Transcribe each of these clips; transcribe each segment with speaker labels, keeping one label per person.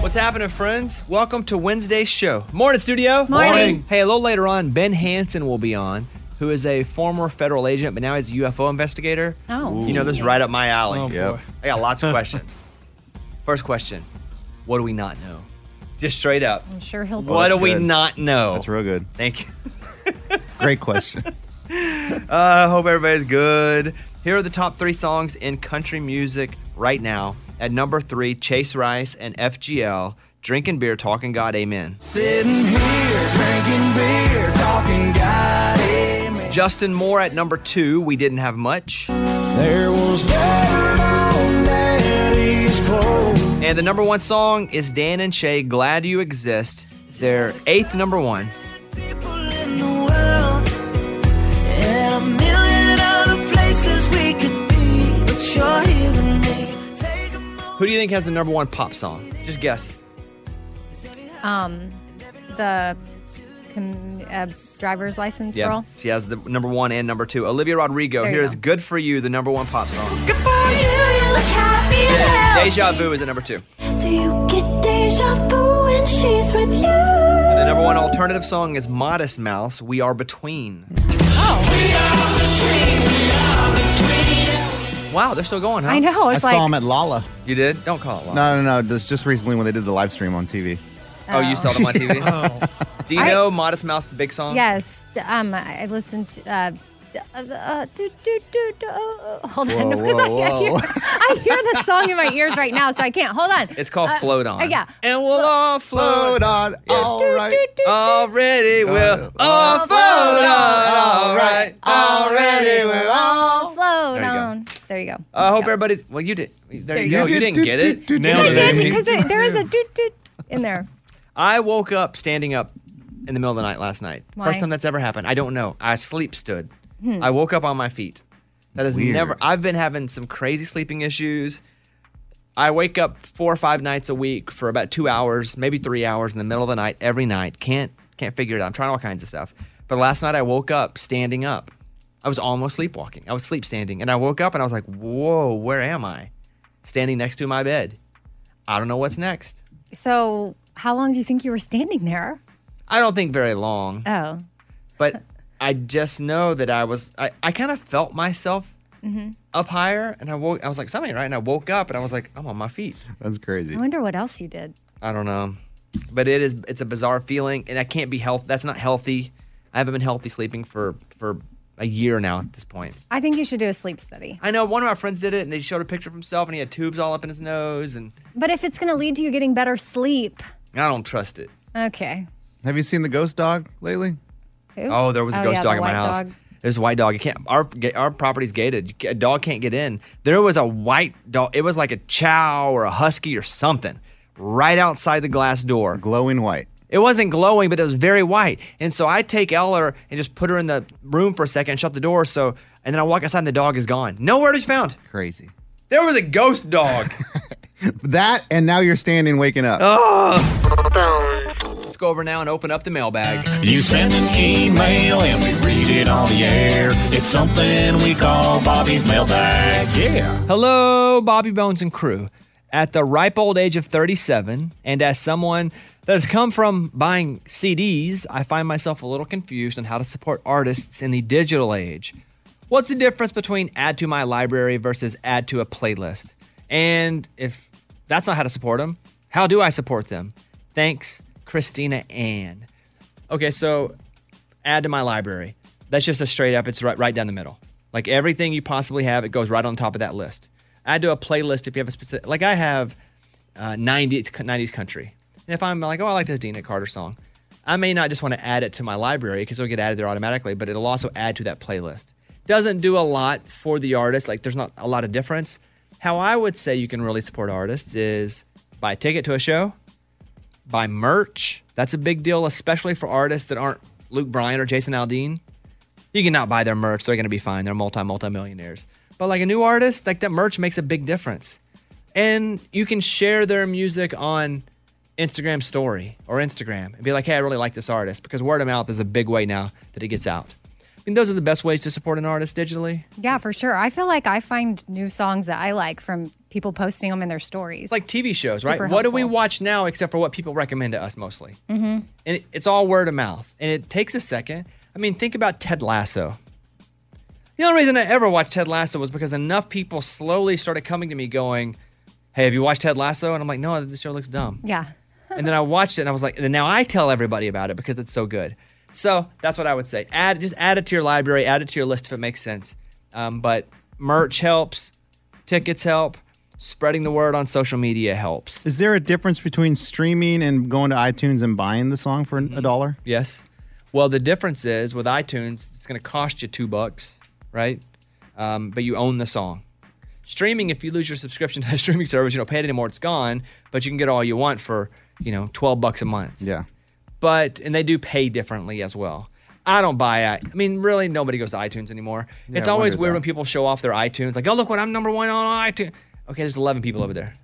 Speaker 1: What's happening, friends? Welcome to Wednesday's show. Morning, studio.
Speaker 2: Morning. Morning.
Speaker 1: Hey, a little later on, Ben Hansen will be on, who is a former federal agent, but now he's a UFO investigator.
Speaker 2: Oh.
Speaker 1: You know, this is right up my alley.
Speaker 3: Oh, Yep. boy.
Speaker 1: I got lots of questions. First question What do we not know? Just straight up.
Speaker 2: I'm sure he'll.
Speaker 1: What do
Speaker 2: do
Speaker 1: we not know?
Speaker 3: Oh, That's real good.
Speaker 1: Thank you. Uh,
Speaker 3: Great question.
Speaker 1: I hope everybody's good. Here are the top three songs in country music right now. At number three, Chase Rice and FGL, Drinking Beer, Talking God, Amen.
Speaker 4: Sitting here drinking beer, talking God. Amen.
Speaker 1: Justin Moore at number two, We Didn't Have Much.
Speaker 4: There was dirt on Daddy's clothes.
Speaker 1: And the number one song is Dan and Shay, Glad You Exist, their eighth number one.
Speaker 4: People in the world, and a million other places we could be, but you're here with me. Take a moment.
Speaker 1: Who do you think has the number one pop song? Just guess.
Speaker 2: Um, the com- uh, driver's license girl.
Speaker 1: She has the number one and number two. Olivia Rodrigo,
Speaker 2: There you
Speaker 1: Here is
Speaker 2: go.
Speaker 1: Good For You, the number one pop song.
Speaker 4: Good for you, you look happy as
Speaker 1: Deja
Speaker 4: hell.
Speaker 1: Vu is at number two.
Speaker 5: Do you get deja vu when she's with you?
Speaker 1: And the number one alternative song is Modest Mouse, We Are Between.
Speaker 2: Oh,
Speaker 1: Wow, they're still going, huh?
Speaker 2: I know.
Speaker 3: I
Speaker 2: It's
Speaker 3: saw
Speaker 2: like
Speaker 3: him at Lala.
Speaker 1: You did? Don't call it live.
Speaker 3: No, no, no. This just recently when they did the live stream on TV.
Speaker 1: Oh, you saw them on TV? Do you
Speaker 2: Oh. I-
Speaker 1: know Modest Mouse's big song?
Speaker 2: Yes. d- Um, I I listened to. Uh, d- uh, uh, do, do, do, do, oh, oh. hold on,
Speaker 3: Whoa,
Speaker 2: because I,
Speaker 3: whoa,
Speaker 2: I, hear,
Speaker 3: whoa.
Speaker 2: I hear the song in my ears right now, so I can't. Hold on.
Speaker 1: It's called Float On.
Speaker 2: uh, yeah.
Speaker 1: And we'll all float
Speaker 3: Float
Speaker 1: on.
Speaker 3: on. All right.
Speaker 1: Already we'll
Speaker 3: it.
Speaker 1: all float on. All
Speaker 3: All
Speaker 1: right.
Speaker 3: right.
Speaker 1: Already we'll all.
Speaker 2: all float
Speaker 1: There you go.
Speaker 2: on. There you go.
Speaker 1: I hope everybody's. Well, you did. There you
Speaker 2: you
Speaker 1: go.
Speaker 2: go.
Speaker 1: You didn't get it.
Speaker 6: Nailed it, Amy.
Speaker 2: Because there there is a doot doot in there.
Speaker 1: I woke up standing up in the middle of the night last night.
Speaker 2: Why?
Speaker 1: First time that's ever happened. I don't know. I sleep stood.
Speaker 2: Hmm.
Speaker 1: I woke up on my feet. That is
Speaker 3: Weird.
Speaker 1: never. I've been having some crazy sleeping issues. I wake up four or five nights a week for about two hours, maybe three hours in the middle of the night every night. Can't can't figure it out. I'm trying all kinds of stuff. But last night I woke up standing up. I was almost sleepwalking. I was sleep standing, and I woke up and I was like, "Whoa, where am I?" Standing next to my bed. I don't know what's next.
Speaker 2: So, how long do you think you were standing there?
Speaker 1: I don't think very long.
Speaker 2: Oh,
Speaker 1: but I just know that I was I, I kind of felt myself up higher and I woke I was like something ain't right and I woke up and I was like I'm on my feet
Speaker 3: That's crazy.
Speaker 2: I wonder what else you did.
Speaker 1: I don't know but it is it's a bizarre feeling and I can't be health that's not healthy I haven't been healthy sleeping for for a year now at this point
Speaker 2: I think you should do a sleep study.
Speaker 1: I know one of my friends did it and they showed a picture of himself and he had tubes all up in his nose and
Speaker 2: But if it's going to lead to you getting better sleep,
Speaker 1: I don't trust it
Speaker 2: okay.
Speaker 3: Have you seen the ghost dog lately?
Speaker 2: Who?
Speaker 1: Oh, there was a
Speaker 2: Oh,
Speaker 1: ghost
Speaker 2: yeah,
Speaker 1: dog
Speaker 2: the
Speaker 1: in my
Speaker 2: white
Speaker 1: house.
Speaker 2: dog.
Speaker 1: There's a white dog. You can't. Our ga- our property's gated. You ca- A dog can't get in. There was a white dog. It was like a chow or a husky or something, right outside the glass door.
Speaker 3: Glowing white.
Speaker 1: It wasn't glowing, but it was very white. And so I take Eller and just put her in the room for a second, shut the door. So and then I walk outside, and the dog is gone. Nowhere to be found.
Speaker 3: Crazy.
Speaker 1: There was a ghost dog.
Speaker 3: That and now you're standing waking up.
Speaker 1: Oh. Let's go over now and open up the mailbag.
Speaker 6: You send an email and we read it on the air. It's something we call Bobby's mailbag. Yeah.
Speaker 1: Hello, Bobby Bones and crew. At the ripe old age of 37, and as someone that has come from buying CDs, I find myself a little confused on how to support artists in the digital age. What's the difference between add to my library versus add to a playlist? And if that's not how to support them, how do I support them? Thanks, Christina Ann. Okay, so add to my library. That's just a straight up, it's right, right down the middle. Like everything you possibly have, it goes right on top of that list. Add to a playlist if you have a specific, like I have uh, 90s, 90s country. And if I'm like, oh, I like this Dina Carter song, I may not just want to add it to my library because it'll get added there automatically, but it'll also add to that playlist. Doesn't do a lot for the artist. Like there's not a lot of difference. How I would say you can really support artists is buy a ticket to a show, buy merch. That's a big deal, especially for artists that aren't Luke Bryan or Jason Aldean. You can not buy their merch. They're going to be fine. They're multi, multi millionaires. But like a new artist, like that merch makes a big difference. And you can share their music on Instagram story or Instagram and be like, hey, I really like this artist because word of mouth is a big way now that it gets out. mean, those are the best ways to support an artist digitally.
Speaker 2: Yeah, for sure. I feel like I find new songs that I like from people posting them in their stories.
Speaker 1: It's like TV shows, right?
Speaker 2: Super
Speaker 1: What do we
Speaker 2: helpful.
Speaker 1: watch now except for what people recommend to us mostly? Mm-hmm. And it- it's all word of mouth. And it takes a second. I mean, think about Ted Lasso. The only reason I ever watched Ted Lasso was because enough people slowly started coming to me going, Hey, have you watched Ted Lasso? And I'm like, No, this show looks dumb.
Speaker 2: yeah.
Speaker 1: and then I watched it and I was like, and now I tell everybody about it because it's so good. So that's what I would say. Add just add it to your library, add it to your list if it makes sense. Um, but merch helps, tickets help, spreading the word on social media helps.
Speaker 3: Is there a difference between streaming and going to iTunes and buying the song for a dollar?
Speaker 1: Yes. Well, the difference is with iTunes, it's going to cost you two bucks, right? Um, but you own the song. Streaming, if you lose your subscription to the streaming service, you don't pay it anymore. It's gone, but you can get all you want for you know twelve bucks a month.
Speaker 3: Yeah.
Speaker 1: but and they do pay differently as well. I don't buy it. I mean, really, nobody goes to iTunes anymore. it's
Speaker 3: I
Speaker 1: always
Speaker 3: wondered
Speaker 1: weird
Speaker 3: that.
Speaker 1: when people show off their iTunes, like, "Oh, look what I'm number one on iTunes." Okay, there's 11 people over there.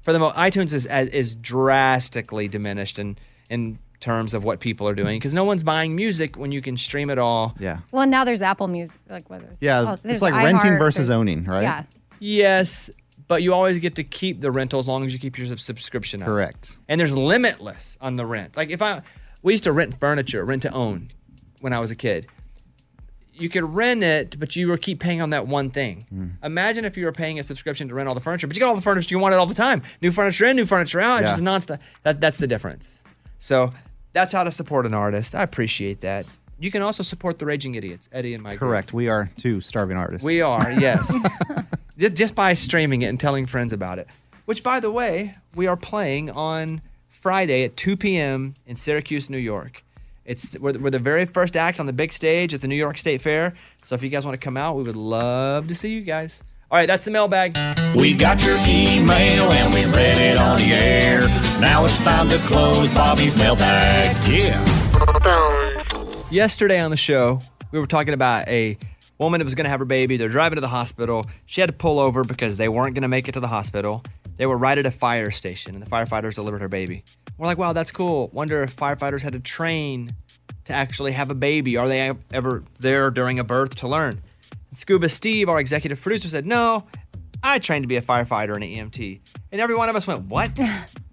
Speaker 1: For the most, iTunes is is drastically diminished in in terms of what people are doing because no one's buying music when you can stream it all.
Speaker 3: Yeah.
Speaker 2: Well, now there's Apple Music. Like, whether it's,
Speaker 3: Yeah,
Speaker 2: oh,
Speaker 3: it's
Speaker 2: there's
Speaker 3: like renting
Speaker 2: iHeart,
Speaker 3: versus
Speaker 2: there's-
Speaker 3: owning, right?
Speaker 2: Yeah.
Speaker 1: Yes, but you always get to keep the rental as long as you keep your sub- subscription up.
Speaker 3: Correct.
Speaker 1: and there's limitless on the rent. Like if I, we used to rent furniture, rent to own, when I was a kid. You could rent it, but you were keep paying on that one thing.
Speaker 7: Hmm.
Speaker 1: Imagine if you were paying a subscription to rent all the furniture, but you got all the furniture you wanted all the time. New furniture in, new furniture out. It's
Speaker 3: Yeah.
Speaker 1: just nonstop. That, that's the difference. So that's how to support an artist. I appreciate that. You can also support the Raging Idiots, Eddie and Mike.
Speaker 3: Correct. We are two starving artists.
Speaker 1: We are, yes. just, just by streaming it and telling friends about it. Which, by the way, we are playing on Friday at 2 p.m. in Syracuse, New York. It's we're, we're the very first act on the big stage at the New York State Fair. So if you guys want to come out, we would love to see you guys. All right, that's the mailbag.
Speaker 6: We got your email and we read it on the air. Now it's time to close Bobby's mailbag. Yeah.
Speaker 1: Yesterday on the show, we were talking about a woman that was going to have her baby. They're driving to the hospital. She had to pull over because they weren't going to make it to the hospital. They were right at a fire station, and the firefighters delivered her baby. We're like, wow, that's cool. Wonder if firefighters had to train to actually have a baby. Are they ever there during a birth to learn? Scuba Steve, our executive producer, said, no, I trained to be a firefighter and an EMT. And every one of us went, what?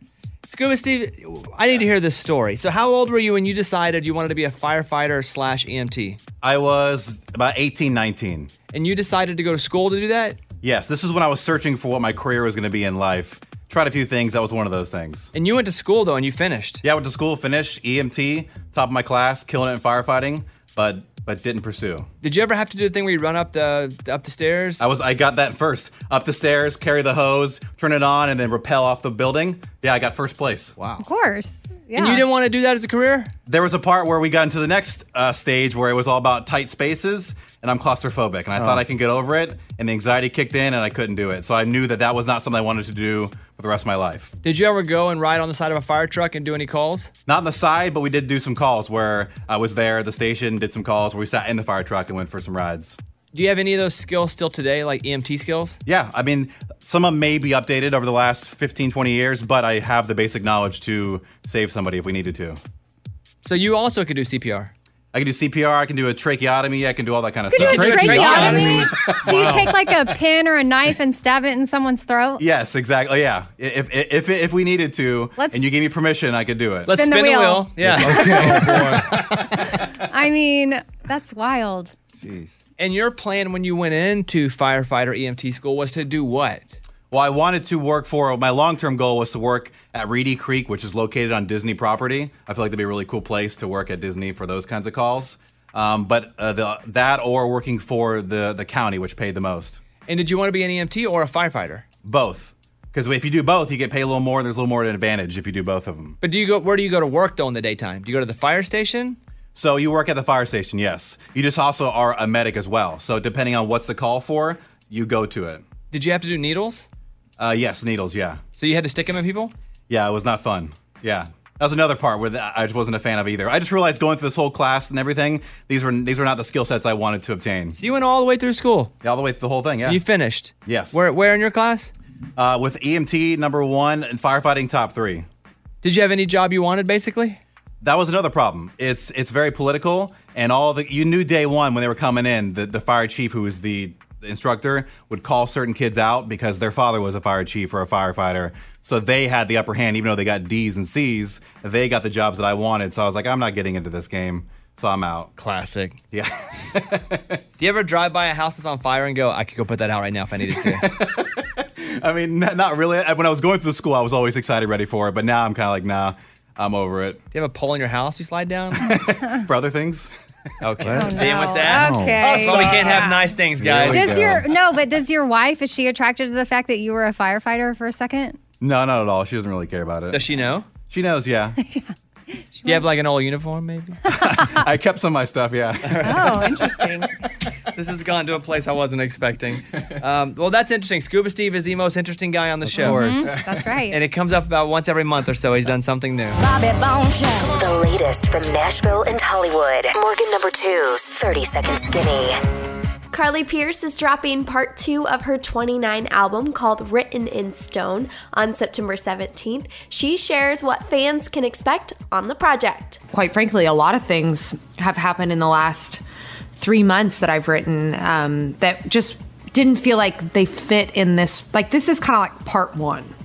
Speaker 1: Scuba Steve, I need to hear this story. So, how old were you when you decided you wanted to be a firefighter slash E EMT?
Speaker 8: I was about 18, 19.
Speaker 1: And you decided to go to school to do that?
Speaker 8: Yes, this is when I was searching for what my career was going to be in life. Tried a few things. That was one of those things.
Speaker 1: And you went to school though, and you finished.
Speaker 8: Yeah, I went to school, finished EMT, top of my class, killing it in firefighting, but but didn't pursue.
Speaker 1: Did you ever have to do the thing where you run up the up the stairs?
Speaker 8: I was I got that first. Up the stairs, carry the hose, turn it on, and then rappel off the building. Yeah, I got first place.
Speaker 2: Of course. Yeah.
Speaker 1: And you didn't want to do that as a career?
Speaker 8: There was a part where we got into the next uh, stage where it was all about tight spaces, and I'm claustrophobic, and I
Speaker 1: Oh.
Speaker 8: thought I can get over it, and the anxiety kicked in, and I couldn't do it. So I knew that that was not something I wanted to do for the rest of my life.
Speaker 1: Did you ever go and ride on the side of a fire truck and do any calls?
Speaker 8: Not on the side, but we did do some calls where I was there at the station, did some calls where we sat in the fire truck and went for some rides.
Speaker 1: Do you have any of those skills still today, like EMT skills?
Speaker 8: Yeah, I mean, some of them may be updated over the last 15, 20 years, but I have the basic knowledge to save somebody if we needed to.
Speaker 1: So you also could do CPR.
Speaker 8: I can do CPR, I can do a tracheotomy, I can do all that kind of
Speaker 2: You
Speaker 8: stuff.
Speaker 2: could do a
Speaker 1: Tracheotomy.
Speaker 2: tracheotomy. so you take like a pin or a knife and stab it in someone's throat.
Speaker 8: Yes, exactly. Yeah, if if if, if we needed to,
Speaker 2: Let's-
Speaker 8: and you gave me permission, I could do it.
Speaker 1: Let's
Speaker 2: Spin the
Speaker 1: spin
Speaker 2: wheel.
Speaker 1: Yeah.
Speaker 2: I mean, that's wild.
Speaker 3: Jeez.
Speaker 1: and your plan when you went into firefighter E EMT school was to do what?
Speaker 8: Well, I wanted to work for my long term goal was to work at Reedy Creek, which is located on Disney property. I feel like that'd be a really cool place to work at Disney for those kinds of calls. Um, but uh, the, that or working for the the county, which paid the most.
Speaker 1: And did you want to be an EMT or a firefighter?
Speaker 8: Both, because if you do both, you get paid a little more, and there's a little more advantage if you do both of them.
Speaker 1: But do you go? Where do you go to work though in the daytime? Do you go to the fire station?
Speaker 8: So you work at the fire station, yes. You just also are a medic as well. So depending on what's the call for, you go to it.
Speaker 1: Did you have to do needles?
Speaker 8: Uh, yes, needles, yeah.
Speaker 1: So you had to stick them in people?
Speaker 8: Yeah, it was not fun. Yeah. That was another part where th- I just wasn't a fan of either. I just realized going through this whole class and everything, these were these were not the skill sets I wanted to obtain.
Speaker 1: You went all the way through school.
Speaker 8: Yeah, all the way through the whole thing, yeah.
Speaker 1: You finished.
Speaker 8: Yes.
Speaker 1: Where where in your class?
Speaker 8: uh, with EMT number one and firefighting top three.
Speaker 1: Did you have any job you wanted basically?
Speaker 8: That was another problem. It's it's very political, and all the you knew day one when they were coming in, the, the fire chief who was the instructor would call certain kids out because their father was a fire chief or a firefighter, so they had the upper hand. Even though they got D's and C's, they got the jobs that I wanted. So I was like, I'm not getting into this game, so I'm out.
Speaker 1: Classic.
Speaker 8: Yeah,
Speaker 1: Do you ever drive by a house that's on fire and go, I could go put that out right now if I needed to?
Speaker 8: I mean, not, not really. I- When I was going through the school, I was always excited, ready for it, but now I'm kind of like, nah, I'm over it.
Speaker 1: Do you have a pole in your house you slide down?
Speaker 8: For other things.
Speaker 1: Okay.
Speaker 3: What?
Speaker 1: Staying
Speaker 2: No.
Speaker 1: with that.
Speaker 2: Okay.
Speaker 1: Well, we can't have nice things, guys.
Speaker 8: Really?
Speaker 2: Does your no, but does your wife is she attracted to the fact that you were a firefighter for a second?
Speaker 8: No, not at all. She doesn't really care about it.
Speaker 1: Does she know?
Speaker 8: She knows, yeah.
Speaker 1: Do you have like an old uniform, maybe?
Speaker 8: I kept some of my stuff, yeah.
Speaker 2: Oh, interesting.
Speaker 1: this has gone to a place I wasn't expecting. Um, well, that's interesting. Scuba Steve is the most interesting guy on the show.
Speaker 2: Mm-hmm.
Speaker 4: Mm-hmm.
Speaker 2: That's right.
Speaker 1: And it comes up about once every month or so. He's done something new.
Speaker 9: Bobby Bones Show.
Speaker 10: The latest from Nashville and Hollywood. Morgan number two's 30 Second Skinny.
Speaker 11: Carly Pierce is dropping part two of her 29 album called Written in Stone on September 17th. She shares what fans can expect on the project.
Speaker 12: quite frankly, a lot of things have happened in the last three months that I've written um, that just didn't feel like they fit in this. Like, this is kind of like part one.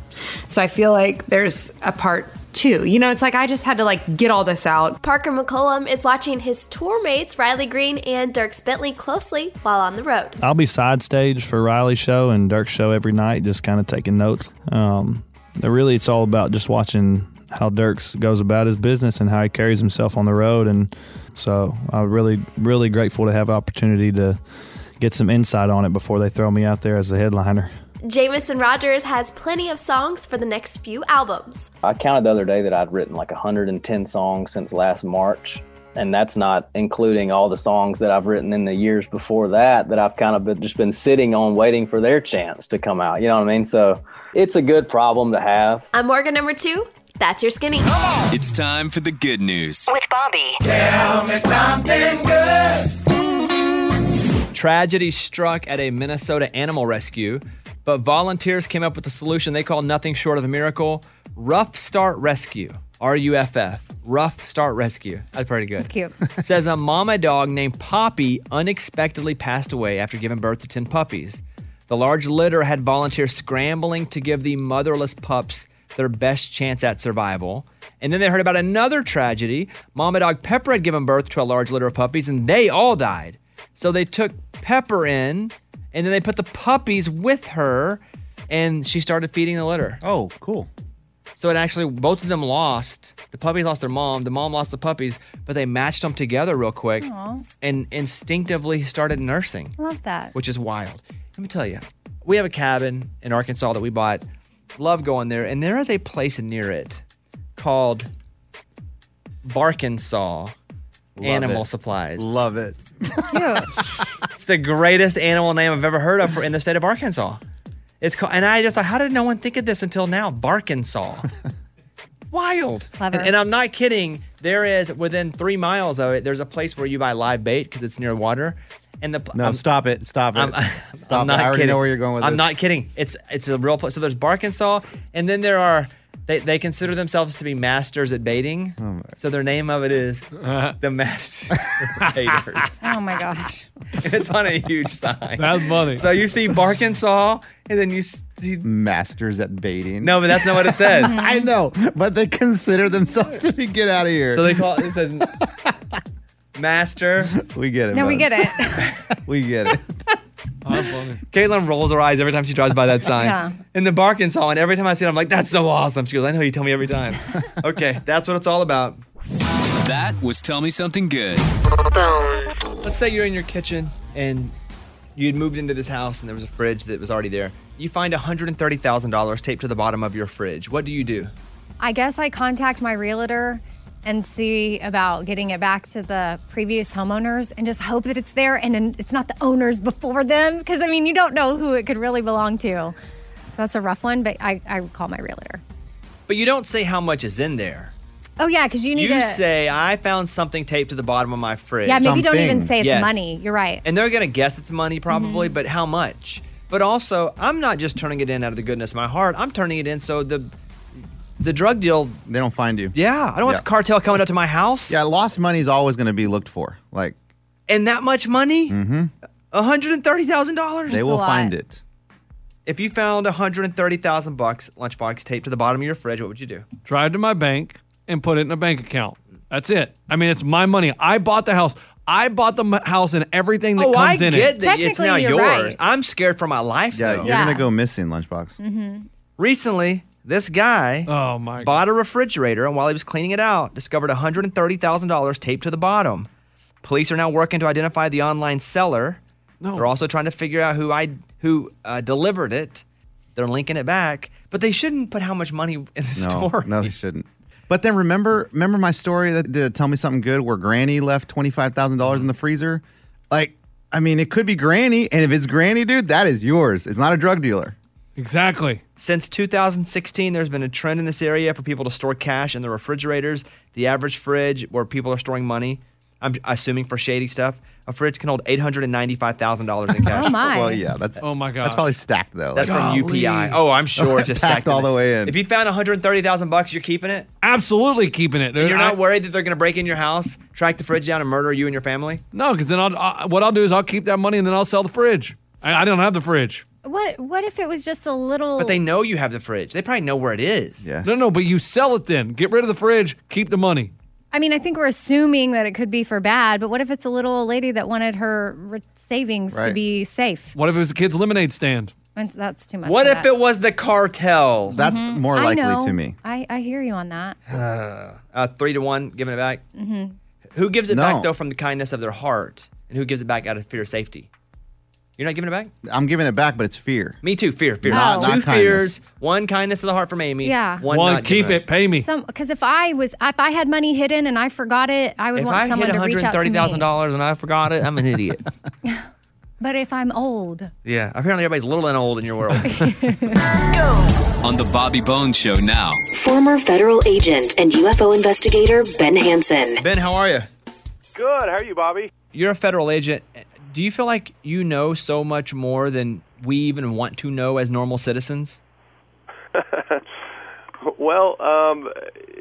Speaker 12: So I feel like there's a part two. You know, it's like I just had to like get all this out.
Speaker 11: Parker McCollum is watching his tour mates Riley Green and Dirk Bentley closely while on the road.
Speaker 13: I'll be side stage for Riley's show and Dirk's show every night, just kind of taking notes. Um, but really, it's all about just watching how Dirk's goes about his business and how he carries himself on the road. And so I'm really, really grateful to have the opportunity to get some insight on it before they throw me out there as a headliner.
Speaker 11: Jamison Rogers has plenty of songs for the next few albums.
Speaker 12: I counted the other day that I'd written like 110 songs since last March. And that's not including all the songs that I've written in the years before that, that I've kind of been, just been sitting on waiting for their chance to come out. You know what I mean? So it's a good problem to have.
Speaker 11: I'm Morgan number two. That's your skinny.
Speaker 4: It's time for the good news.
Speaker 10: With Bobby.
Speaker 1: Tragedy struck at a Minnesota animal rescue, but volunteers came up with a solution they call nothing short of a miracle Rough Start Rescue. R U F F. Rough Start Rescue. That's pretty good. That's
Speaker 2: Cute.
Speaker 1: Says a mama dog named Poppy unexpectedly passed away after giving birth to 10 puppies. The large litter had volunteers scrambling to give the motherless pups their best chance at survival. And then they heard about another tragedy. Mama dog Pepper had given birth to a large litter of puppies and they all died. So they took Pepper in and then they put the puppies with her and she started feeding the litter.
Speaker 3: Oh, cool.
Speaker 1: So it actually, both of them lost. The puppies lost their mom. The mom lost the puppies, but they matched them together real quick and instinctively started nursing,
Speaker 2: Love that.
Speaker 1: which is wild. Let me tell you, we have a cabin in Arkansas that we bought. Love going there. And there is a place near it called Barkinsaw Animal
Speaker 3: it.
Speaker 1: Supplies.
Speaker 3: Love it.
Speaker 2: Cute.
Speaker 1: It's the greatest animal name I've ever heard of for, in the state of Arkansas. It's called, and I just thought, how did no one think of this until now? Barkinsaw. Wild.
Speaker 2: Clever.
Speaker 1: And, and I'm not kidding. There is within three miles of it. There's a place where you buy live bait because it's near water, and the
Speaker 3: No,
Speaker 1: I'm,
Speaker 3: stop it. Stop it.
Speaker 1: I'm,
Speaker 3: stop
Speaker 1: I'm
Speaker 3: it.
Speaker 1: not
Speaker 3: I already
Speaker 1: kidding.
Speaker 3: know where you're going with
Speaker 1: I'm
Speaker 3: this.
Speaker 1: not kidding. It's it's a real place. So there's Barkinsaw, and then there are they, they consider themselves to be masters at baiting.
Speaker 3: Oh
Speaker 1: so their name of it is the Masters Baiters.
Speaker 2: Oh my gosh.
Speaker 1: and it's on a huge sign.
Speaker 13: That's funny.
Speaker 1: So you see Barkinsaw, and then you see.
Speaker 3: Masters at baiting.
Speaker 1: No, but that's not what it says.
Speaker 3: I know, but they consider themselves to be get out of here.
Speaker 1: so they call it, it says Master.
Speaker 3: we get it.
Speaker 2: No, we
Speaker 3: Buzz.
Speaker 2: get it.
Speaker 3: We get it.
Speaker 1: Caitlin rolls her eyes every time she drives by that sign.
Speaker 2: Yeah.
Speaker 1: And the Barkinsaw, and every time I see it, I'm like, that's so awesome. She goes, I know you tell me every time. okay, that's what it's all about.
Speaker 4: That was Tell Me Something Good.
Speaker 10: Bones.
Speaker 1: Let's say you're in your kitchen and you'd moved into this house and there was a fridge that was already there. You find $130,000 taped to the bottom of your fridge. What do you do?
Speaker 2: I guess I contact my realtor and see about getting it back to the previous homeowners and just hope that it's there and then it's not the owners before them. Because I mean, you don't know who it could really belong to. So that's a rough one, but I, I would call my realtor.
Speaker 1: But you don't say how much is in there.
Speaker 2: Oh, yeah, because you need
Speaker 1: You
Speaker 2: to.
Speaker 1: say, I found something taped to the bottom of my fridge.
Speaker 2: yeah, maybe don't
Speaker 3: something.
Speaker 2: even say it's
Speaker 1: Yes.
Speaker 2: money. You're right.
Speaker 1: and they're gonna guess it's money probably, but how much? But also, I'm not just turning it in out of the goodness of my heart. I'm turning it in so the the drug deal,
Speaker 3: they don't find you.
Speaker 1: Yeah, I don't want the cartel coming up to my house.
Speaker 3: Yeah, lost money is always going to be looked for. Like,
Speaker 1: and that much money,
Speaker 3: mm-hmm.
Speaker 1: $130,000.
Speaker 3: they will find it.
Speaker 1: If you found 130,000 bucks lunchbox taped to the bottom of your fridge, what would you do?
Speaker 9: drive to my bank and put it in a bank account. That's it. I mean, it's my money. I bought the house. I bought the m- house and everything that
Speaker 1: oh, I
Speaker 9: comes in
Speaker 1: get that
Speaker 9: it.
Speaker 1: it's now yours. I'm scared for my life. Yeah,
Speaker 9: you're gonna Yeah.
Speaker 3: go missing, lunchbox.
Speaker 1: Mm-hmm. Recently, this guy
Speaker 9: oh my
Speaker 1: bought a refrigerator, and while he was cleaning it out, discovered $130,000 taped to the bottom. Police are now working to identify the online seller.
Speaker 9: No.
Speaker 1: They're also trying to figure out who I who uh, delivered it. They're linking it back, but they shouldn't put how much money in the
Speaker 3: No,
Speaker 1: store.
Speaker 3: no, they shouldn't. But then remember, remember my story that did tell me something good where Granny left twenty five thousand dollars in the freezer. Like, I mean, it could be Granny, and if it's Granny, dude, that is yours. It's not a drug dealer.
Speaker 9: Exactly.
Speaker 1: Since 2016, there's been a trend in this area for people to store cash in their refrigerators. The average fridge where people are storing money, I'm assuming for shady stuff, a fridge can hold $895,000 in cash.
Speaker 2: Oh, my.
Speaker 3: Well, yeah, that's
Speaker 9: oh my god,
Speaker 3: that's probably stacked though.
Speaker 1: That's
Speaker 3: Like-
Speaker 1: from UPI. Oh, I'm sure it's just
Speaker 3: Packed
Speaker 1: stacked
Speaker 3: all the way in.
Speaker 1: If you found 130,000 bucks, you're keeping it?
Speaker 9: Absolutely keeping it.
Speaker 1: And
Speaker 9: dude.
Speaker 1: you're
Speaker 9: I-
Speaker 1: not worried that they're going to break in your house, track the fridge down, and murder you and your family?
Speaker 9: no, because then I'll, I, what I'll do is I'll keep that money and then I'll sell the fridge. I, I don't have the fridge.
Speaker 2: What What if it was just a little?
Speaker 1: But they know you have the fridge. They probably know where it is.
Speaker 3: Yes.
Speaker 9: No, no, but you sell it then. Get rid of the fridge. Keep the money.
Speaker 2: I mean, I think we're assuming that it could be for bad. But what if it's a little old lady that wanted her re- savings to
Speaker 9: Right.
Speaker 2: be safe?
Speaker 9: What if it was a kid's lemonade stand?
Speaker 2: That's- That's too much.
Speaker 1: What
Speaker 2: for
Speaker 1: if
Speaker 2: that.
Speaker 1: it was the cartel?
Speaker 2: Mhm. I know. I, I hear you on that.
Speaker 1: uh, three to one, giving it back.
Speaker 2: hmm
Speaker 1: Who gives it
Speaker 3: No.
Speaker 1: back though from the kindness of their heart, and who gives it back out of fear of safety? You're not giving it back.
Speaker 3: I'm giving it back, but it's fear.
Speaker 1: Me too. Fear, fear.
Speaker 3: Not-
Speaker 1: Two
Speaker 3: not kindness.
Speaker 1: fears. One kindness of the heart from Amy.
Speaker 2: Yeah.
Speaker 1: One, not giving
Speaker 2: Some because if I was if I had money hidden and I forgot it, I would
Speaker 1: If
Speaker 2: want
Speaker 1: I
Speaker 2: someone
Speaker 1: hit
Speaker 2: to
Speaker 1: one
Speaker 2: reach
Speaker 1: hundred
Speaker 2: out to
Speaker 1: thirty
Speaker 2: me.
Speaker 1: thousand dollars and I forgot it, I'm an idiot.
Speaker 2: But if I'm old,
Speaker 1: yeah. Apparently, everybody's little and old in your world.
Speaker 14: On the Bobby Bones Show now.
Speaker 10: Former federal agent and UFO investigator Ben Hansen.
Speaker 1: ben, how are you?
Speaker 15: Good. How are you, Bobby?
Speaker 1: You're a federal agent. Do you feel like you know so much more than we even want to know as normal citizens?
Speaker 15: well, um,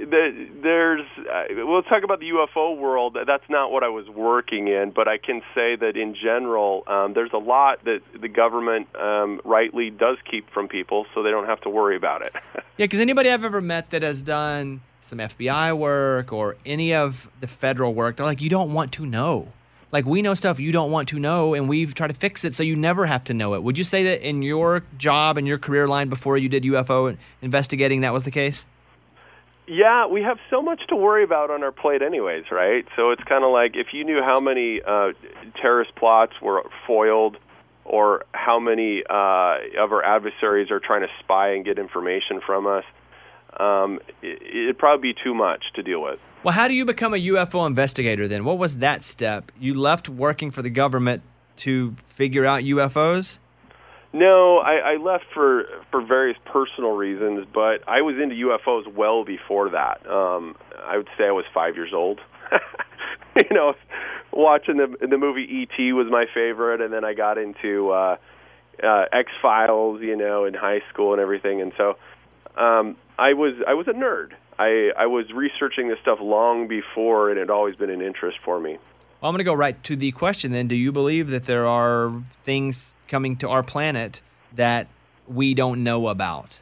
Speaker 15: the, there's. Uh, we'll talk about the UFO world. That's not what I was working in, but I can say that in general, um, there's a lot that the government um, rightly does keep from people, so they don't have to worry about it.
Speaker 1: Yeah, because anybody I've ever met that has done some FBI work or any of the federal work, they're like, you don't want to know. Like, we know stuff you don't want to know, and we've tried to fix it so you never have to know it. Would you say that in your job and your career line before you did UFO investigating, that was the case?
Speaker 15: Yeah, we have so much to worry about on our plate, anyways, right? So it's kind of like if you knew how many uh, terrorist plots were foiled, or how many uh, of our adversaries are trying to spy and get information from us, um, it, it'd probably be too much to deal with.
Speaker 1: Well, how do you become a UFO investigator then? What was that step? You left working for the government to figure out UFOs?
Speaker 15: No, I, I left for for various personal reasons, but I was into UFOs well before that. Um, I would say I was five years old. you know, watching the the movie E.T. was my favorite, and then I got into uh, uh, X Files, you know, in high school and everything, and so um, I was I was a nerd. I I was researching this stuff long before, and it had always been an interest for me.
Speaker 1: Well, I'm going to go right to the question then. Do you believe that there are things coming to our planet that we don't know about?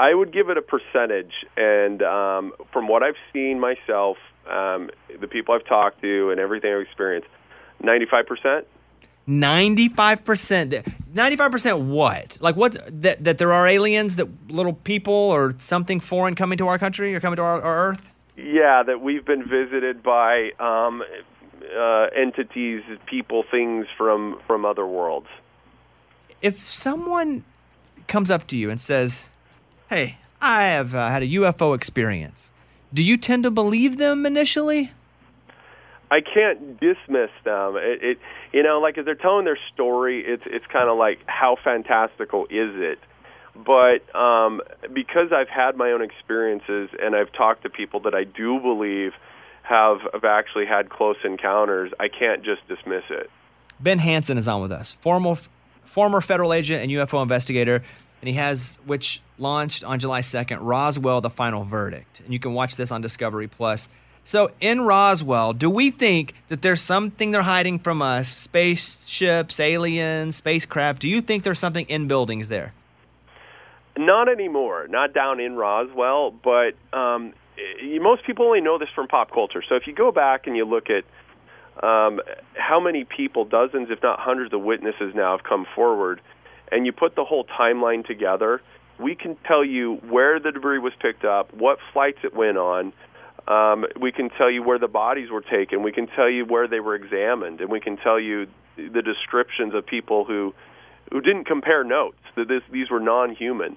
Speaker 15: I would give it a percentage, and um, from what I've seen myself, um, the people I've talked to, and everything I've experienced, ninety-five percent.
Speaker 1: 95%. 95% what? Like what that that there are aliens that little people or something foreign coming to our country or coming to our, our earth?
Speaker 15: Yeah, that we've been visited by um, uh, entities, people, things from from other worlds.
Speaker 1: If someone comes up to you and says, "Hey, I have uh, had a UFO experience." Do you tend to believe them initially?
Speaker 15: I can't dismiss them. It, it you know, like as they're telling their story, it's it's kind of like how fantastical is it? But um, because I've had my own experiences and I've talked to people that I do believe have have actually had close encounters, I can't just dismiss it.
Speaker 1: Ben Hansen is on with us, former former federal agent and UFO investigator. and he has which launched on July 2nd, Roswell: The Final Verdict, and you can watch this on Discovery Plus. So in Roswell, do we think that there's something they're hiding from us? Spaceships, aliens, spacecraft? Do you think there's something in buildings there?
Speaker 15: Not anymore. Not down in Roswell, but um, y- most people only know this from pop culture. So if you go back and you look at um, how many people, dozens, if not hundreds of witnesses now have come forward, and you put the whole timeline together, we can tell you where the debris was picked up, what flights it went on. Um, we can tell you where the bodies were taken. We can tell you where they were examined, and we can tell you the descriptions of people who who didn't compare notes. That this, these were non-human.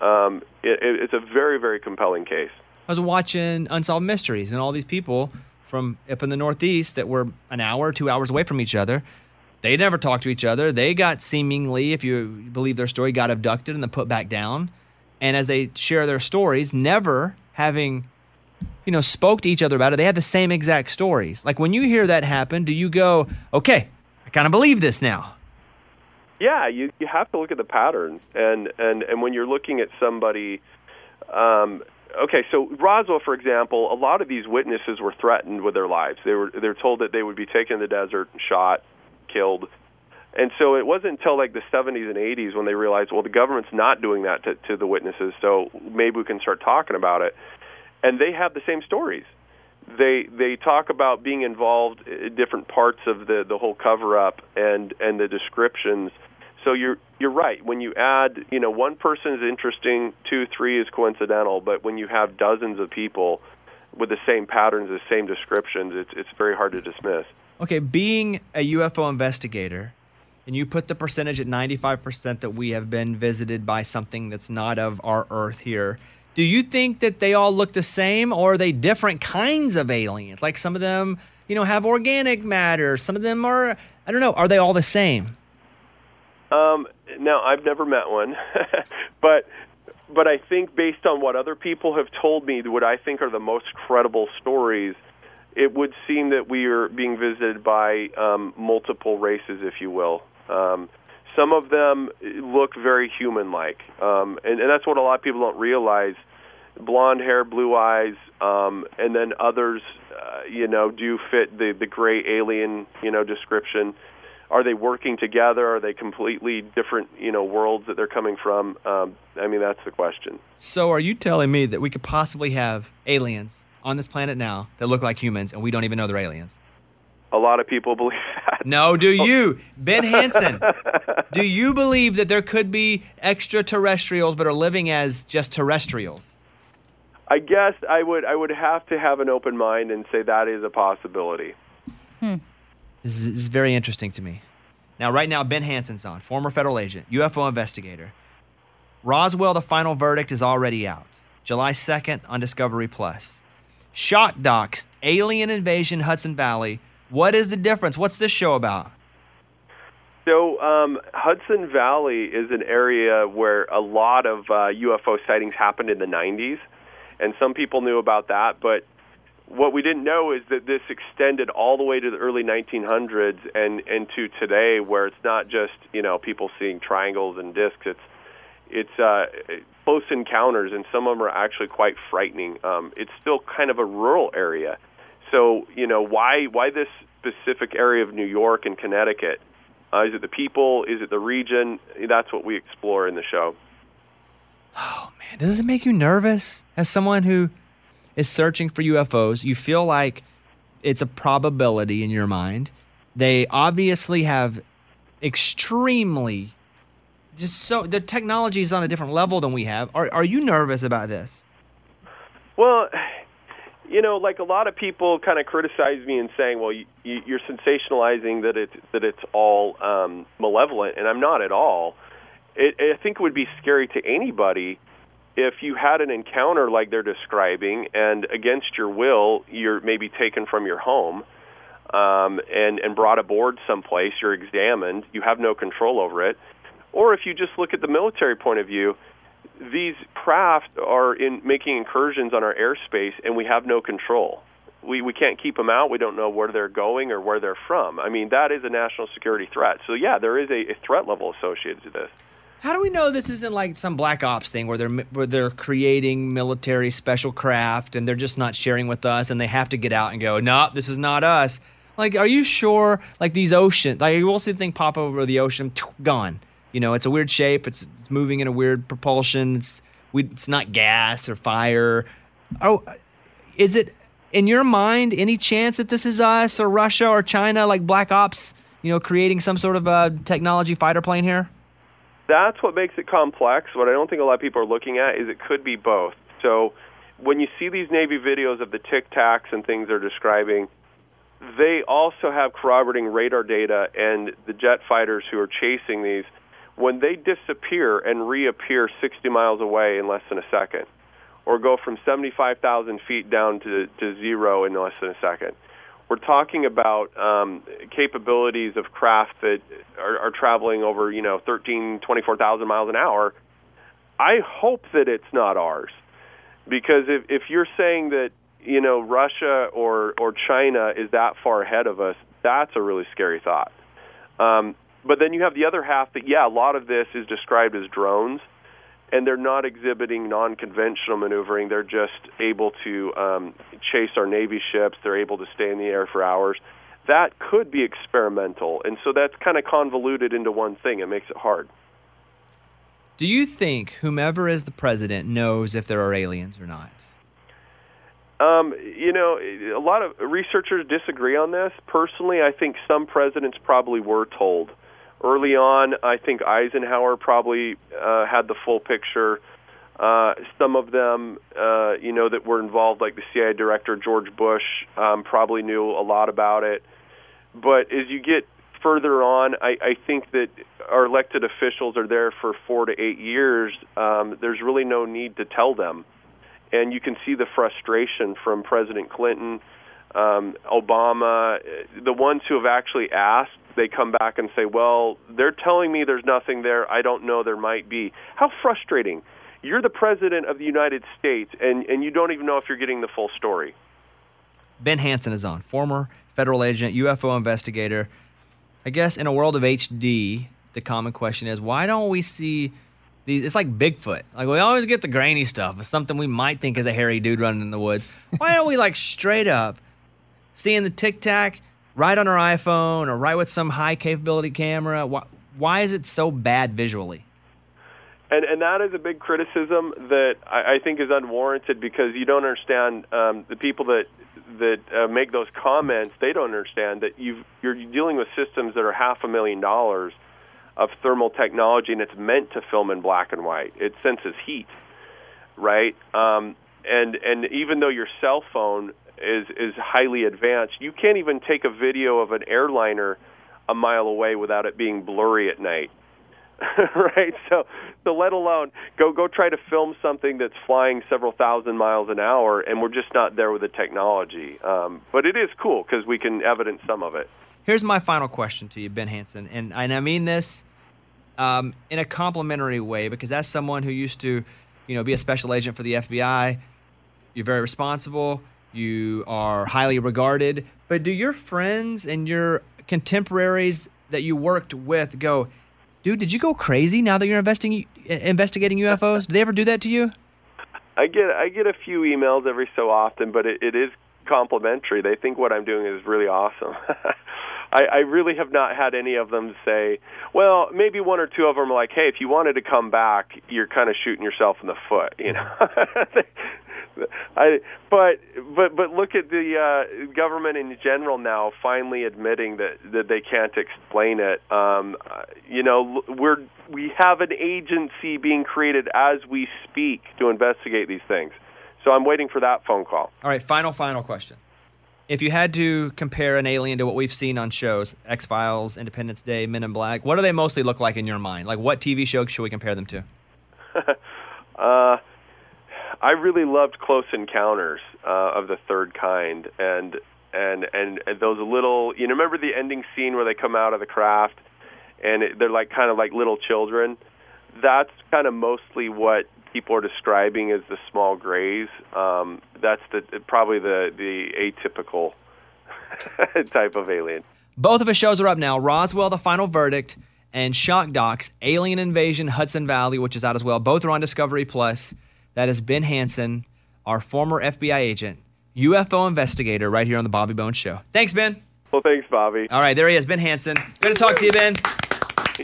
Speaker 15: Um, it, it, it's a very, very compelling case.
Speaker 1: I was watching Unsolved Mysteries, and all these people from up in the Northeast that were an hour, two hours away from each other, they never talked to each other. They got seemingly, if you believe their story, got abducted and then put back down. And as they share their stories, never having, you know, spoke to each other about it, they had the same exact stories. Like when you hear that happen, do you go, okay, I kind of believe this now?
Speaker 15: Yeah, you you have to look at the pattern, and and and when you're looking at somebody, um, okay, so Roswell, for example, a lot of these witnesses were threatened with their lives. They were they were told that they would be taken to the desert, shot, killed, and so it wasn't until like the 70s and 80s when they realized, well, the government's not doing that to, to the witnesses, so maybe we can start talking about it, and they have the same stories. They they talk about being involved in different parts of the the whole cover up and and the descriptions so you're you're right. When you add, you know, one person is interesting, two, three is coincidental, but when you have dozens of people with the same patterns, the same descriptions, it's it's very hard to dismiss.
Speaker 1: Okay, being a UFO investigator, and you put the percentage at 95% that we have been visited by something that's not of our Earth here. Do you think that they all look the same, or are they different kinds of aliens? Like some of them, you know, have organic matter. Some of them are, I don't know, are they all the same?
Speaker 15: Um, now I've never met one, but but I think based on what other people have told me, what I think are the most credible stories, it would seem that we are being visited by um, multiple races, if you will. Um, some of them look very human-like, um, and, and that's what a lot of people don't realize. Blonde hair, blue eyes, um, and then others, uh, you know, do fit the the gray alien, you know, description are they working together? Are they completely different, you know, worlds that they're coming from? Um, I mean, that's the question.
Speaker 1: So, are you telling me that we could possibly have aliens on this planet now that look like humans and we don't even know they're aliens?
Speaker 15: A lot of people believe that.
Speaker 1: No, do you? Ben Hansen, do you believe that there could be extraterrestrials but are living as just terrestrials?
Speaker 15: I guess I would I would have to have an open mind and say that is a possibility.
Speaker 1: This is, this is very interesting to me. Now, right now, Ben Hansen's on, former federal agent, UFO investigator. Roswell, the final verdict is already out. July 2nd on Discovery Plus. Shock Docs, Alien Invasion Hudson Valley. What is the difference? What's this show about?
Speaker 15: So um, Hudson Valley is an area where a lot of uh, UFO sightings happened in the 90s, and some people knew about that, but what we didn't know is that this extended all the way to the early 1900s and and to today, where it's not just you know people seeing triangles and discs. It's it's uh, close encounters, and some of them are actually quite frightening. Um, it's still kind of a rural area, so you know why why this specific area of New York and Connecticut? Uh, is it the people? Is it the region? That's what we explore in the show.
Speaker 1: Man, does it make you nervous as someone who is searching for UFOs. You feel like it's a probability in your mind. They obviously have extremely just so the technology is on a different level than we have. Are are you nervous about this?
Speaker 15: Well, you know, like a lot of people kind of criticize me and saying, "Well, you, you- you're sensationalizing that it's that it's all um, malevolent," and I'm not at all. It, I think it would be scary to anybody if you had an encounter like they're describing, and against your will, you're maybe taken from your home um, and and brought aboard someplace. You're examined. You have no control over it. Or if you just look at the military point of view, these craft are in making incursions on our airspace, and we have no control. We we can't keep them out. We don't know where they're going or where they're from. I mean, that is a national security threat. So yeah, there is a, a threat level associated to this.
Speaker 1: How do we know this isn't like some black ops thing where they're mi- where they're creating military special craft and they're just not sharing with us and they have to get out and go, "No, this is not us." Like, are you sure? Like these oceans, like we'll see the thing pop over the ocean, gone. You know, it's a weird shape. It's, it's moving in a weird propulsion. It's we, it's not gas or fire. Oh, is it in your mind any chance that this is us or Russia or China, like black ops? You know, creating some sort of a technology fighter plane here.
Speaker 15: That's what makes it complex. What I don't think a lot of people are looking at is it could be both. So when you see these Navy videos of the Tic Tacs and things they're describing, they also have corroborating radar data, and the jet fighters who are chasing these, when they disappear and reappear 60 miles away in less than a second, or go from 75,000 feet down to, to zero in less than a second. We're talking about um, capabilities of craft that are, are traveling over, you know, 13, 24,000 miles an hour. I hope that it's not ours, because if, if you're saying that you know Russia or or China is that far ahead of us, that's a really scary thought. Um, but then you have the other half that yeah, a lot of this is described as drones, and they're not exhibiting non-conventional maneuvering. They're just able to um, chase our navy ships. They're able to stay in the air for hours. That could be experimental, and so that's kind of convoluted into one thing. It makes it hard.
Speaker 1: Do you think whomever is the president knows if there are aliens or not?
Speaker 15: Um, you know, a lot of researchers disagree on this. Personally, I think some presidents probably were told. Early on, I think Eisenhower probably uh, had the full picture. Uh, some of them, uh, you know, that were involved, like the CIA director George Bush, um, probably knew a lot about it. But as you get further on, I, I think that our elected officials are there for four to eight years. Um, there's really no need to tell them and you can see the frustration from President Clinton, um, Obama, the ones who have actually asked. They come back and say, "Well, they're telling me there's nothing there. I don't know. There might be." How frustrating! You're the president of the United States, and and you don't even know if you're getting the full story.
Speaker 1: Ben Hansen is on, former federal agent, UFO investigator. I guess in a world of HD, the common question is why don't we see these? It's like Bigfoot. Like we always get the grainy stuff. It's something we might think is a hairy dude running in the woods. Why don't we like straight up seeing the tic tac right on our iPhone or right with some high capability camera? Why, why is it so bad visually?
Speaker 15: And and that is a big criticism that I, I think is unwarranted because you don't understand um, the people that that uh, make those comments. They don't understand that you you're dealing with systems that are half a million dollars of thermal technology, and it's meant to film in black and white. It senses heat, right? Um, and and even though your cell phone is is highly advanced, you can't even take a video of an airliner a mile away without it being blurry at night. right? So, so let alone go go try to film something that's flying several thousand miles an hour, and we're just not there with the technology. Um, but it is cool because we can evidence some of it.
Speaker 1: Here's my final question to you, Ben Hansen, and, and I mean this um, in a complimentary way because as someone who used to, you know, be a special agent for the FBI, you're very responsible, you are highly regarded. But do your friends and your contemporaries that you worked with go, dude, did you go crazy now that you're investing investigating UFOs? Do they ever do that to you?
Speaker 15: I get I get a few emails every so often, but it, it is complimentary. They think what I'm doing is really awesome. I, I really have not had any of them say, well, maybe one or two of them are like, hey, if you wanted to come back, you're kind of shooting yourself in the foot, you know. I but but but look at the uh, government in general now finally admitting that that they can't explain it. Um, uh, you know, l- we're we have an agency being created as we speak to investigate these things. So I'm waiting for that phone call.
Speaker 1: All right, final, final question. If you had to compare an alien to what we've seen on shows, X Files, Independence Day, Men in Black, what do they mostly look like in your mind? Like, what TV show should we compare them to?
Speaker 15: uh, I really loved Close Encounters uh, of the Third Kind, and and and those little you know, remember the ending scene where they come out of the craft, and it, they're like kind of like little children. That's kind of mostly what people are describing as the small grays. Um, that's the probably the the atypical type of alien.
Speaker 1: Both of his shows are up now Roswell, The Final Verdict, and Shock Docs, Alien Invasion Hudson Valley, which is out as well. Both are on Discovery Plus. That is Ben Hansen, our former FBI agent, UFO investigator, right here on the Bobby Bones Show. Thanks, Ben.
Speaker 15: Well, thanks, Bobby.
Speaker 1: All right, there he is, Ben Hansen. Good to talk to you, Ben.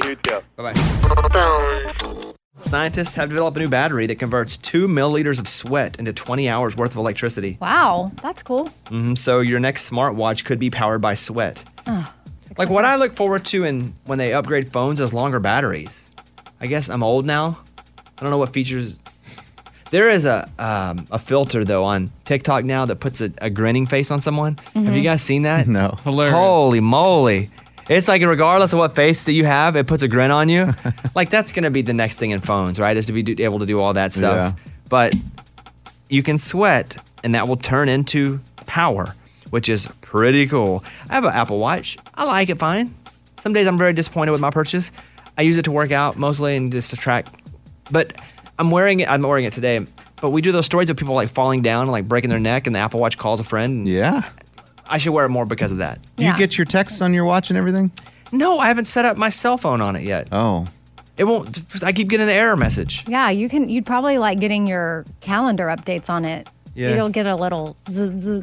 Speaker 15: You too.
Speaker 1: Bye bye. Scientists have developed a new battery that converts two milliliters of sweat into 20 hours worth of electricity.
Speaker 2: Wow, that's cool.
Speaker 1: hmm So your next smartwatch could be powered by sweat.
Speaker 2: Oh,
Speaker 1: Like what I look forward to in when they upgrade phones is longer batteries. I guess I'm old now. I don't know what features. There is a um, a filter though on TikTok now that puts a, a grinning face on someone. Have you
Speaker 3: Mhm.
Speaker 1: guys seen that?
Speaker 3: No.
Speaker 1: Hilarious. Holy moly! It's like regardless of what face that you have, it puts a grin on you. like that's gonna be the next thing in phones, right? Is to be do, able to do all that stuff. But you can sweat, and that will turn into power, which is pretty cool. I have an Apple Watch. I like it fine. Some days I'm very disappointed with my purchase. I use it to work out mostly and just to track. But I'm wearing it. I'm wearing it today. But we do those stories of people like falling down and like breaking their neck, and the Apple Watch calls a friend.
Speaker 3: Yeah.
Speaker 1: I should wear it more because of that.
Speaker 3: Do you get your texts on your watch and everything?
Speaker 1: No, I haven't set up my cell phone on it yet.
Speaker 3: Oh.
Speaker 1: It won't. I keep getting an error message.
Speaker 2: Yeah, you can. You'd probably like getting your calendar updates on it.
Speaker 1: Yeah.
Speaker 2: It'll get a little. zzz, zzz.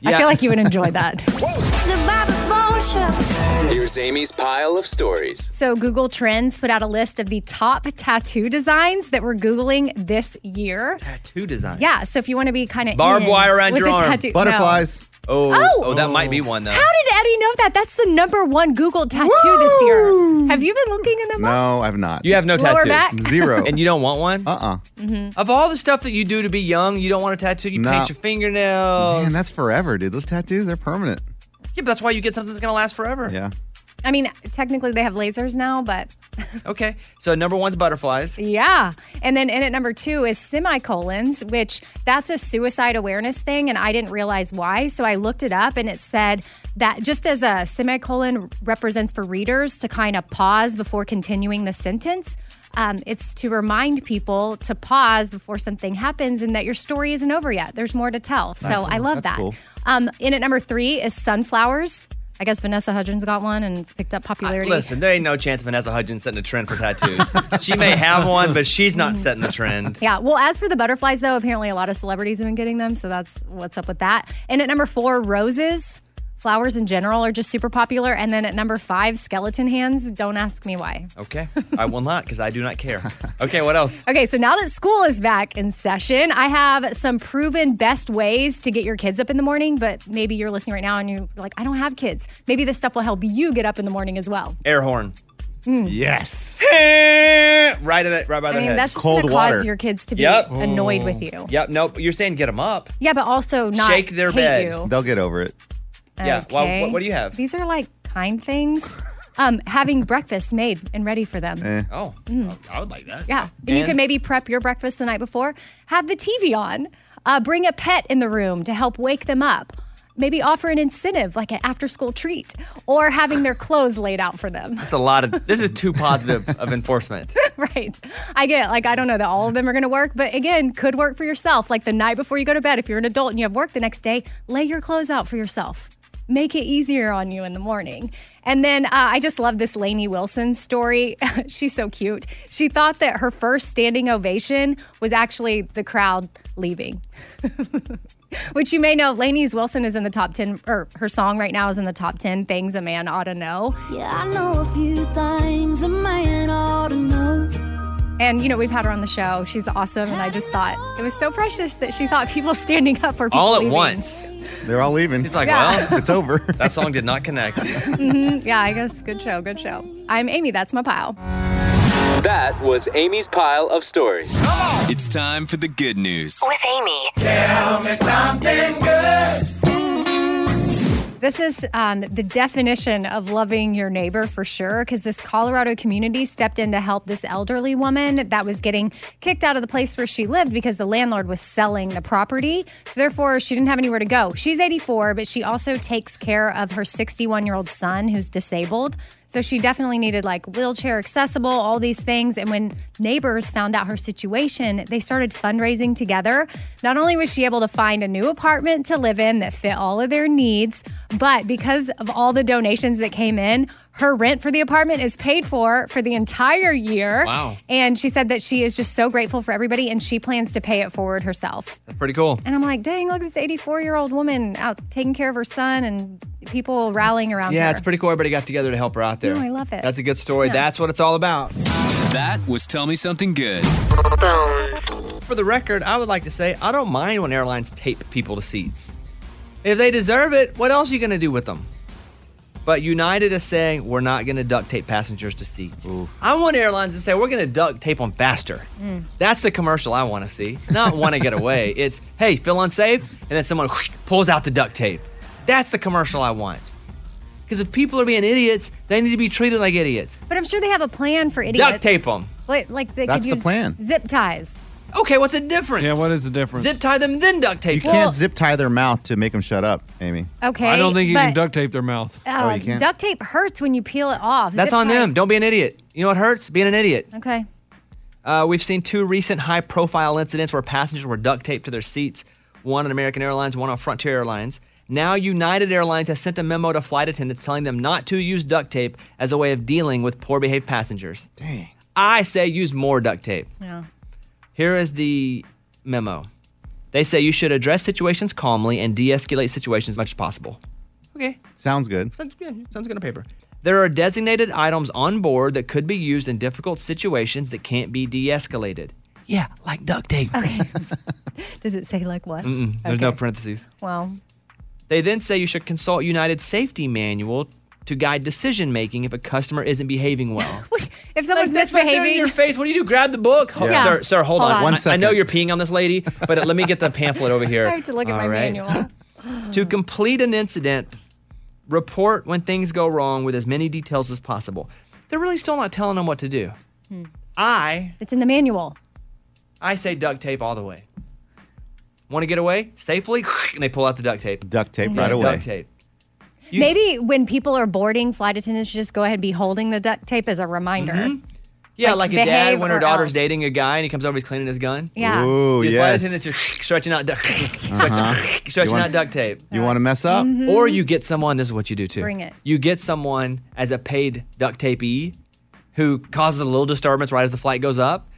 Speaker 14: Yeah.
Speaker 2: I feel like you would enjoy that.
Speaker 5: The Bobby Bones Show.
Speaker 14: Here's Amy's pile of stories.
Speaker 2: So, Google Trends put out a list of the top tattoo designs that we're Googling this year.
Speaker 1: Two designs.
Speaker 2: Yeah, so if you want to be kind of
Speaker 1: Barbed wire around
Speaker 2: with
Speaker 1: your
Speaker 2: a
Speaker 1: arm.
Speaker 2: tattoo. no.
Speaker 1: Oh,
Speaker 2: Oh.
Speaker 1: oh, that might be one though.
Speaker 2: How did Eddie know that? That's the number one Google tattoo this year. Have you been looking in them?
Speaker 3: No, I've not.
Speaker 1: You have no
Speaker 2: Lower
Speaker 1: tattoos.
Speaker 2: back?
Speaker 3: Zero.
Speaker 1: And you don't want one?
Speaker 3: Uh uh
Speaker 2: Mm-hmm.
Speaker 1: Of all the stuff that you do to be young, you don't want a tattoo. You
Speaker 3: No.
Speaker 1: paint your fingernails.
Speaker 3: Man, that's forever, dude. Those tattoos, they're permanent.
Speaker 1: yeah, but that's why you get something that's gonna last forever.
Speaker 3: Yeah.
Speaker 2: I mean, technically they have lasers now, but
Speaker 1: Okay. So number one's butterflies.
Speaker 2: yeah. And then in at number two is semicolons, which that's a suicide awareness thing, and I didn't realize why. So I looked it up, and it said that just as a semicolon represents for readers to kind of pause before continuing the sentence. Um, it's to remind people to pause before something happens and that your story isn't over yet. There's more to tell. So
Speaker 16: Nice.
Speaker 2: I love
Speaker 16: That's
Speaker 2: that.
Speaker 16: cool.
Speaker 2: Um, in at number three is sunflowers. I guess Vanessa Hudgens got one and it's picked up popularity.
Speaker 1: Listen, there ain't no chance Vanessa Hudgens setting a trend for tattoos. she may have one, but she's
Speaker 2: Mm.
Speaker 1: not setting the trend.
Speaker 2: Yeah. Well, as for the butterflies, though, apparently a lot of celebrities have been getting them. So that's what's up with that. And at number four, roses. Flowers in general are just super popular. And then at number five, skeleton hands. Don't ask me why.
Speaker 1: Okay. I will not because I do not care. Okay, what else?
Speaker 2: Okay, so now that school is back in session, I have some proven best ways to get your kids up in the morning. But maybe you're listening right now and you're like, I don't have kids. Maybe this stuff will help you get up in the morning as well.
Speaker 1: Air horn. Yes. right in it, right by
Speaker 2: Mm. I
Speaker 1: their
Speaker 2: mean,
Speaker 1: head.
Speaker 2: that's just Cold gonna cause water. your kids to be annoyed with you.
Speaker 1: Yep. Nope. You're saying get them up.
Speaker 2: Yeah, but also not
Speaker 1: Shake their
Speaker 2: hate
Speaker 1: bed.
Speaker 2: you.
Speaker 3: They'll get over it.
Speaker 1: Yeah. Well,
Speaker 2: Okay.
Speaker 1: what, what do you have?
Speaker 2: These are like kind things. Um, having breakfast made and ready for them.
Speaker 1: Oh,
Speaker 2: Mm.
Speaker 1: I would like that.
Speaker 2: Yeah. And, you can maybe prep your breakfast the night before. Have the TV on. Uh, bring a pet in the room to help wake them up. Maybe offer an incentive like an after school treat or having their clothes laid out for them.
Speaker 1: That's a lot of. This is too positive of enforcement.
Speaker 2: right. I get it. Like, I don't know that all of them are going to work, but again, could work for yourself. Like the night before you go to bed, if you're an adult and you have work the next day, lay your clothes out for yourself. Make it easier on you in the morning. And then uh, I just love this Lainey Wilson story. She's so cute. She thought that her first standing ovation was actually the crowd leaving which you may know, Lainey's Wilson is in the top 10, or her song right now is in the top 10 things a man ought to know.
Speaker 5: Yeah, I know a few things a man ought to know.
Speaker 2: And, you know, we've had her on the show. She's awesome. And I just thought it was so precious that she thought people standing up were people.
Speaker 1: All at
Speaker 2: leaving.
Speaker 1: once.
Speaker 3: They're all leaving. He's
Speaker 1: like, well,
Speaker 2: Yeah.
Speaker 3: it's over.
Speaker 1: that song did not connect.
Speaker 2: Mhm. Yeah, I guess. Good show. Good show. I'm Amy. That's my pile.
Speaker 14: That was Amy's pile of stories. It's time for the good news.
Speaker 10: With Amy.
Speaker 4: Tell me something good.
Speaker 2: This is um, the definition of loving your neighbor for sure, because this Colorado community stepped in to help this elderly woman that was getting kicked out of the place where she lived because the landlord was selling the property. So, therefore, she didn't have anywhere to go. She's 84, but she also takes care of her 61 year old son who's disabled. So, she definitely needed like wheelchair accessible, all these things. And when neighbors found out her situation, they started fundraising together. Not only was she able to find a new apartment to live in that fit all of their needs, but because of all the donations that came in, her rent for the apartment is paid for for the entire year.
Speaker 1: Wow.
Speaker 2: And she said that she is just so grateful for everybody and she plans to pay it forward herself.
Speaker 1: That's pretty cool.
Speaker 2: And I'm like, dang, look at this 84 year old woman out taking care of her son and people rallying around
Speaker 1: yeah,
Speaker 2: her.
Speaker 1: it's pretty cool. Everybody got together to help her out there.
Speaker 2: No, I love it.
Speaker 1: That's a good story.
Speaker 2: Yeah.
Speaker 1: That's what it's all about.
Speaker 14: That was Tell Me Something Good.
Speaker 1: For the record, I would like to say I don't mind when airlines tape people to seats. If they deserve it, what else are you going to do with them? But United is saying we're not going to duct tape passengers to seats. I want airlines to say we're going to duct tape them faster.
Speaker 4: Mm.
Speaker 1: That's the commercial I want to see. Not want to get away. It's hey, feel unsafe, and then someone pulls out the duct tape. That's the commercial I want. Because if people are being idiots, they need to be treated like idiots.
Speaker 2: But I'm sure they have a plan for idiots.
Speaker 1: Duct tape them.
Speaker 2: Like, like they
Speaker 1: That's
Speaker 2: could
Speaker 1: the
Speaker 2: use
Speaker 1: plan.
Speaker 2: zip ties.
Speaker 1: Okay, what's the difference?
Speaker 3: Yeah, what
Speaker 9: is the difference?
Speaker 1: Zip tie them, then duct tape.
Speaker 3: You
Speaker 1: them.
Speaker 3: can't zip tie their mouth to make them shut up, Amy.
Speaker 2: Okay, I don't think you can but-
Speaker 9: duct tape their mouth.
Speaker 2: Uh,
Speaker 3: oh, you can't.
Speaker 2: Duct tape hurts when you peel it off.
Speaker 1: That's
Speaker 2: Zip
Speaker 1: on them. Don't be an idiot. You know what hurts? Being an idiot.
Speaker 2: ties- Okay.
Speaker 1: Uh, we've seen two recent high profile incidents where passengers were duct taped to their seats one on American Airlines, one on Frontier Airlines. Now, United Airlines has sent a memo to flight attendants telling them not to use duct tape as a way of dealing with poor behaved passengers. Dang. I say use more duct tape.
Speaker 2: Yeah.
Speaker 1: Here is the memo. They say you should address situations calmly and de escalate situations as much as possible. Okay.
Speaker 3: Sounds good.
Speaker 1: Sounds, yeah, sounds good on paper. There are designated items on board that could be used in difficult situations that can't be de escalated. Yeah, like duct tape.
Speaker 2: Okay. Does it say like what?
Speaker 1: Mm-mm, There's no parentheses.
Speaker 2: Well,
Speaker 1: They then say you should consult United's safety manual to guide decision making if a customer isn't behaving well.
Speaker 2: if someone's
Speaker 1: that's right there in
Speaker 2: misbehaving,
Speaker 1: your face. What do you do? Grab the book. Ho-
Speaker 2: Yeah.
Speaker 1: Sir, sir, hold,
Speaker 2: Hold on.
Speaker 1: on.
Speaker 2: One
Speaker 1: I- I, know you're peeing on this lady, but let me get the pamphlet over here.
Speaker 2: I have to look at
Speaker 1: All
Speaker 2: my
Speaker 1: right.
Speaker 2: manual.
Speaker 1: to complete an incident, report when things go wrong with as many details as possible. They're really still not telling them what to do.
Speaker 2: Hmm.
Speaker 1: I
Speaker 2: It's in the manual.
Speaker 1: I say duct tape all the way. Want to get away safely? And they pull out the duct tape.
Speaker 3: Duct tape
Speaker 2: Mm-hmm.
Speaker 1: Yeah,
Speaker 3: right away.
Speaker 1: Duct tape.
Speaker 2: Maybe when people are boarding, flight attendants should just go ahead and be holding the duct tape as a reminder.
Speaker 1: Mm-hmm. Yeah, like, a dad
Speaker 2: behave
Speaker 1: when her
Speaker 2: or
Speaker 1: daughter's
Speaker 2: else.
Speaker 1: dating a guy and he comes over, he's cleaning his gun.
Speaker 2: Yeah.
Speaker 3: Ooh,
Speaker 1: the
Speaker 3: yes.
Speaker 1: Flight attendant's just stretching out duct, stretching,
Speaker 3: Uh-huh.
Speaker 1: stretching
Speaker 3: You wanna-
Speaker 1: out duct tape.
Speaker 3: You want to mess up?
Speaker 2: Mhm.
Speaker 1: Or you get someone. This is what you do too.
Speaker 2: Bring it.
Speaker 1: You get someone as a paid duct tapee who causes a little disturbance right as the flight goes up,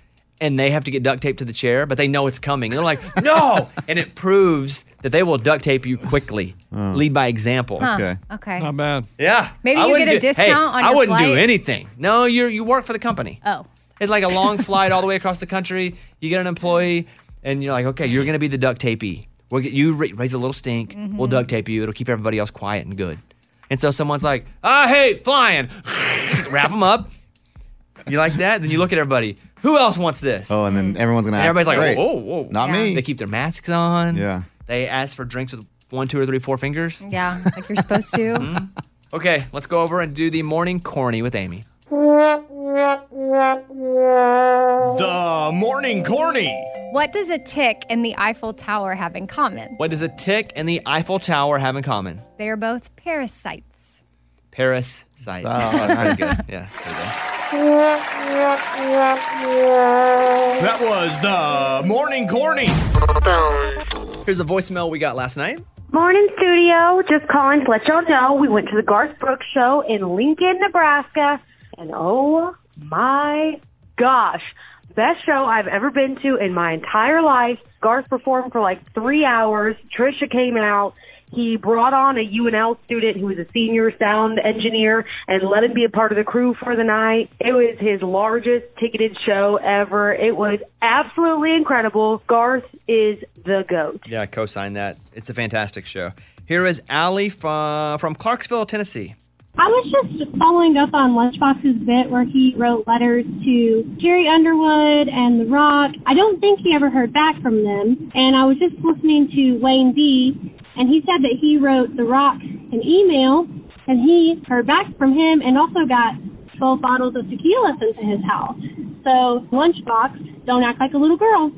Speaker 1: and they have to get duct taped to the chair, but they know it's coming. And they're like, no! And it proves that they will duct tape you quickly. Lead by example.
Speaker 2: Huh. Okay.
Speaker 9: Not bad.
Speaker 1: Yeah.
Speaker 2: Maybe
Speaker 1: I
Speaker 2: you
Speaker 1: wouldn't
Speaker 2: get a
Speaker 1: do- hey,
Speaker 2: discount on
Speaker 1: I
Speaker 2: your
Speaker 1: wouldn't do
Speaker 2: flight.
Speaker 1: anything. No, you you work for the company.
Speaker 2: Oh.
Speaker 1: It's like a long flight all the way across the country. You get an employee, and you're like, okay, you're going to be the duct tapey. We'll get, you ra- raise a little stink. We'll
Speaker 4: Mhm.
Speaker 1: duct tape you. It'll keep everybody else quiet and good. And so someone's like, I hate flying. Wrap them up. You like that? Then you look at everybody. Who else wants this?
Speaker 3: Oh, and then everyone's gonna.
Speaker 1: And everybody's like,
Speaker 3: Great.
Speaker 1: whoa, whoa, whoa.
Speaker 3: Not me.
Speaker 1: They keep their masks on.
Speaker 3: Yeah.
Speaker 1: They ask for drinks with one, two, or three, four fingers. Mm-hmm.
Speaker 2: Yeah, like you're supposed to.
Speaker 1: Okay, let's go over and do the morning corny with Amy.
Speaker 6: The morning corny.
Speaker 2: what does a tick and the Eiffel Tower have in common?
Speaker 1: What does a tick and the Eiffel Tower have in common?
Speaker 2: They are both parasites.
Speaker 1: Paris site.
Speaker 4: Oh,
Speaker 1: That's pretty
Speaker 4: nice.
Speaker 1: good. Yeah. there you go.
Speaker 6: That was the morning corny.
Speaker 1: Here's a voicemail we got last night.
Speaker 16: Morning, studio. Just calling to let y'all know we went to the Garth Brooks show in Lincoln, Nebraska, and oh my gosh, best show I've ever been to in my entire life. Garth performed for like three hours. Trisha came out. He brought on a UNL student who was a senior sound engineer and let him be a part of the crew for the night. It was his largest ticketed show ever. It was absolutely incredible. Garth is the GOAT.
Speaker 1: Yeah, co-sign that. It's a fantastic show. Here is Allie from from Clarksville, Tennessee.
Speaker 17: I was just following up on Lunchbox's bit where he wrote letters to Jerry Underwood and The Rock. I don't think he ever heard back from them. And I was just listening to Wayne B, and he said that he wrote The Rock an email, and he heard back from him and also got 12 bottles of tequila sent to his house. So, Lunchbox, don't act like a little girl.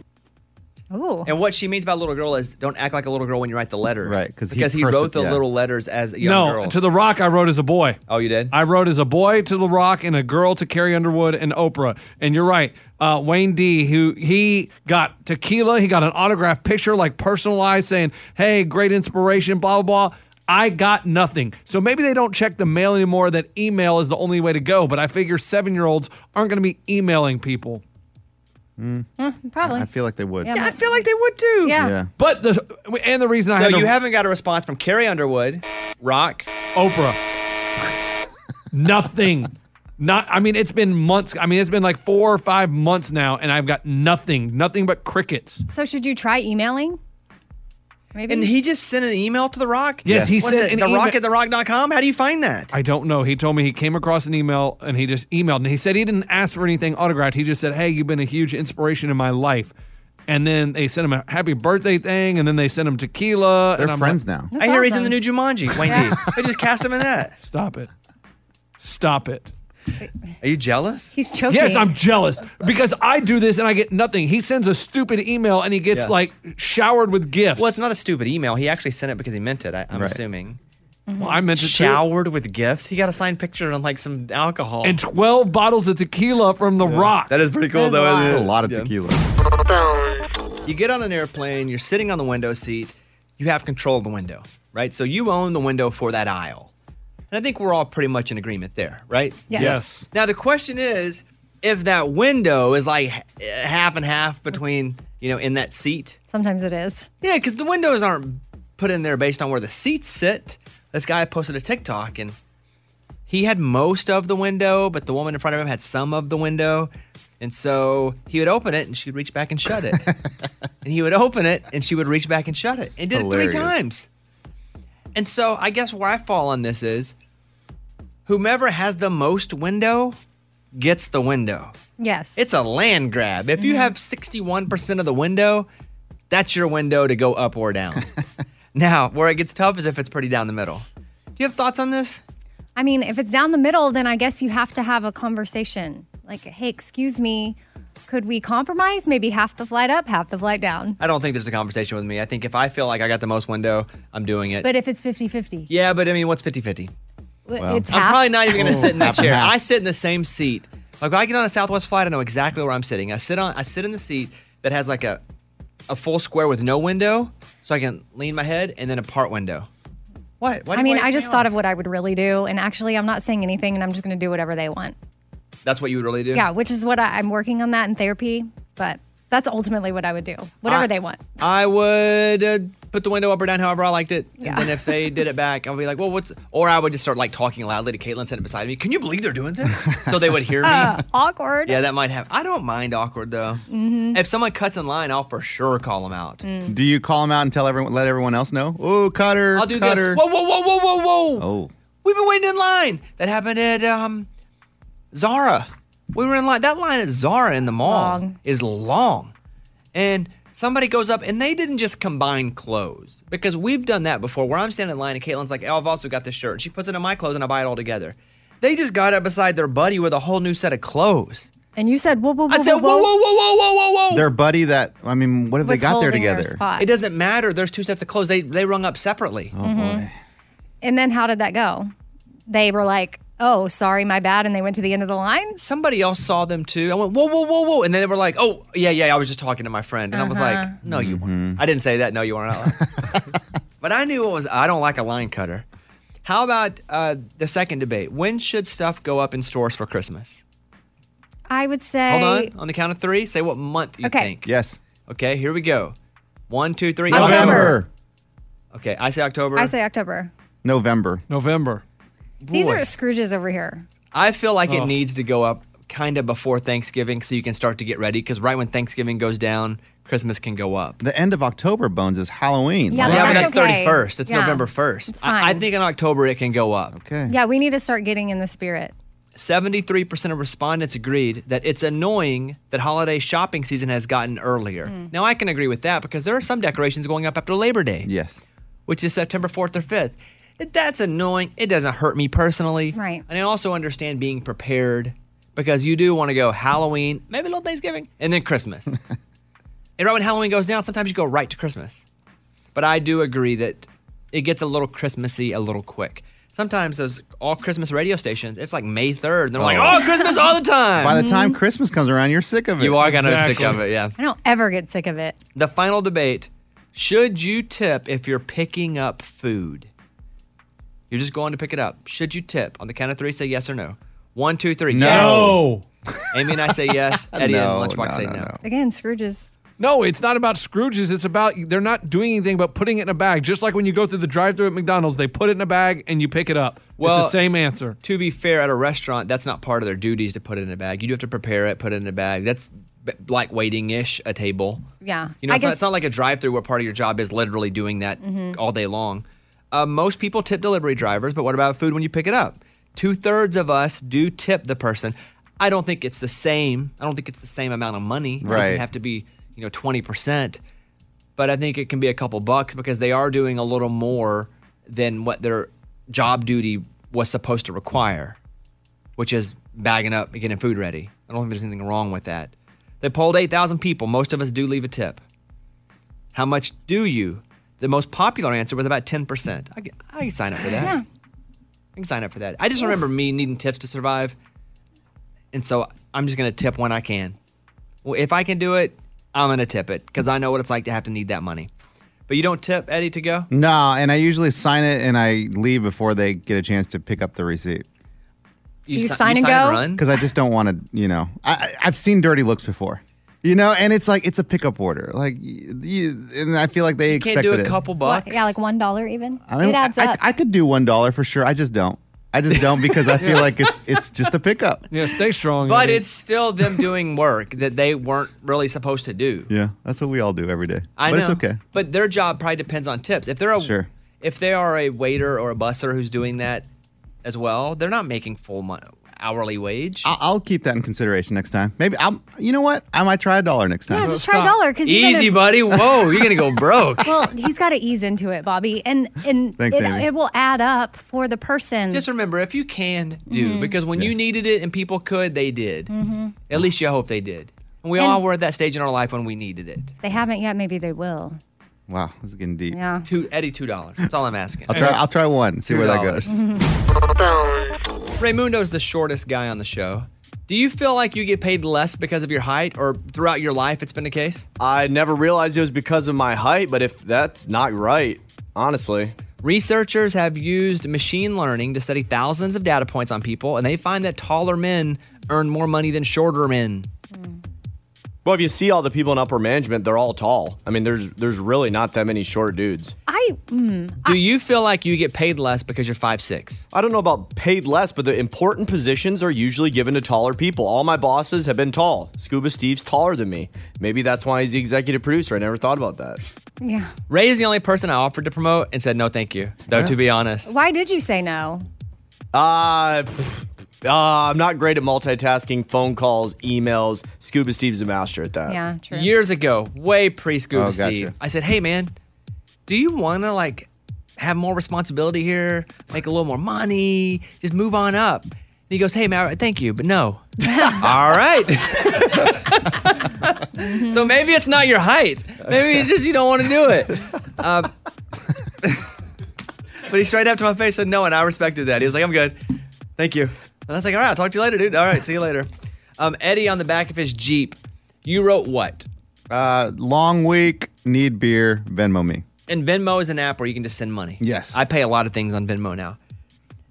Speaker 2: Ooh.
Speaker 1: And what she means by little girl is don't act like a little girl when you write the letters. Right,
Speaker 3: he
Speaker 1: because he,
Speaker 3: perse-
Speaker 1: wrote the
Speaker 3: yeah.
Speaker 1: little letters as a young
Speaker 9: no,
Speaker 1: girl.
Speaker 9: to The Rock, I wrote as a boy.
Speaker 1: Oh, you did?
Speaker 9: I wrote as a boy to The Rock and a girl to Carrie Underwood and Oprah. And you're right, uh, Wayne D, who he got tequila, he got an autographed picture, like personalized, saying, "Hey, great inspiration," blah blah blah. I got nothing. So maybe they don't check the mail anymore, that email is the only way to go. But I figure seven year olds aren't going to be emailing people.
Speaker 2: Mm, probably.
Speaker 3: I feel like they would.
Speaker 2: Yeah,
Speaker 1: I feel like they would too.
Speaker 2: Yeah.
Speaker 9: But the and the reason I
Speaker 1: so
Speaker 9: had to-
Speaker 1: you haven't got a response from Carrie Underwood, Rock,
Speaker 9: Oprah. nothing. Not I mean, it's been months. I mean, it's been like four or five months now, and I've got nothing, nothing but crickets.
Speaker 2: So should you try emailing? Maybe.
Speaker 1: And he just sent an email to The Rock?
Speaker 9: Yes, he
Speaker 1: What's
Speaker 9: sent
Speaker 1: it,
Speaker 9: an
Speaker 1: The
Speaker 9: email-
Speaker 1: Rock at TheRock.com? How do you find that?
Speaker 9: I don't know. He told me he came across an email and he just emailed and he said he didn't ask for anything autographed. He just said, Hey, you've been a huge inspiration in my life. And then they sent him a happy birthday thing, and then they sent him tequila.
Speaker 3: They're
Speaker 9: and I'm
Speaker 3: friends
Speaker 9: like-
Speaker 3: now.
Speaker 1: I hear he's in the new Jumanji, Wayne D. They just cast him in that.
Speaker 9: Stop it. Stop it.
Speaker 1: Are you jealous?
Speaker 2: He's choking.
Speaker 9: Yes, I'm jealous because I do this and I get nothing. He sends a stupid email and he gets
Speaker 1: Yeah.
Speaker 9: like showered with gifts.
Speaker 1: Well, it's not a stupid email. He actually sent it because he meant it, I, I'm
Speaker 9: Right.
Speaker 1: assuming.
Speaker 9: Well, I meant it too.
Speaker 1: Showered with gifts? He got a signed picture and like some alcohol.
Speaker 9: and 12 bottles of tequila from The Rock.
Speaker 1: That is pretty cool, though. isn't it? Yeah.
Speaker 3: tequila.
Speaker 1: You get on an airplane, you're sitting on the window seat, you have control of the window, right? So you own the window for that aisle. And I think we're all pretty much in agreement there, right?
Speaker 6: Yes. Yes.
Speaker 1: Now the question is if that window is like h- half and half between, you know, in that seat.
Speaker 2: Sometimes it is.
Speaker 1: Yeah, because the windows aren't put in there based on where the seats sit. This guy posted a TikTok and he had most of the window, but the woman in front of him had some of the window. And so he would open it and she'd reach back and shut it. and he would open it and she would reach back and shut it. And did it
Speaker 6: Hilarious.
Speaker 1: three times. And so I guess where I fall on this is whomever has the most window gets the window.
Speaker 2: Yes.
Speaker 1: It's a land grab. If you
Speaker 2: Mhm.
Speaker 1: have 61% of the window, that's your window to go up or down. now, where it gets tough is if it's pretty down the middle. Do you have thoughts on this?
Speaker 2: I mean, if it's down the middle, then I guess you have to have a conversation. Like, hey, excuse me, could we compromise? Maybe half the flight up, half the flight down.
Speaker 1: I don't think there's a conversation with me. I think if I feel like I got the most window, I'm doing it.
Speaker 2: But if it's 50 50,
Speaker 1: yeah, but I mean, what's 50 50?
Speaker 2: it's
Speaker 1: I'm
Speaker 2: half.
Speaker 1: probably not even going to sit in that
Speaker 2: Oh, Half and
Speaker 1: chair.
Speaker 2: half.
Speaker 1: I sit in the same seat. Like when I get on a Southwest flight, I know exactly where I'm sitting. I sit on I sit in the seat that has like a a full square with no window, so I can lean my head, and then a part window. What? Why
Speaker 2: I
Speaker 1: do-
Speaker 2: mean,
Speaker 1: why-
Speaker 2: I just thought of what I would really do. And actually, I'm not saying anything and I'm just going to do whatever they want.
Speaker 1: That's what you would really do.
Speaker 2: Yeah, which is what I, I'm working on that in therapy. But that's ultimately what I would do, whatever
Speaker 1: I-
Speaker 2: they want.
Speaker 1: I would uh, put the window up or down however I liked it.
Speaker 2: Yeah.
Speaker 1: And then if they did it back, I'd be like, well, what's. Or I would just start like talking loudly to Caitlin sitting beside me. Can you believe they're doing this? so they would hear me.
Speaker 2: Uh, awkward.
Speaker 1: yeah, that might happen. I don't mind awkward though.
Speaker 2: Mhm.
Speaker 1: If someone cuts in line, I'll for sure call them out.
Speaker 2: Mm.
Speaker 3: Do you call them out and tell everyone, let everyone else know? Oh, Cutter.
Speaker 1: I'll do
Speaker 3: Cutter.
Speaker 1: this. Whoa, whoa, whoa, whoa, whoa, whoa.
Speaker 3: Oh,
Speaker 1: We've been waiting in line. That happened at um, Zara. We were in line. That line at Zara in the mall
Speaker 2: Long.
Speaker 1: is long. And somebody goes up and they didn't just combine clothes because we've done that before where I'm standing in line and Caitlin's like, oh, I've also got this shirt. And she puts it in my clothes and I buy it all together. They just got up beside their buddy with a whole new set of clothes.
Speaker 2: And you said, whoa, whoa, whoa.
Speaker 1: I said, whoa, whoa, whoa, whoa, whoa, whoa, whoa.
Speaker 3: Oh. their buddy that, I mean, what have they got there together?
Speaker 1: It doesn't matter. There's two sets of clothes. They they rung up separately. Oh
Speaker 2: boy. And then how did that go? They were like, oh, sorry, my bad. And they went to the end of the line.
Speaker 1: Somebody else saw them too. I went, whoa, whoa, whoa, whoa. And then they were like, oh, yeah, yeah, I was just talking to my friend. And I was
Speaker 2: Uh-huh.
Speaker 1: like, no, you
Speaker 3: Mm-hmm.
Speaker 1: weren't. I didn't say that. No, you weren't. but I knew it was, I don't like a line cutter. How about uh, the second debate? When should stuff go up in stores for Christmas?
Speaker 2: I would say,
Speaker 1: Hold on. On the count of three, say what month you
Speaker 2: Okay.
Speaker 1: think.
Speaker 3: Yes.
Speaker 1: Okay, here we go. One, two, three.
Speaker 2: October.
Speaker 1: Okay, I say October.
Speaker 2: I say October.
Speaker 3: November.
Speaker 9: November.
Speaker 2: These
Speaker 1: Boy.
Speaker 2: are Scrooges over here.
Speaker 1: I feel like
Speaker 2: Oh.
Speaker 1: it needs to go up kind of before Thanksgiving so you can start to get ready because right when Thanksgiving goes down, Christmas can go up.
Speaker 3: The end of October, Bones, is Halloween.
Speaker 2: Yeah,
Speaker 1: yeah,
Speaker 2: that's
Speaker 1: but that's
Speaker 2: okay.
Speaker 1: 31st. It's
Speaker 2: Yeah.
Speaker 1: November 1st.
Speaker 2: It's
Speaker 1: I, I
Speaker 2: fine.
Speaker 1: think in October it can go up.
Speaker 3: Okay.
Speaker 2: Yeah, we need to start getting in the spirit.
Speaker 1: 73% of respondents agreed that it's annoying that holiday shopping season has gotten earlier.
Speaker 2: Mm.
Speaker 1: Now, I can agree with that because there are some decorations going up after Labor Day.
Speaker 3: Yes.
Speaker 1: Which is September 4th or 5th. That's annoying. It doesn't hurt me personally.
Speaker 2: Right.
Speaker 1: And I also understand being prepared because you do want to go Halloween, maybe a little Thanksgiving, and then Christmas. and right when Halloween goes down, sometimes you go right to Christmas. But I do agree that it gets a little Christmassy a little quick. Sometimes those all Christmas radio stations, it's like May 3rd, and they're like, oh, Christmas all the time.
Speaker 3: By the time Christmas comes around, you're sick of it.
Speaker 1: You are gonna be sick Exactly. of it, yeah.
Speaker 2: I don't ever get sick of it.
Speaker 1: The final debate should you tip if you're picking up food? You're just going to pick it up. Should you tip? On the count of three, say yes or no. One, two, three.
Speaker 9: No.
Speaker 1: Yes. Amy and I say yes. Eddie
Speaker 9: No,
Speaker 1: and Lunchbox
Speaker 9: no,
Speaker 1: say
Speaker 9: no,
Speaker 1: no.
Speaker 2: Again, Scrooge's.
Speaker 9: No, it's not about Scrooges. It's about they're not doing anything but putting it in a bag. Just like when you go through the drive-through at McDonald's, they put it in a bag and you pick it up.
Speaker 1: Well,
Speaker 9: it's the same answer.
Speaker 1: To be fair, at a restaurant, that's not part of their duties to put it in a bag. You do have to prepare it, put it in a bag. That's b- like waiting ish a table.
Speaker 2: Yeah.
Speaker 1: You know,
Speaker 2: I
Speaker 1: it's, not,
Speaker 2: guess
Speaker 1: it's not like a drive through where part of your job is literally doing that
Speaker 2: Mhm.
Speaker 1: all day long. Uh, most people tip delivery drivers, but what about food when you pick it up? Two thirds of us do tip the person. I don't think it's the same. I don't think it's the same amount of money. It doesn't
Speaker 3: Right.
Speaker 1: have to be, you know, 20%. But I think it can be a couple bucks because they are doing a little more than what their job duty was supposed to require, which is bagging up and getting food ready. I don't think there's anything wrong with that. They polled 8,000 people. Most of us do leave a tip. How much do you? The most popular answer was about 10%. I, can- I can sign up for that.
Speaker 2: Yeah.
Speaker 1: I can sign up for that. I just remember me needing tips to survive. And so I'm just going to tip when I can. Well, if I can do it, I'm going to tip it because I know what it's like to have to need that money. But you don't tip Eddie to go?
Speaker 3: No, and I usually sign it and I leave before they get a chance to pick up the receipt.
Speaker 2: you You si- sign you and sign and go? run?
Speaker 3: Because I just don't want to, you know. I, I- I've seen dirty looks before, you know, and it's like it's a pickup order, like, y- y- and I feel like they
Speaker 2: can't
Speaker 3: expected
Speaker 2: do a
Speaker 3: it.
Speaker 1: couple
Speaker 2: what, yeah, like one dollar even.
Speaker 3: I mean,
Speaker 2: it adds
Speaker 3: I,
Speaker 2: up.
Speaker 3: I could do one dollar for sure. I just don't. I just don't because I feel like it's it's just a pickup.
Speaker 9: Yeah, stay strong.
Speaker 1: But it's still them doing work that they weren't really supposed to do.
Speaker 3: Yeah, that's what we all do every day.
Speaker 1: I
Speaker 3: but
Speaker 1: know.
Speaker 3: it's okay.
Speaker 1: But their job probably depends on tips. If they're a
Speaker 3: Sure.
Speaker 1: if they are a waiter or a busser who's doing that as well, they're not making full mon- hourly wage.
Speaker 3: I'll, I'll keep that in consideration next time. Maybe I'll. You know what? I might try a dollar next time.
Speaker 2: Yeah, just try a dollar because
Speaker 1: Easy, buddy. Whoa, you're gonna go broke.
Speaker 2: well, he's got to ease into it, Bobby, and and
Speaker 1: Thanks,
Speaker 2: it,
Speaker 1: Amy.
Speaker 2: it will add up for the person.
Speaker 1: Just remember, if you can do,
Speaker 2: Mhm.
Speaker 1: because when you needed it and people could, they did.
Speaker 2: Mhm.
Speaker 1: At least you hope they did. And we
Speaker 2: And-
Speaker 1: all were at that stage in our life when we needed it.
Speaker 2: They haven't yet. Maybe they will.
Speaker 3: Wow, this is getting deep.
Speaker 2: Yeah.
Speaker 1: Two Eddie, two dollars. That's all I'm asking.
Speaker 3: I'll try. I'll try one. See where that
Speaker 1: $2.
Speaker 3: goes.
Speaker 1: Raymundo's the shortest guy on the show. Do you feel like you get paid less because of your height, or throughout your life it's been the case?
Speaker 7: I never realized it was because of my height, but if that's not right, honestly.
Speaker 1: Researchers have used machine learning to study thousands of data points on people, and they find that taller men earn more money than shorter men.
Speaker 7: Well, if you see all the people in upper management, they're all tall. I mean, there's there's really not that many short dudes.
Speaker 2: I mm,
Speaker 1: Do you feel like you get paid less because you're five six?
Speaker 7: I don't know about paid less, but the important positions are usually given to taller people. All my bosses have been tall. Scuba Steve's taller than me. Maybe that's why he's the executive producer. I never thought about that.
Speaker 2: yeah.
Speaker 1: Ray is the only person I offered to promote and said no, thank you. Though to be honest,
Speaker 2: Why did you say no?
Speaker 7: Uh, pff, uh, I'm not great at multitasking, phone calls, emails. Scuba Steve's a master at that.
Speaker 2: Yeah, true.
Speaker 1: years ago, way pre Scuba
Speaker 7: Oh, gotcha.
Speaker 1: Steve, I said, "Hey, man, do you want to like have more responsibility here, make a little more money, just move on up?" And he goes, "Hey, man, thank you, but no." All right. so maybe it's not your height. Maybe it's just you don't want to do it. Um, but he straight up to my face said no, and I respected that. He was like, "I'm good, thank you." And I was like, "All right, I'll talk to you later, dude. All right, see you later." Um, Eddie on the back of his Jeep, you wrote what?
Speaker 3: Uh, long week. Need beer. Venmo me.
Speaker 1: And Venmo is an app where you can just send money.
Speaker 3: Yes.
Speaker 1: I pay a lot of things on Venmo now.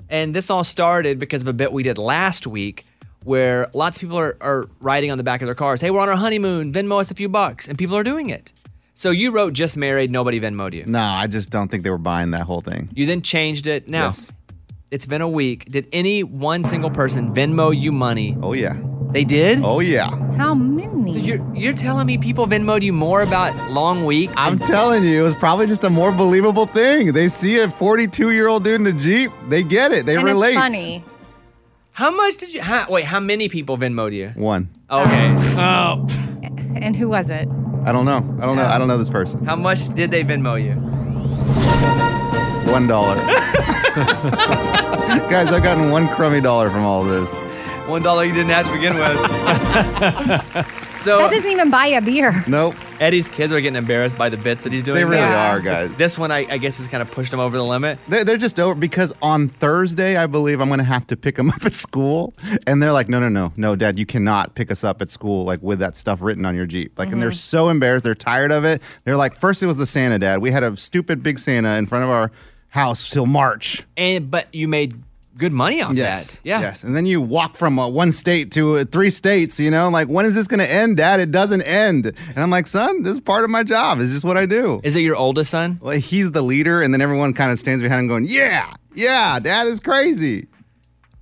Speaker 1: And this all started because of a bit we did last week where lots of people are, are riding on the back of their cars. Hey, we're on our honeymoon. Venmo us a few bucks. And people are doing it. So you wrote just married, nobody Venmoed you.
Speaker 3: No, I just don't think they were buying that whole thing.
Speaker 1: You then changed it. Now,
Speaker 3: Yes.
Speaker 1: it's been a week. Did any one single person Venmo you money?
Speaker 3: Oh, yeah.
Speaker 1: They did?
Speaker 3: Oh, yeah.
Speaker 2: How many?
Speaker 1: you're, you're telling me people Venmoed you more about long week?
Speaker 3: I'm telling you, it was probably just a more believable thing. They see a 42 year old dude in a jeep, they get it, they
Speaker 1: And it's
Speaker 3: relate.
Speaker 1: funny. How much did you? How, wait, how many people Venmoed you?
Speaker 3: One.
Speaker 1: Okay.
Speaker 9: Oh.
Speaker 2: And who was it?
Speaker 3: I don't know. I don't know. I don't know this person.
Speaker 1: How much did they Venmo you?
Speaker 3: One dollar. Guys, I've gotten one crummy dollar from all this.
Speaker 1: One dollar you didn't have to begin with. so
Speaker 2: that doesn't even buy a beer.
Speaker 3: Nope.
Speaker 1: Eddie's kids are getting embarrassed by the bits that he's doing.
Speaker 3: They really
Speaker 1: now.
Speaker 3: are, guys.
Speaker 1: This one, I, I guess, has kind of pushed him over the limit.
Speaker 3: They're, they're just over because on Thursday, I believe I'm going to have to pick them up at school. And they're like, no, no, no, no, dad, you cannot pick us up at school like with that stuff written on your Jeep. Like, and they're
Speaker 1: Mm-hmm.
Speaker 18: Mhm.
Speaker 3: so embarrassed. They're tired of it. They're like, first it was the Santa, dad. We had a stupid big Santa in front of our house till March.
Speaker 1: And but you made good money off
Speaker 3: yes.
Speaker 1: that. Yeah.
Speaker 3: Yes. And then you walk from uh, one state to uh, three states, you know, like, when is this going to end, Dad? It doesn't end. And I'm like, son, this is part of my job. It's just what I do.
Speaker 1: Is it your oldest son?
Speaker 3: Well, he's the leader. And then everyone kind of stands behind him going, yeah, yeah, Dad is crazy.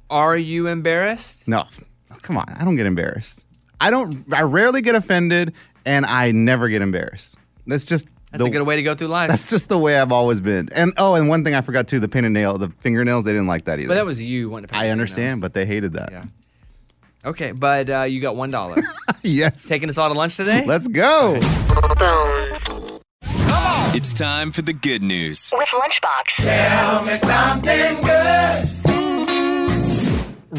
Speaker 1: Are you embarrassed?
Speaker 3: No. Oh, Come on. I don't get embarrassed. I don't, I rarely get offended and I never get embarrassed. That's just
Speaker 1: That's a
Speaker 3: the,
Speaker 1: good way to go through life.
Speaker 3: That's just the way I've always been. And oh, and one thing I forgot too the pin and nail, the fingernails, they didn't like that either.
Speaker 1: but that was you wanting to pay.
Speaker 3: I understand, but they hated that. Yeah.
Speaker 1: Okay, but uh, you got one dollar.
Speaker 3: yes.
Speaker 1: Taking us all to lunch today.
Speaker 3: Let's go.
Speaker 14: It's time for the good news.
Speaker 10: With Lunchbox.
Speaker 4: Tell me something good.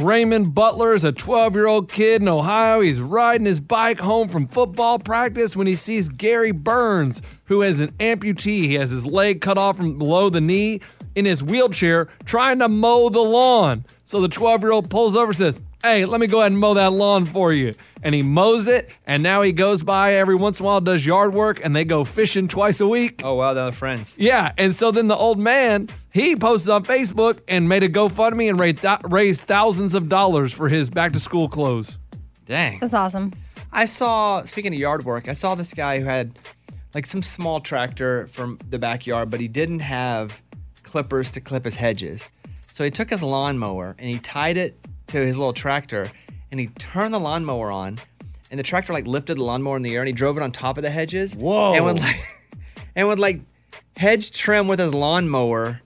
Speaker 9: Raymond Butler is a 12 year old kid in Ohio. He's riding his bike home from football practice when he sees Gary Burns, who has an amputee. He has his leg cut off from below the knee in his wheelchair trying to mow the lawn. So the 12 year old pulls over and says, Hey, let me go ahead and mow that lawn for you. And he mows it, and now he goes by every once in a while, does yard work, and they go fishing twice a week.
Speaker 1: Oh wow, they're friends.
Speaker 9: Yeah, and so then the old man he posted on Facebook and made a GoFundMe and raised, th- raised thousands of dollars for his back to school clothes.
Speaker 1: Dang.
Speaker 2: That's awesome.
Speaker 1: I saw, speaking of yard work, I saw this guy who had like some small tractor from the backyard, but he didn't have clippers to clip his hedges. So he took his lawnmower and he tied it to his little tractor and he turned the lawnmower on and the tractor like lifted the lawnmower in the air and he drove it on top of the hedges. Whoa. And would like, and would like hedge trim with his lawnmower.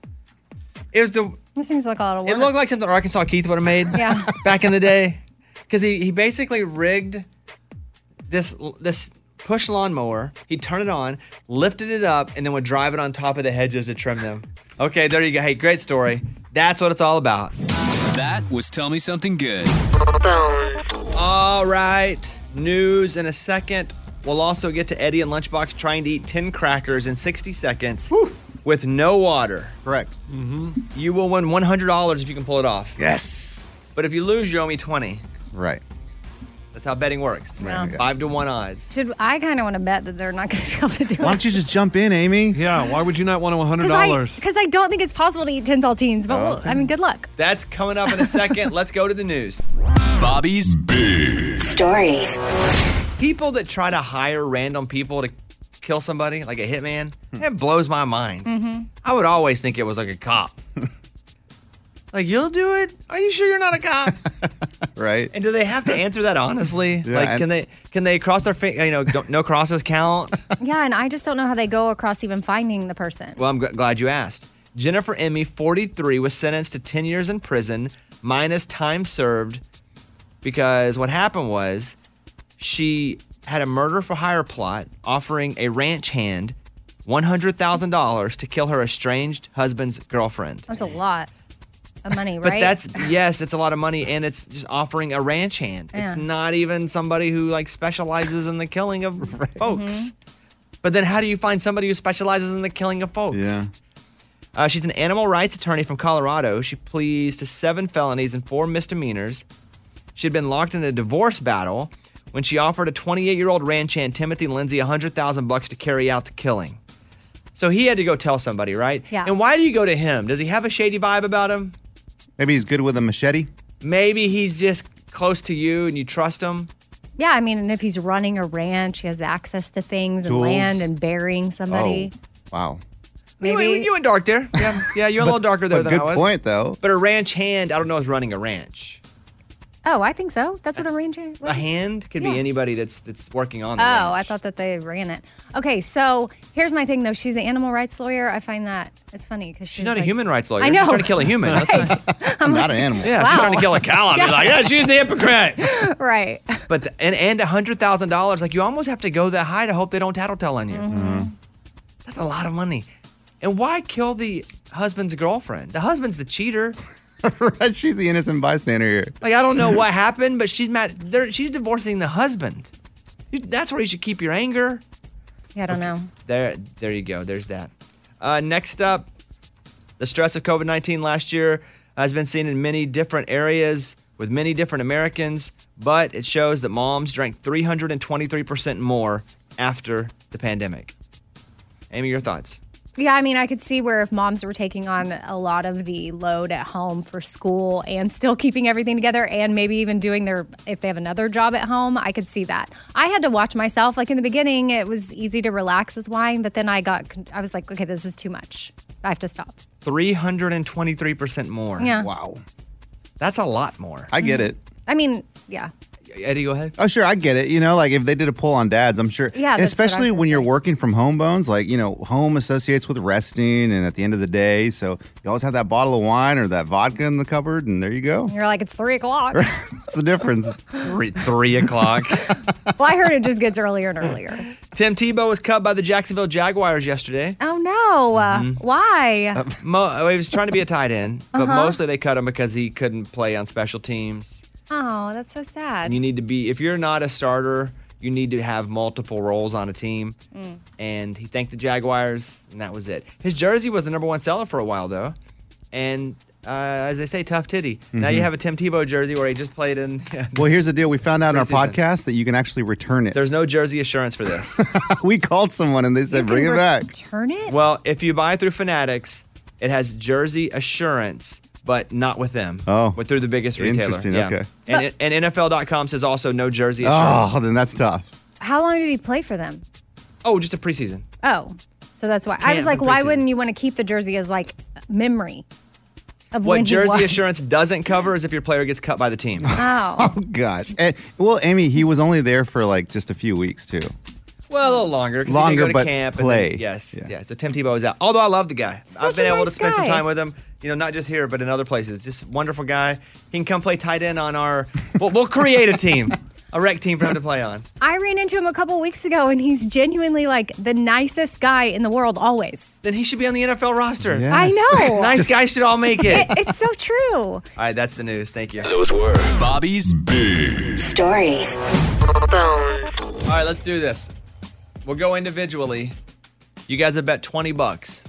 Speaker 1: It was the
Speaker 2: This seems like a lot of work.
Speaker 1: it looked like something Arkansas Keith would have made
Speaker 2: Yeah.
Speaker 1: back in the day. Because he, he basically rigged this this push lawnmower. He'd turn it on, lifted it up, and then would drive it on top of the hedges to trim them. Okay, there you go. Hey, great story. That's what it's all about.
Speaker 14: That was Tell Me Something Good.
Speaker 1: All right, news in a second. We'll also get to Eddie and Lunchbox trying to eat 10 crackers in 60 seconds with no water.
Speaker 3: Correct.
Speaker 1: Mm-hmm. You will win $100 if you can pull it off.
Speaker 3: Yes.
Speaker 1: But if you lose, you owe me 20.
Speaker 3: Right.
Speaker 1: That's how betting works.
Speaker 2: Right, I guess.
Speaker 1: Five to one odds.
Speaker 2: Should I kind of want to bet that they're not going to be able to do it?
Speaker 3: you just jump in, Amy?
Speaker 9: Yeah, why would you not want to
Speaker 2: Because I, 'cause I don't think it's possible to eat ten saltines, but well, I mean, good luck.
Speaker 1: That's coming up in a second. Let's go to the news.
Speaker 14: Bobby's Big
Speaker 10: Stories.
Speaker 1: People that try to hire random people to kill somebody, like a hitman,
Speaker 3: Hmm.
Speaker 1: that blows my mind.
Speaker 4: Mm-hmm.
Speaker 1: I would always think it was like a cop. like, you'll do it? Are you sure you're not a cop?
Speaker 3: Right.
Speaker 1: and do they have to answer that honestly?
Speaker 3: Yeah,
Speaker 1: like,
Speaker 3: and-
Speaker 1: can they can they cross their fingers? You know, don't- no crosses count.
Speaker 2: Yeah, and I just don't know how they go across even finding the person.
Speaker 1: Well, I'm gl- glad you asked. Jennifer Emmy, 43, was sentenced to 10 years in prison minus time served because what happened was she had a murder for hire plot offering a ranch hand $100,000 to kill her estranged husband's girlfriend.
Speaker 2: That's a lot of money,
Speaker 1: But
Speaker 2: right?
Speaker 1: that's yes, it's a lot of money, and it's just offering a ranch hand. It's
Speaker 2: Yeah.
Speaker 1: not even somebody who like specializes in the killing of folks.
Speaker 2: Mm-hmm.
Speaker 1: But then, how do you find somebody who specializes in the killing of folks?
Speaker 3: Yeah.
Speaker 1: Uh, she's an animal rights attorney from Colorado. She pleads to seven felonies and four misdemeanors. She had been locked in a divorce battle when she offered a 28-year-old ranch hand Timothy Lindsay 100,000 bucks to carry out the killing. So he had to go tell somebody, right?
Speaker 2: Yeah.
Speaker 1: And why do you go to him? Does he have a shady vibe about him?
Speaker 3: Maybe he's good with a machete.
Speaker 1: Maybe he's just close to you and you trust him.
Speaker 2: yeah, I mean, and if he's running a ranch, he has access to things and
Speaker 1: Tools. Oh.
Speaker 2: land and burying somebody.
Speaker 3: Wow.
Speaker 2: Maybe
Speaker 1: You, you went dark there. Yeah, Um, yeah, you're a little darker there
Speaker 3: but
Speaker 1: than I
Speaker 3: good
Speaker 1: was.
Speaker 3: point, though.
Speaker 1: But a ranch hand, I don't know, is running a ranch.
Speaker 2: Oh, I think so. That's what a ranch is.
Speaker 1: A hand could be
Speaker 2: Yeah.
Speaker 1: anybody that's that's working on.
Speaker 2: Oh,
Speaker 1: The ranch.
Speaker 2: I thought that they ran it. Okay, so here's my thing though. She's an animal rights lawyer. I find that it's funny because she's,
Speaker 1: She's not
Speaker 2: like,
Speaker 1: a human rights lawyer.
Speaker 2: I
Speaker 1: She's
Speaker 2: know.
Speaker 1: trying to kill a human. That's
Speaker 2: I'm
Speaker 1: not
Speaker 2: like,
Speaker 1: an animal. Yeah, she's
Speaker 2: wow.
Speaker 1: trying to kill a cow. I'd be like, yeah, she's the hypocrite.
Speaker 2: right.
Speaker 1: But the, and and a hundred thousand dollars, like you almost have to go that high to hope they don't tattletale on you.
Speaker 2: Mm-hmm.
Speaker 1: Mm-hmm. That's a lot of money. And why kill the husband's girlfriend? The husband's the cheater.
Speaker 3: right. She's the innocent bystander here.
Speaker 1: Like I don't know what happened, but she's mad. they're- She's divorcing the husband. You- That's where you should keep your anger.
Speaker 2: Yeah, I don't know.
Speaker 1: There, there you go. There's that. Uh, next up, the stress of COVID 19 last year has been seen in many different areas with many different Americans, but it shows that moms drank 323% more after the pandemic. Amy, your thoughts?
Speaker 2: Yeah, I mean, I could see where if moms were taking on a lot of the load at home for school and still keeping everything together and maybe even doing their, if they have another job at home, I could see that. I had to watch myself. Like in the beginning, it was easy to relax with wine, but then I got, con- I was like, okay, this is too much. I have to stop.
Speaker 1: 323% more.
Speaker 2: Yeah.
Speaker 1: Wow. That's a lot more.
Speaker 3: I get it.
Speaker 2: I mean, yeah.
Speaker 1: Mm-hmm. Eddie, go ahead.
Speaker 3: Oh, sure, I get it. You know, like if they did a poll on dads, I'm sure.
Speaker 2: Yeah,
Speaker 3: and
Speaker 2: that's what I
Speaker 3: especially
Speaker 2: was
Speaker 3: when you're working from home, Bones. Like you know, home associates with resting, and at the end of the day, so you always have that bottle of wine or that vodka in the cupboard, and there you
Speaker 1: Oh.
Speaker 3: go.
Speaker 2: You're like, it's three o'clock.
Speaker 3: What's the difference?
Speaker 1: Three, three o'clock.
Speaker 2: well, I heard it just gets earlier and earlier.
Speaker 1: Mm-hmm. Tim Tebow was cut by the Jacksonville Jaguars yesterday.
Speaker 2: Oh, no. Uh, Why?
Speaker 1: Mm-hmm.
Speaker 3: Uh-huh.
Speaker 1: Uh, mo- he was trying to be a tight end, but
Speaker 2: Uh-huh.
Speaker 1: mostly they cut him because he couldn't play on special teams.
Speaker 2: oh, that's so sad.
Speaker 1: And you need to be, if you're not a starter, you need to have multiple roles on a team.
Speaker 2: Mm.
Speaker 1: And he thanked the Jaguars, and that was it. His jersey was the number one seller for a while, though. And uh, as they say, tough titty. Now you
Speaker 3: Mhm.
Speaker 1: have a Tim Tebow jersey where he just played in.
Speaker 3: Well, here's the deal. We found out in our
Speaker 1: Preseason.
Speaker 3: podcast that you can actually return it.
Speaker 1: There's no jersey assurance for this.
Speaker 3: we called someone and they said, "Bring it back."
Speaker 2: Turn it?
Speaker 1: Well, if you buy through Fanatics, it has jersey assurance, but not with them.
Speaker 3: Oh.
Speaker 1: But through the biggest retailer.
Speaker 3: Interesting, okay.
Speaker 1: And, and NFL.com says also no jersey assurance.
Speaker 3: Oh, then that's tough.
Speaker 2: How long did he play for them?
Speaker 1: Oh, just a preseason.
Speaker 2: Oh, so that's why. I
Speaker 1: Can't
Speaker 2: was like,
Speaker 1: for
Speaker 2: why
Speaker 1: preseason.
Speaker 2: wouldn't you want to keep the jersey as like memory of
Speaker 1: What
Speaker 2: when he
Speaker 1: jersey
Speaker 2: was?
Speaker 1: assurance doesn't cover is if your player gets cut by the team.
Speaker 2: Oh,
Speaker 3: Gosh. And, well, Amy, he was only there for like just a few weeks too.
Speaker 1: Well, a little longer. 'cause he did
Speaker 3: Longer,
Speaker 1: go to
Speaker 3: but
Speaker 1: camp and
Speaker 3: play.
Speaker 1: then- yes, yeah. So Tim Tebow is out. Although I love the guy, I've
Speaker 2: Such
Speaker 1: been
Speaker 2: a
Speaker 1: able to
Speaker 2: nice
Speaker 1: spend some
Speaker 2: guy.
Speaker 1: time with him. You know, not just here, but in other places. Just wonderful guy. He can come play tight end on our. We'll, we'll create a team, a rec team for him to play on.
Speaker 2: I ran into him a couple weeks ago, and he's genuinely like the nicest guy in the world. Always.
Speaker 1: Then he should be on the NFL roster.
Speaker 2: I know.
Speaker 1: nice guys should all make it.
Speaker 2: It's so true.
Speaker 1: All right, that's the news. Thank you.
Speaker 14: Those were Bobby's Big
Speaker 10: Stories.
Speaker 1: All right, let's do this. We'll go individually. You guys have bet 20 bucks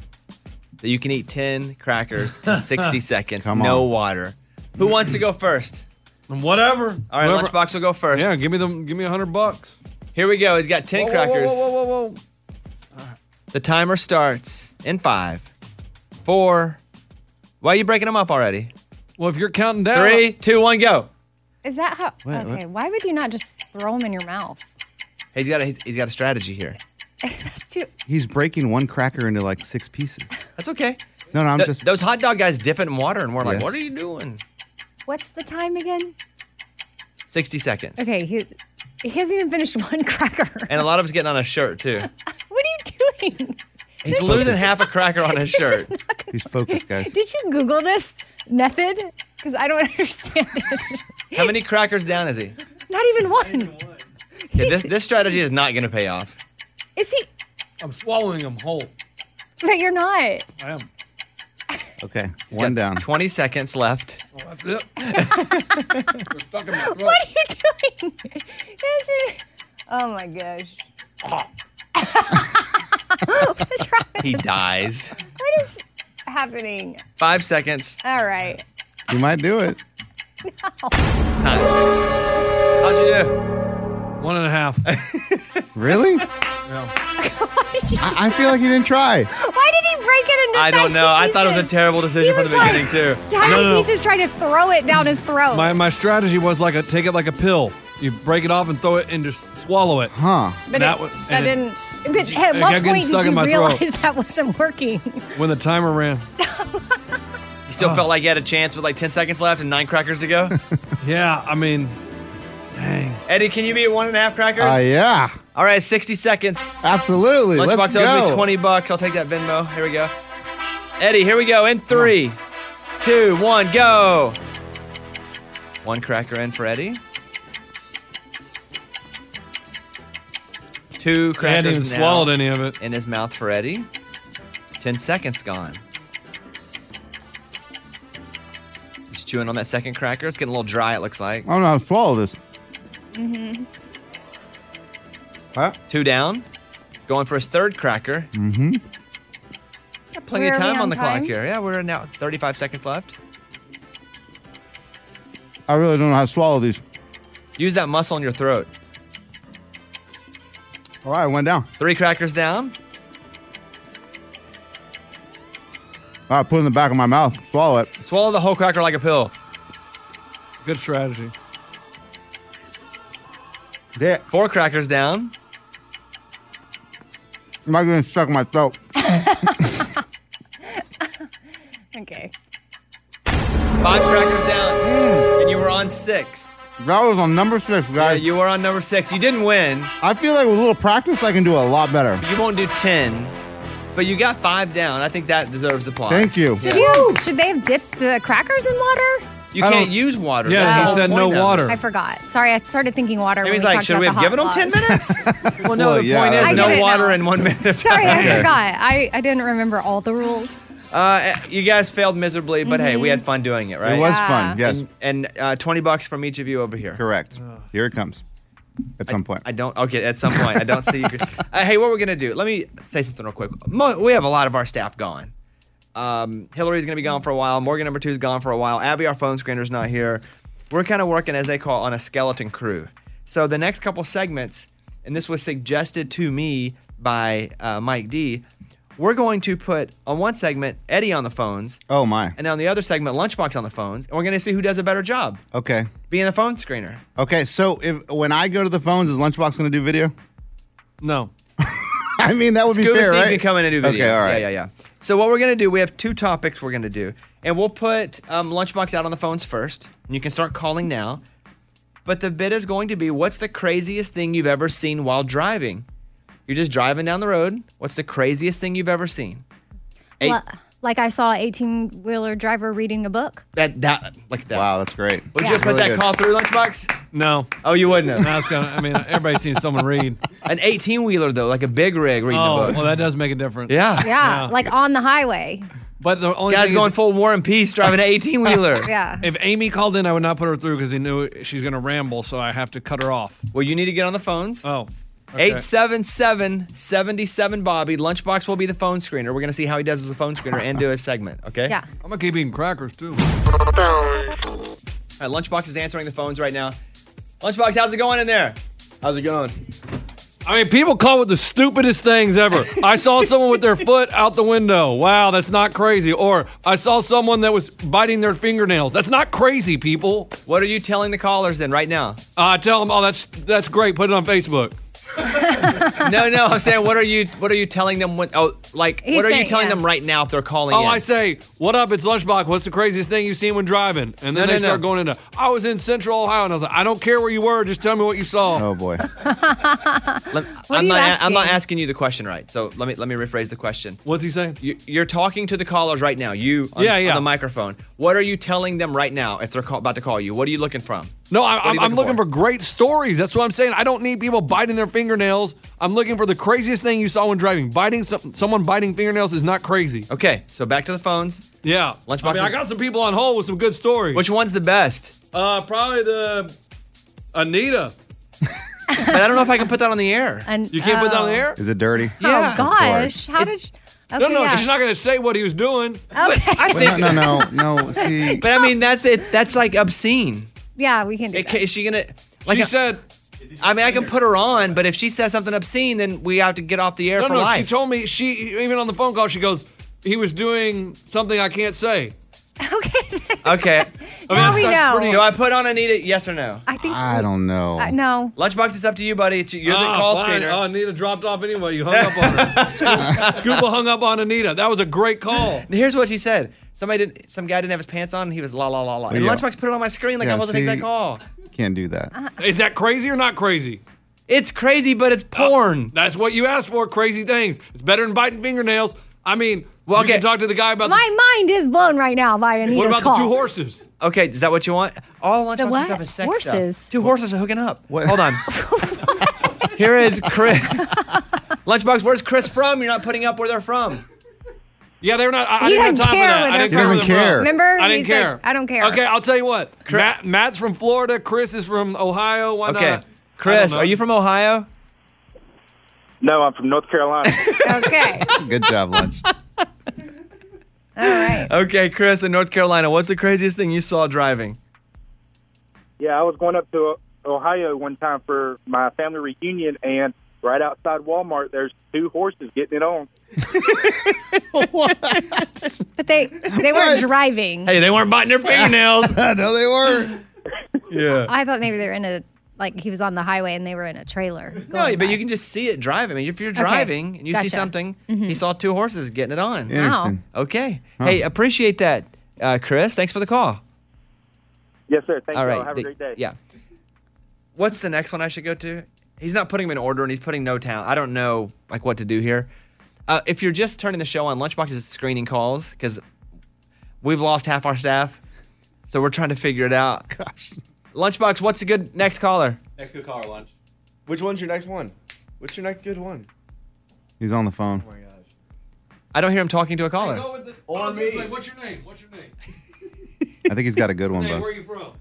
Speaker 1: that you can eat 10 crackers in 60 seconds,
Speaker 9: Come
Speaker 1: no
Speaker 9: on.
Speaker 1: water. Who wants to go first?
Speaker 9: Whatever.
Speaker 1: All right,
Speaker 9: Whoever-
Speaker 1: Lunchbox will go first.
Speaker 9: Yeah, give me them. Give me a hundred bucks.
Speaker 1: Here we go. He's got 10
Speaker 9: Whoa, whoa, whoa,
Speaker 1: crackers.
Speaker 9: whoa, whoa, whoa, whoa.
Speaker 1: The timer starts in five, four. Why are you breaking them up already?
Speaker 9: Well, if you're counting down,
Speaker 1: Three, two, one, go.
Speaker 2: Is that how?
Speaker 1: Wait,
Speaker 2: okay. Why would you not just throw him in your mouth?
Speaker 1: He's got a, he's, he's got a strategy here.
Speaker 2: That's too.
Speaker 3: He's breaking one cracker into like six pieces.
Speaker 1: That's okay.
Speaker 3: No, no, I'm
Speaker 1: Th-
Speaker 3: just.
Speaker 1: Those hot dog guys dip it in water, and we're like,
Speaker 3: Yes.
Speaker 1: what are you doing?
Speaker 2: What's the time again?
Speaker 1: 60 seconds.
Speaker 2: Okay, he he hasn't even finished one cracker.
Speaker 1: And a lot of us getting on a shirt, too.
Speaker 2: What are you doing?
Speaker 1: He's
Speaker 2: This is-
Speaker 1: losing half a cracker on his shirt.
Speaker 3: He's focused, guys.
Speaker 2: Did you Google this method? Because I don't understand it.
Speaker 1: How many crackers down is he?
Speaker 2: Not even one.
Speaker 1: Yeah, this, this strategy is not going to pay off.
Speaker 2: Is he?
Speaker 9: I'm swallowing them whole.
Speaker 2: But you're not.
Speaker 9: I am.
Speaker 3: Okay, one down.
Speaker 1: 20 seconds left.
Speaker 9: That's it.
Speaker 2: What are you doing? This is- oh my gosh. What's wrong?
Speaker 1: He dies.
Speaker 2: What is happening?
Speaker 1: Five seconds.
Speaker 2: All right.
Speaker 3: You might do it.
Speaker 1: Time. How'd you do?
Speaker 9: One and a half.
Speaker 3: Really?
Speaker 2: Why did you?
Speaker 3: I, I feel like you didn't
Speaker 2: Why
Speaker 3: try.
Speaker 2: did he break it into?
Speaker 1: I don't know. I thought it was a terrible decision from the
Speaker 2: was
Speaker 1: beginning, too.
Speaker 2: Tiny
Speaker 9: No, no, no.
Speaker 2: pieces trying to throw it down his throat.
Speaker 9: My my strategy was like a take it like a pill. You break it off and throw it and just swallow it.
Speaker 3: Huh.
Speaker 2: but it,
Speaker 9: wa-
Speaker 2: that
Speaker 9: and it-
Speaker 2: didn't. But at
Speaker 9: it
Speaker 2: what
Speaker 9: kept getting
Speaker 2: point
Speaker 9: stuck
Speaker 2: did
Speaker 9: in
Speaker 2: you
Speaker 9: my throat.
Speaker 2: realize that wasn't working?
Speaker 9: when the timer ran.
Speaker 1: You still felt like you had a chance with like 10 seconds left and nine crackers to go?
Speaker 9: Yeah, I mean,
Speaker 1: Eddie, can you be at one and a half crackers?
Speaker 3: Uh, yeah.
Speaker 1: All right, 60 seconds.
Speaker 3: Absolutely.
Speaker 1: Lunchbox
Speaker 3: Let's
Speaker 1: owes
Speaker 3: go.
Speaker 1: me 20 bucks. I'll take that Venmo. Here we go. Eddie, here we go. In three, two, one, go. One cracker in for Eddie. Two
Speaker 9: I hadn't even
Speaker 1: crackers now
Speaker 9: swallowed any of it.
Speaker 1: in his mouth for Eddie. 10 seconds gone. He's chewing on that second cracker. It's getting a little dry, it looks like.
Speaker 3: I don't know how to swallow this.
Speaker 1: Mm-hmm.
Speaker 3: Huh?
Speaker 1: Two down. Going for his third cracker.
Speaker 3: Mm-hmm.
Speaker 1: Got plenty
Speaker 2: Where
Speaker 1: of
Speaker 2: are we
Speaker 1: time on,
Speaker 2: on
Speaker 1: the
Speaker 2: time?
Speaker 1: clock here. Yeah, we're now 35 seconds left.
Speaker 3: I really don't know how to swallow these.
Speaker 1: Use that muscle in your throat.
Speaker 3: All right, one down.
Speaker 1: Three crackers down.
Speaker 3: I put it in the back of my mouth, swallow it.
Speaker 7: Swallow the whole cracker like a pill.
Speaker 9: Good strategy.
Speaker 3: Yeah.
Speaker 7: Four crackers down.
Speaker 3: I'm not gonna suck my throat.
Speaker 2: Okay.
Speaker 1: Five crackers down,
Speaker 3: Mm.
Speaker 1: and you were on six.
Speaker 3: That was on number six,
Speaker 1: Yeah,
Speaker 3: guys.
Speaker 1: you were on number six. You didn't win.
Speaker 3: I feel like with a little practice, I can do a lot better.
Speaker 1: You won't do ten, but you got five down. I think that deserves applause.
Speaker 3: Thank you.
Speaker 1: Yeah.
Speaker 2: Should you? Should they have dipped the crackers in water?
Speaker 1: You can't use water.
Speaker 9: Yeah,
Speaker 1: That's
Speaker 9: he
Speaker 1: the whole
Speaker 9: said
Speaker 1: point
Speaker 9: no
Speaker 1: of it.
Speaker 9: water.
Speaker 2: I forgot. Sorry, I started thinking water.
Speaker 1: And
Speaker 2: when
Speaker 1: he's
Speaker 2: we
Speaker 1: like,
Speaker 2: talked
Speaker 1: should
Speaker 2: about
Speaker 1: we
Speaker 2: the
Speaker 1: have given him
Speaker 2: hot
Speaker 1: 10
Speaker 2: frogs."
Speaker 1: minutes? well, no,
Speaker 7: Well,
Speaker 1: the
Speaker 7: yeah,
Speaker 1: point is
Speaker 7: I
Speaker 1: no
Speaker 2: didn't
Speaker 1: water in one minute of time.
Speaker 2: Sorry, I
Speaker 1: Okay.
Speaker 2: forgot. I, I didn't remember all the rules.
Speaker 1: Uh, you guys failed miserably, but hey, we
Speaker 2: Mhm.
Speaker 1: had fun doing it, right?
Speaker 3: It was fun, Yeah. yes.
Speaker 1: And, and, uh, 20 bucks from each of you over here.
Speaker 3: Correct. Here it comes. At some point.
Speaker 1: I don't, okay, at some point. I don't see you. Uh, hey, what we're going to do, let me say something real quick. Mo- we have a lot of our staff gone. Um, Hillary's going to be gone for a while. Morgan number two is gone for a while. Abby, our phone screener's not here. We're kind of working, as they call, on a skeleton crew. So the next couple segments, and this was suggested to me by uh, Mike D, we're going to put on one segment Eddie on the phones.
Speaker 3: Oh my.
Speaker 1: And on the other segment, Lunchbox on the phones. And we're going to see who does a better job
Speaker 3: Okay.
Speaker 1: being a phone screener.
Speaker 3: Okay. So if when I go to the phones, is Lunchbox gonna do video?
Speaker 9: No.
Speaker 3: I mean, that would
Speaker 1: Scuba
Speaker 3: be fair,
Speaker 1: Steve
Speaker 3: right?
Speaker 1: can come in and do video.
Speaker 3: Okay. All right.
Speaker 1: Yeah, yeah, yeah. So what we're gonna do, we have two topics we're gonna do, and we'll put um, Lunchbox out on the phones first, and you can start calling now. But the bid is going to be, what's the craziest thing you've ever seen while driving? You're just driving down the road. What's the craziest thing you've ever seen? Eight,
Speaker 2: Li- Like I saw an 18 wheeler driver reading a book.
Speaker 1: that that like that.
Speaker 3: Wow, that's great.
Speaker 1: Would
Speaker 2: Yeah.
Speaker 1: you put
Speaker 2: Really
Speaker 1: that
Speaker 2: good.
Speaker 1: call through, Lunchbox?
Speaker 9: No.
Speaker 1: Oh, you wouldn't have.
Speaker 9: No, it's gonna, I mean, everybody's seen someone read.
Speaker 1: An 18 wheeler though, like a big rig reading
Speaker 9: oh,
Speaker 1: a book.
Speaker 9: well, that does make a difference.
Speaker 1: Yeah.
Speaker 2: Yeah, like on the highway.
Speaker 9: But the only
Speaker 1: Guys
Speaker 9: thing
Speaker 1: going
Speaker 9: is,
Speaker 1: full War and Peace, driving an 18 wheeler.
Speaker 2: Yeah.
Speaker 9: If Amy called in, I would not put her through because he knew she's going to ramble, so I have to cut her off.
Speaker 1: Well, you need to get on the phones.
Speaker 9: Oh. okay.
Speaker 1: 877 77 Bobby. Lunchbox will be the phone screener. We're going to see how he does as a phone screener and do his segment, okay?
Speaker 2: Yeah.
Speaker 9: I'm going to keep eating crackers, too.
Speaker 1: All right, Lunchbox is answering the phones right now. Lunchbox, how's it going in there? How's it going?
Speaker 9: I mean, people call it the stupidest things ever. I saw someone with their foot out the window. Wow, that's not crazy. Or I saw someone that was biting their fingernails. That's not crazy, people.
Speaker 1: What are you telling the callers then right now?
Speaker 9: Uh, tell them, oh, that's that's great. Put it on Facebook.
Speaker 1: no, no, I'm saying what are you what are you telling them when oh like
Speaker 9: He's
Speaker 1: what are you
Speaker 9: saying,
Speaker 1: telling
Speaker 9: yeah.
Speaker 1: them right now if they're calling
Speaker 9: Oh,
Speaker 1: in?
Speaker 9: I say, what up? It's Lunchbox. What's the craziest thing you've seen when driving? And
Speaker 1: No, no,
Speaker 9: then they
Speaker 1: no.
Speaker 9: start going into, I was in Central Ohio, and I was like, I don't care where you were. Just tell me what you saw.
Speaker 3: Oh boy.
Speaker 1: Let-
Speaker 2: are
Speaker 1: I'm
Speaker 2: you
Speaker 1: not a- I'm not
Speaker 2: asking?
Speaker 1: asking you the question right. So let me let me rephrase the question.
Speaker 9: What's he saying?
Speaker 1: You, you're talking to the callers right now. You on,
Speaker 9: Yeah, yeah.
Speaker 1: on the microphone. What are you telling them right now if they're call, about to call you? What are you looking from?
Speaker 9: No, I,
Speaker 1: What are
Speaker 9: I'm,
Speaker 1: you
Speaker 9: I'm looking
Speaker 1: for?
Speaker 9: for great stories. That's what I'm saying. I don't need people biting their fingernails. I'm looking for the craziest thing you saw when driving. Biting some, someone biting fingernails is not crazy.
Speaker 1: Okay, so back to the phones.
Speaker 9: Yeah.
Speaker 1: Lunchbox.
Speaker 9: I mean, I
Speaker 1: is-
Speaker 9: got some people on hold with some good stories.
Speaker 1: Which one's the best?
Speaker 9: Uh, probably the Anita.
Speaker 1: But I don't know if I can put that on the air.
Speaker 2: And
Speaker 9: You can't put that on the air.
Speaker 3: Is it dirty?
Speaker 1: Yeah.
Speaker 2: Oh gosh,
Speaker 3: course.
Speaker 2: how did? you- Okay,
Speaker 9: no, no,
Speaker 2: yeah.
Speaker 9: she's not going to say what he was doing.
Speaker 2: Okay.
Speaker 1: I
Speaker 3: No,
Speaker 1: think.
Speaker 3: no, no, no. See,
Speaker 1: But I mean, that's it. That's like obscene.
Speaker 2: yeah, we can do
Speaker 1: It,
Speaker 2: that.
Speaker 1: ca- is she gonna? Like
Speaker 9: she
Speaker 1: I-
Speaker 9: said,
Speaker 1: I mean, I can put her on, but if she says something obscene, then we have to get off the air
Speaker 9: no,
Speaker 1: for
Speaker 9: no.
Speaker 1: life.
Speaker 9: She told me she even on the phone call. She goes, he was doing something I can't say.
Speaker 1: okay.
Speaker 9: I mean,
Speaker 2: Now
Speaker 9: that's-
Speaker 2: we
Speaker 9: that's
Speaker 2: know.
Speaker 9: pretty-
Speaker 1: Do I put on Anita? Yes or no?
Speaker 2: I think.
Speaker 3: I don't know.
Speaker 2: Uh, no.
Speaker 1: Lunchbox, it's up to you, buddy. It's- You're the
Speaker 9: Ah,
Speaker 1: call
Speaker 9: fine.
Speaker 1: screener.
Speaker 9: Oh, Anita dropped off anyway. You hung up on her. Scuba, Scuba hung up on Anita. That was a great call.
Speaker 1: Here's what she said. Somebody didn't. Some guy didn't have his pants on. and He was la la la la. And
Speaker 3: Yeah.
Speaker 1: Lunchbox put it on my screen like
Speaker 3: Yeah,
Speaker 1: I wasn't taking that
Speaker 3: see?
Speaker 1: call.
Speaker 3: can't do
Speaker 2: Uh-huh.
Speaker 3: that.
Speaker 9: Is that crazy or not crazy? Uh,
Speaker 1: It's crazy, but it's porn.
Speaker 9: That's what you asked for. Crazy things. It's better than biting fingernails. I mean,
Speaker 1: Well,
Speaker 9: well, you
Speaker 1: okay.
Speaker 9: can talk to the guy about.
Speaker 2: My mind is blown right now by
Speaker 9: the,
Speaker 2: Anita's
Speaker 9: what about
Speaker 2: call.
Speaker 9: the two horses?
Speaker 1: Okay, is that what you want? All
Speaker 2: The
Speaker 1: Lunchbox
Speaker 2: what?
Speaker 1: stuff is sex
Speaker 2: Horses.
Speaker 1: stuff. Two horses are hooking up. Hold on. Here is Chris. Lunchbox, where's Chris from? You're not putting up where they're from.
Speaker 9: Yeah, they're not. I, I
Speaker 2: He
Speaker 9: didn't have
Speaker 2: doesn't
Speaker 9: time
Speaker 2: care
Speaker 9: for
Speaker 2: where
Speaker 9: that. I
Speaker 2: they're
Speaker 9: didn't care.
Speaker 3: from.
Speaker 9: where they're
Speaker 3: Doesn't care.
Speaker 9: from.
Speaker 2: Remember?
Speaker 9: I didn't
Speaker 2: He's like,
Speaker 9: care.
Speaker 2: "I don't care."
Speaker 9: Okay, I'll tell you what. Matt, Matt's from Florida. Chris is from Ohio. Why not? I
Speaker 1: Okay.
Speaker 9: don't
Speaker 1: Chris,
Speaker 9: know.
Speaker 1: are you from Ohio?
Speaker 15: No, I'm from North Carolina.
Speaker 2: okay.
Speaker 3: Good job, lunch.
Speaker 1: Okay, Chris in North Carolina. What's the craziest thing you saw driving?
Speaker 15: Yeah, I was going up to Ohio one time for my family reunion, and
Speaker 18: right outside Walmart, there's two horses getting it on.
Speaker 2: But they they weren't driving.
Speaker 18: Hey, they weren't biting their fingernails.
Speaker 3: no, they weren't.
Speaker 1: Yeah.
Speaker 2: I thought maybe they were in a like he was on the highway and they were in a trailer.
Speaker 1: No, but you can just see it driving. I mean, if you're
Speaker 2: Okay.
Speaker 1: driving and you see
Speaker 2: Gotcha. Mm-hmm.
Speaker 1: something, he saw two horses getting it on.
Speaker 18: Interesting.
Speaker 1: Okay. Hey, appreciate that, uh, Chris. Thanks for the call.
Speaker 18: Yes, sir. Thank
Speaker 1: All
Speaker 18: you.
Speaker 1: right.
Speaker 18: all. Have
Speaker 1: The-
Speaker 18: a great day.
Speaker 1: Yeah. What's the next one I should go to? He's not putting them in order, and he's putting no town. I don't know like what to do here. Uh, if you're just turning the show on, Lunchbox is screening calls because we've lost half our staff, so we're trying to figure it out. Gosh. Lunchbox, what's a good next caller?
Speaker 7: Next good caller, lunch. Which one's your next one? What's your next good one?
Speaker 3: He's on the phone.
Speaker 1: Oh I don't hear him talking to a caller.
Speaker 7: Or me.
Speaker 9: What's your name? What's your name?
Speaker 3: I think he's got a good one,
Speaker 9: Hey,
Speaker 3: Buzz.
Speaker 9: where are you from?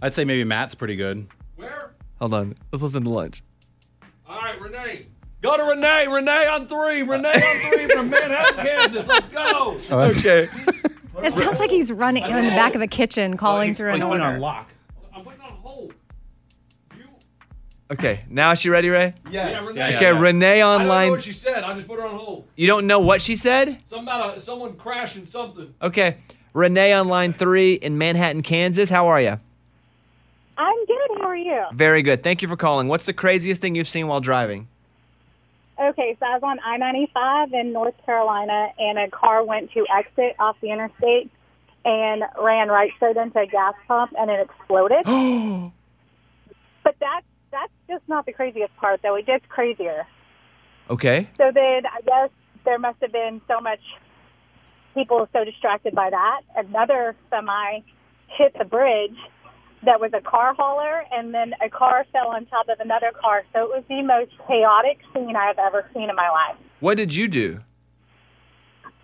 Speaker 8: I'd say maybe Matt's pretty good.
Speaker 1: Hold on. Let's listen to lunch.
Speaker 9: All right, Renee. Go to Renee. Renee on three. Renee on three from Manhattan, Kansas. Let's go.
Speaker 1: Oh, okay.
Speaker 2: It sounds like he's running in the back of a kitchen calling through an order.
Speaker 1: lock. I'm putting on hold. Okay, now is she ready, Ray?
Speaker 9: Yes. Yeah, Renee.
Speaker 1: Okay,
Speaker 9: Yeah, yeah.
Speaker 1: Renee
Speaker 9: I don't know
Speaker 1: online.
Speaker 9: what she said. I just put her on hold.
Speaker 1: you don't know what she said?
Speaker 9: Something about a, someone crashing something.
Speaker 1: Okay, Renee on line three in Manhattan, Kansas. How are you?
Speaker 19: I'm good. How are you?
Speaker 1: Very good. Thank you for calling. What's the craziest thing you've seen while driving?
Speaker 19: Okay, so I was on I 95 in North Carolina, and a car went to exit off the interstate and ran right straight into a gas pump and it exploded. but that's, that's just not the craziest part, though. It gets crazier.
Speaker 1: Okay.
Speaker 19: So then I guess there must have been so much people so distracted by that. Another semi hit the bridge that was a car hauler and then a car fell on top of another car. So it was the most chaotic scene I've ever seen in my life.
Speaker 1: What did you do?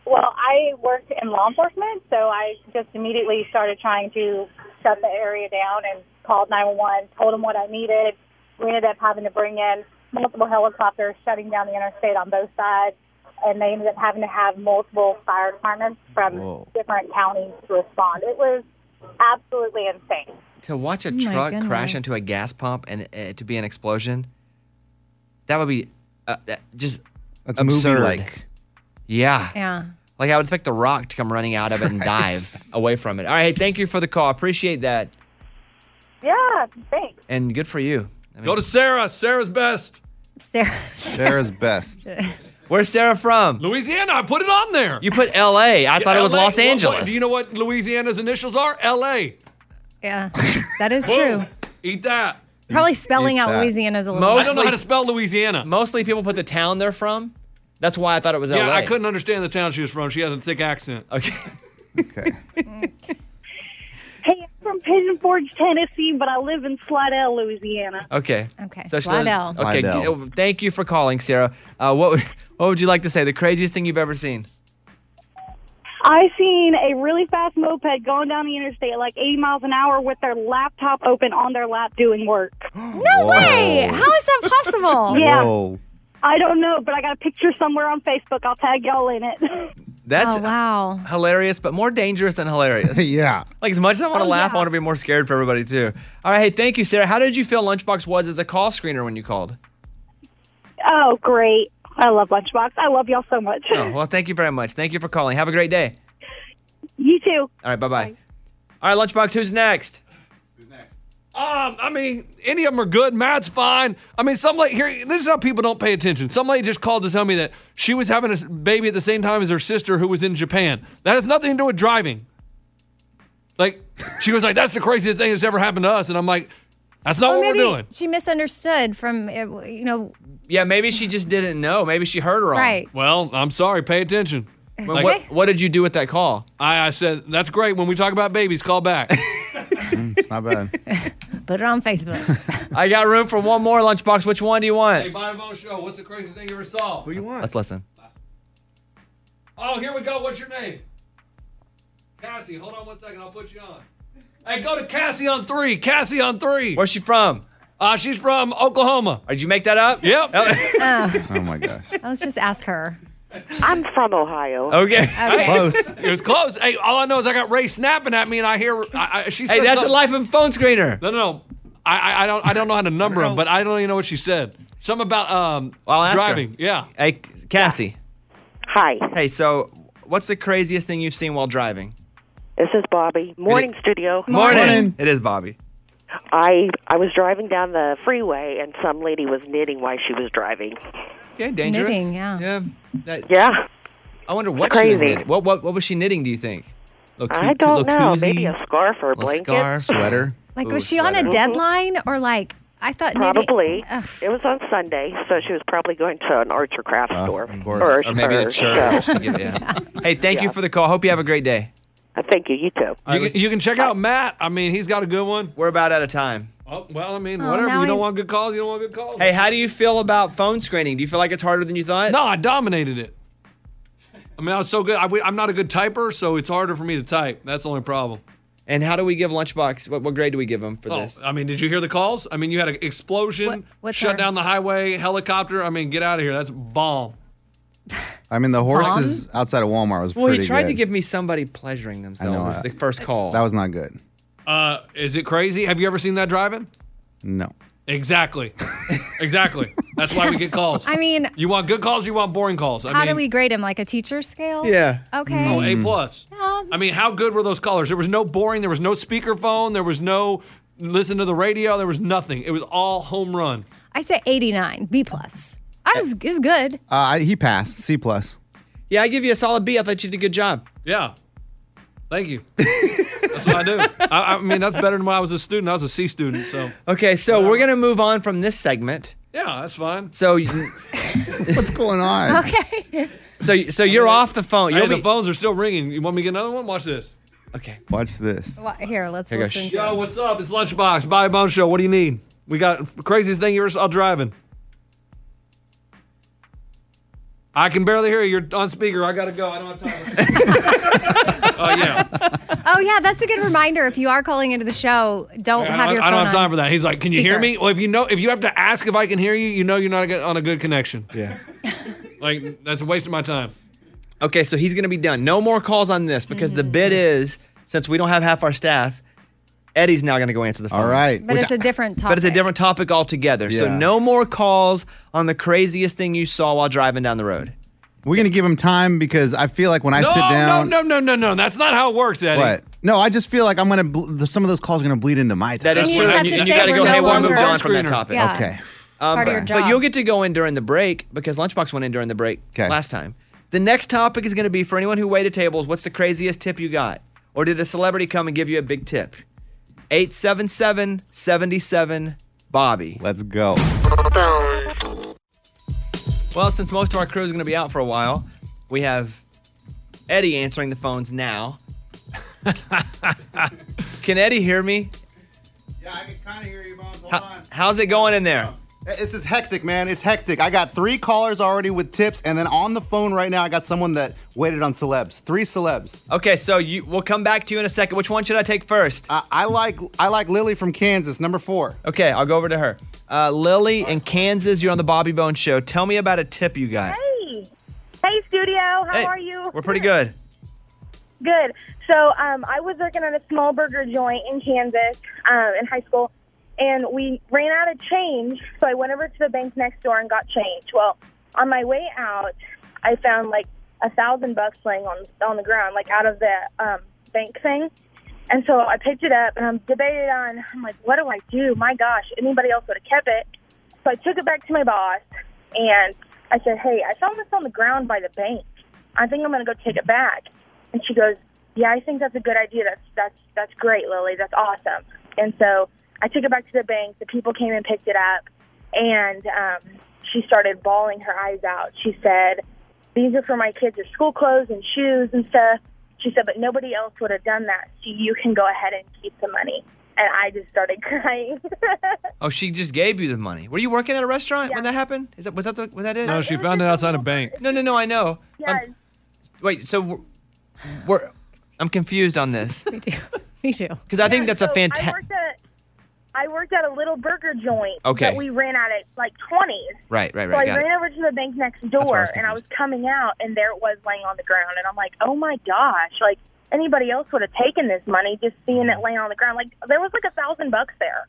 Speaker 19: Well, I worked in law enforcement, so I just immediately started trying to shut the area down and called 911, told them what I needed. We ended up having to bring in multiple helicopters, shutting down the interstate on both sides, and they ended up having to have multiple fire departments from
Speaker 1: Whoa.
Speaker 19: different counties to respond. It was absolutely insane.
Speaker 1: To watch a
Speaker 19: Oh my
Speaker 1: truck crash
Speaker 19: goodness.
Speaker 1: into a gas pump and uh, to be an explosion, that would be uh, that- just
Speaker 3: That's
Speaker 1: absurd.
Speaker 3: movie-like.
Speaker 1: Yeah.
Speaker 2: Yeah.
Speaker 1: Like I would expect the rock to come running out of it and dive away from it. All right, hey, thank you for the call. Appreciate that,
Speaker 19: Yeah, thanks.
Speaker 1: and good for you.
Speaker 9: Go to Sarah. Sarah's best.
Speaker 2: Sarah.
Speaker 1: Sarah's
Speaker 3: best.
Speaker 1: Where's Sarah from?
Speaker 9: Louisiana. I put it on there.
Speaker 1: You put L.A. I
Speaker 9: Yeah,
Speaker 1: thought it was
Speaker 9: LA.
Speaker 1: Los
Speaker 9: What- what-
Speaker 1: Angeles.
Speaker 9: do you know what Louisiana's initials are? L.A.
Speaker 2: Yeah. That is
Speaker 9: Boom.
Speaker 2: true.
Speaker 9: Eat that.
Speaker 2: Probably spelling out Louisiana's a little
Speaker 9: I don't know how to spell Louisiana.
Speaker 1: Mostly people put the town they're from. That's why I thought it was
Speaker 9: Yeah,
Speaker 1: L.A.
Speaker 9: I couldn't understand the town she was from. She has a thick accent.
Speaker 1: Okay.
Speaker 20: Hey, I'm from Pigeon Forge, Tennessee, but I live in Slidell, Louisiana.
Speaker 1: Okay.
Speaker 20: Okay,
Speaker 1: she
Speaker 20: slide
Speaker 1: lives-
Speaker 20: out.
Speaker 1: Okay.
Speaker 20: Slide
Speaker 1: g-
Speaker 20: out.
Speaker 1: oh, Thank you for calling, Sarah. Uh, what would- What would you like to say? The craziest thing you've ever seen?
Speaker 20: I seen a really fast moped going down the interstate at like 80 miles an hour with their laptop open on their lap doing work. No
Speaker 2: way! How is that possible?
Speaker 20: yeah. I don't know, but I got a picture somewhere on Facebook. I'll tag y'all in it.
Speaker 1: That's
Speaker 2: Oh, wow.
Speaker 1: hilarious, but more dangerous than hilarious.
Speaker 3: yeah.
Speaker 1: Like as much as I want to
Speaker 2: Oh,
Speaker 1: laugh,
Speaker 2: yeah.
Speaker 1: I want to be more scared for everybody too. All right. Hey, thank you, Sarah. How did you feel Lunchbox was as a call screener when you called?
Speaker 20: Oh, great. I love Lunchbox. I love y'all so much.
Speaker 1: Oh, well, thank you very much. Thank you for calling. Have a great day.
Speaker 20: You too.
Speaker 1: All right. Bye-bye. All right, Lunchbox. Who's next?
Speaker 9: Um, I mean, any of them are good. Matt's fine. I mean, some lady here. This is how people don't pay attention. Somebody just called to tell me that she was having a s- baby at the same time as her sister, who was in Japan. That has nothing to do with driving. Like, she was like, "That's the craziest thing that's ever happened to us," and I'm like, "That's not
Speaker 2: Or
Speaker 9: what
Speaker 2: maybe
Speaker 9: we're doing."
Speaker 2: She misunderstood from uh, you know.
Speaker 1: Yeah, maybe she just didn't know. Maybe she heard wrong.
Speaker 2: Right.
Speaker 9: Well, I'm sorry. Pay attention.
Speaker 1: Well, what- what did you do with that call?
Speaker 9: I, I said, "That's great." When we talk about babies, call back.
Speaker 3: Mm, it's not bad.
Speaker 2: Put it on Facebook.
Speaker 1: I got room for one more Lunchbox. Which one do you
Speaker 9: Hey,
Speaker 1: want?
Speaker 9: Bonnie Bone Show, what's the craziest thing you ever saw? Who you want?
Speaker 1: Let's listen.
Speaker 9: Oh, here we go. What's your name? Cassie. Hold on one second. I'll put you on. Hey, go to Cassie on three. Cassie on three.
Speaker 1: Where's she from?
Speaker 9: Uh, she's from Oklahoma.
Speaker 1: Did you make that up?
Speaker 9: Yep.
Speaker 2: oh,
Speaker 3: Oh my gosh.
Speaker 2: let's just ask her.
Speaker 21: I'm from Ohio.
Speaker 1: Okay.
Speaker 2: Okay. Close.
Speaker 9: It was close. Hey, all I know is I got Ray snapping at me, and I hear I, I, she said
Speaker 1: Hey, that's a
Speaker 9: something-
Speaker 1: life and phone screener.
Speaker 9: No, no, no. I, I, I don't I don't know how to number them, but I don't even know what she said. Some about um
Speaker 1: I'll ask her.
Speaker 9: driving. Yeah.
Speaker 1: Hey, Cassie.
Speaker 21: Hi.
Speaker 1: Hey, so what's the craziest thing you've seen while driving?
Speaker 21: This is Bobby. Morning studio.
Speaker 1: It is Bobby.
Speaker 21: I I was driving down the freeway and some lady was knitting while she was driving.
Speaker 1: Okay, dangerous.
Speaker 21: Knitting,
Speaker 1: yeah. Yeah. that-
Speaker 21: Yeah.
Speaker 1: I wonder what
Speaker 21: It's
Speaker 1: she was
Speaker 21: crazy.
Speaker 1: knitting. What, what what was she knitting? Do you think? Little
Speaker 21: I
Speaker 1: cute-
Speaker 21: don't
Speaker 1: little
Speaker 21: know.
Speaker 1: koozie?
Speaker 21: Maybe a scarf or a
Speaker 1: Little
Speaker 21: blanket.
Speaker 1: scarf, sweater.
Speaker 2: Like,
Speaker 1: Ooh,
Speaker 2: was she on
Speaker 1: sweater.
Speaker 2: a deadline or like, I thought knitting-
Speaker 21: Probably.
Speaker 2: Ugh.
Speaker 21: It was on Sunday, so she was probably going to an archer craft store.
Speaker 1: Or,
Speaker 21: Or,
Speaker 1: maybe
Speaker 21: or
Speaker 1: the church. to give- yeah. Hey, thank you for the call. Hope you have a great day.
Speaker 21: Uh, Thank you. You too.
Speaker 9: You can, you can check out Matt. I mean, he's got a good one.
Speaker 1: We're about out of time.
Speaker 9: Oh, well, I mean,
Speaker 1: Oh,
Speaker 9: whatever.
Speaker 1: now
Speaker 9: You don't
Speaker 1: I-
Speaker 9: want good calls. You don't want good calls.
Speaker 1: Hey, how do you feel about phone screening? Do you feel like it's harder than you thought?
Speaker 9: No, I dominated it. I mean, I was so good. I, am not a good typer, so it's harder for me to type. That's the only problem.
Speaker 1: And how do we give Lunchbox? What, what grade do we give him for
Speaker 9: Oh,
Speaker 1: this?
Speaker 9: I mean, did you hear the calls? I mean, you had an explosion,
Speaker 2: what's
Speaker 9: shut
Speaker 2: our-
Speaker 9: down the highway, helicopter. I mean, get out of here. That's bomb.
Speaker 3: I mean, the horses outside of Walmart was
Speaker 1: Well,
Speaker 3: pretty
Speaker 1: he tried
Speaker 3: good.
Speaker 1: to give me somebody pleasuring
Speaker 3: I know,
Speaker 1: themselves. It's
Speaker 3: I-
Speaker 1: the first call.
Speaker 3: That was not good.
Speaker 9: Uh, is it crazy? Have you ever seen that driving?
Speaker 3: No.
Speaker 9: Exactly. exactly. That's why we get calls.
Speaker 2: I mean,
Speaker 9: You want good calls? You want boring calls? I
Speaker 2: how
Speaker 9: mean,
Speaker 2: do we grade him? Like a teacher scale? Okay. Um,
Speaker 9: Oh,
Speaker 1: Hmm.
Speaker 9: A plus. I mean, how good were those callers? There was no boring. There was no speakerphone. There was no listen to the radio. There was nothing. It was all home run.
Speaker 2: I say 89, B plus. I was, it was good.
Speaker 3: Uh, I, he passed. C plus.
Speaker 1: Yeah, I give you a solid B. I thought you did a good job.
Speaker 9: Yeah. Thank you. that's what I do. I, I mean, that's better than when I was a student. I was a C student. So
Speaker 1: Okay, so we're gonna move on from this segment.
Speaker 9: yeah, that's fine.
Speaker 1: So, you-
Speaker 3: what's going on?
Speaker 2: Okay.
Speaker 1: so, so you're off the phone.
Speaker 9: Hey,
Speaker 1: Oh, You'll
Speaker 9: the
Speaker 1: be
Speaker 9: phones are still ringing. You want me to get another one? Watch this.
Speaker 3: Watch this.
Speaker 2: Wha- Here, let's
Speaker 9: Here goes-
Speaker 2: listen.
Speaker 9: Yo, what's up? It's Lunchbox. Bobby Bone Show. What do you need? We got craziest thing you ever saw driving. I can barely hear you. You're on speaker. I gotta go. I don't have time. Oh yeah.
Speaker 2: Oh, yeah, that's a good reminder. If you are calling into the show, don't
Speaker 9: I
Speaker 2: have
Speaker 9: don't,
Speaker 2: your
Speaker 9: I
Speaker 2: phone
Speaker 9: don't have time
Speaker 2: on.
Speaker 9: for that. He's like, can you hear
Speaker 2: speaker.
Speaker 9: me? Well, if you know, if you have to ask if I can hear you, you know you're not get- on a good connection.
Speaker 1: Yeah.
Speaker 9: like that's a waste of my time.
Speaker 1: okay. So he's gonna be done. No more calls on this because the bid
Speaker 2: Mm-hmm.
Speaker 1: is since we don't have half our staff, Eddie's now gonna go answer the phone. All right,
Speaker 2: But it's a different topic.
Speaker 1: But it's a different topic altogether. So
Speaker 3: Yeah.
Speaker 1: no more calls on the craziest thing you saw while driving down the road.
Speaker 3: We're gonna give him time because I feel like when I
Speaker 9: no,
Speaker 3: sit down,
Speaker 9: no, no, no, no, no. That's not how it works, Eddie.
Speaker 3: what? No, I just feel like I'm gonna. Bl- some of those calls are gonna bleed into my time.
Speaker 1: That is
Speaker 9: And you
Speaker 1: true.
Speaker 9: just have to say
Speaker 1: gotta
Speaker 9: we're
Speaker 1: go.
Speaker 9: no
Speaker 1: hey, we're
Speaker 9: longer
Speaker 1: moved on from
Speaker 9: screener.
Speaker 1: that topic.
Speaker 9: Yeah.
Speaker 3: Okay.
Speaker 1: Um,
Speaker 2: Part of your
Speaker 1: But
Speaker 2: job.
Speaker 1: you'll get to go in during the break because Lunchbox went in during the break last time. The next topic is going to be for anyone who waited tables. What's the craziest tip you got? Or did a celebrity come and give you a big tip? 877 77 Bobby.
Speaker 3: Let's go.
Speaker 1: Well, since most of our crew is going to be out for a while, we have Eddie answering the phones now. Can Eddie hear me?
Speaker 3: Yeah, I can kind of hear you, Bones. Hold
Speaker 1: How, how's it going in there?
Speaker 3: This is hectic, man. It's hectic. I got three callers already with tips, and then on the phone right now, I got someone that waited on celebs. Three celebs.
Speaker 1: Okay, so you we'll come back to you in a second. Which one should I take first?
Speaker 3: I, I like I like Lily from Kansas, number four.
Speaker 1: Okay, I'll go over to her. Uh, Lily in Kansas, you're on the Bobby Bone Show. Tell me about a tip you got.
Speaker 12: Hey. Hey, studio. How
Speaker 1: Hey,
Speaker 12: are you?
Speaker 1: We're pretty good.
Speaker 12: Good. So, um, I was working at a small burger joint in Kansas um, in high school, and we ran out of change. So, I went over to the bank next door and got change. Well, on my way out, I found like a thousand bucks laying on on the ground, like out of the um, bank thing. And so I picked it up and I'm debated on, I'm like, what do I do? My gosh, anybody else would have kept it. So I took it back to my boss and I said, hey, I found this on the ground by the bank. I think I'm going to go take it back. And she goes, yeah, I think that's a good idea. That's, that's, that's great, Lily. That's awesome. And so I took it back to the bank. The people came and picked it up and um, she started bawling her eyes out. She said, these are for my kids' school clothes and shoes and stuff. She said, but nobody else would have done that, so you can go ahead and keep the money. And I just started crying.
Speaker 1: Oh, she just gave you the money. Were you working at a restaurant when that happened? Is that was that the, was that it?
Speaker 9: No, she found it outside a bank.
Speaker 1: No, no, no. I know.
Speaker 12: yes.
Speaker 1: Wait, so we're, we're I'm confused on this
Speaker 2: Me too.
Speaker 1: because I think that's a
Speaker 12: So I
Speaker 1: fantastic.
Speaker 12: worked at I worked at a little burger joint
Speaker 1: Okay.
Speaker 12: that we ran out at like twenties.
Speaker 1: Right, right,
Speaker 12: so I
Speaker 1: right. Got
Speaker 12: ran
Speaker 1: it.
Speaker 12: over to the bank next
Speaker 1: where I
Speaker 12: door
Speaker 1: was
Speaker 12: and I was coming out and there it was laying on the ground and I'm like, Oh my gosh, like anybody else would have taken this money just seeing it laying on the ground. Like there was like a thousand bucks there.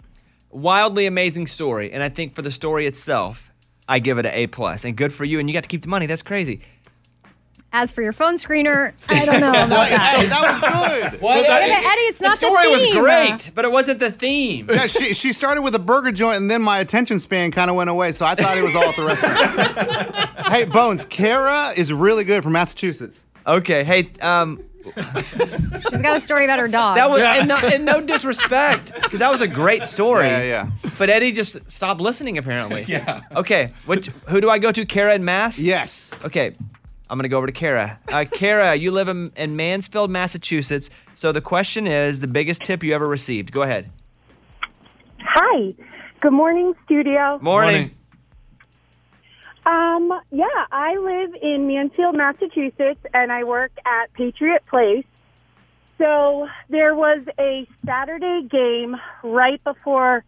Speaker 1: Wildly amazing story, and I think for the story itself, I give it an A plus, and good for you. And you got to keep the money. That's crazy.
Speaker 2: As for your phone screener, I don't know about that.
Speaker 1: was good. What?
Speaker 2: Wait a minute, Eddie, it's
Speaker 1: the
Speaker 2: not the
Speaker 1: story was
Speaker 2: theme.
Speaker 1: great, but it wasn't the theme.
Speaker 3: Yeah, she, she started with a burger joint, and then my attention span kind of went away, so I thought it was all at the restaurant. hey, Bones, Kara is really good from Massachusetts.
Speaker 1: Okay, hey, um,
Speaker 2: She's got a story about her dog.
Speaker 1: That was and, no, and no disrespect, because that was a great story. Yeah, yeah. But Eddie just stopped listening apparently. yeah. Okay. Which who do I go to? Kara in Mass. Yes. Okay. I'm gonna go over to Kara. Uh, Kara, you live in, in Mansfield, Massachusetts. So the question is, the biggest tip you ever received? Go ahead.
Speaker 11: Hi. Good morning, studio.
Speaker 1: Morning.
Speaker 11: Um, yeah, I live in Mansfield, Massachusetts, and I work at Patriot Place. So there was a Saturday game right before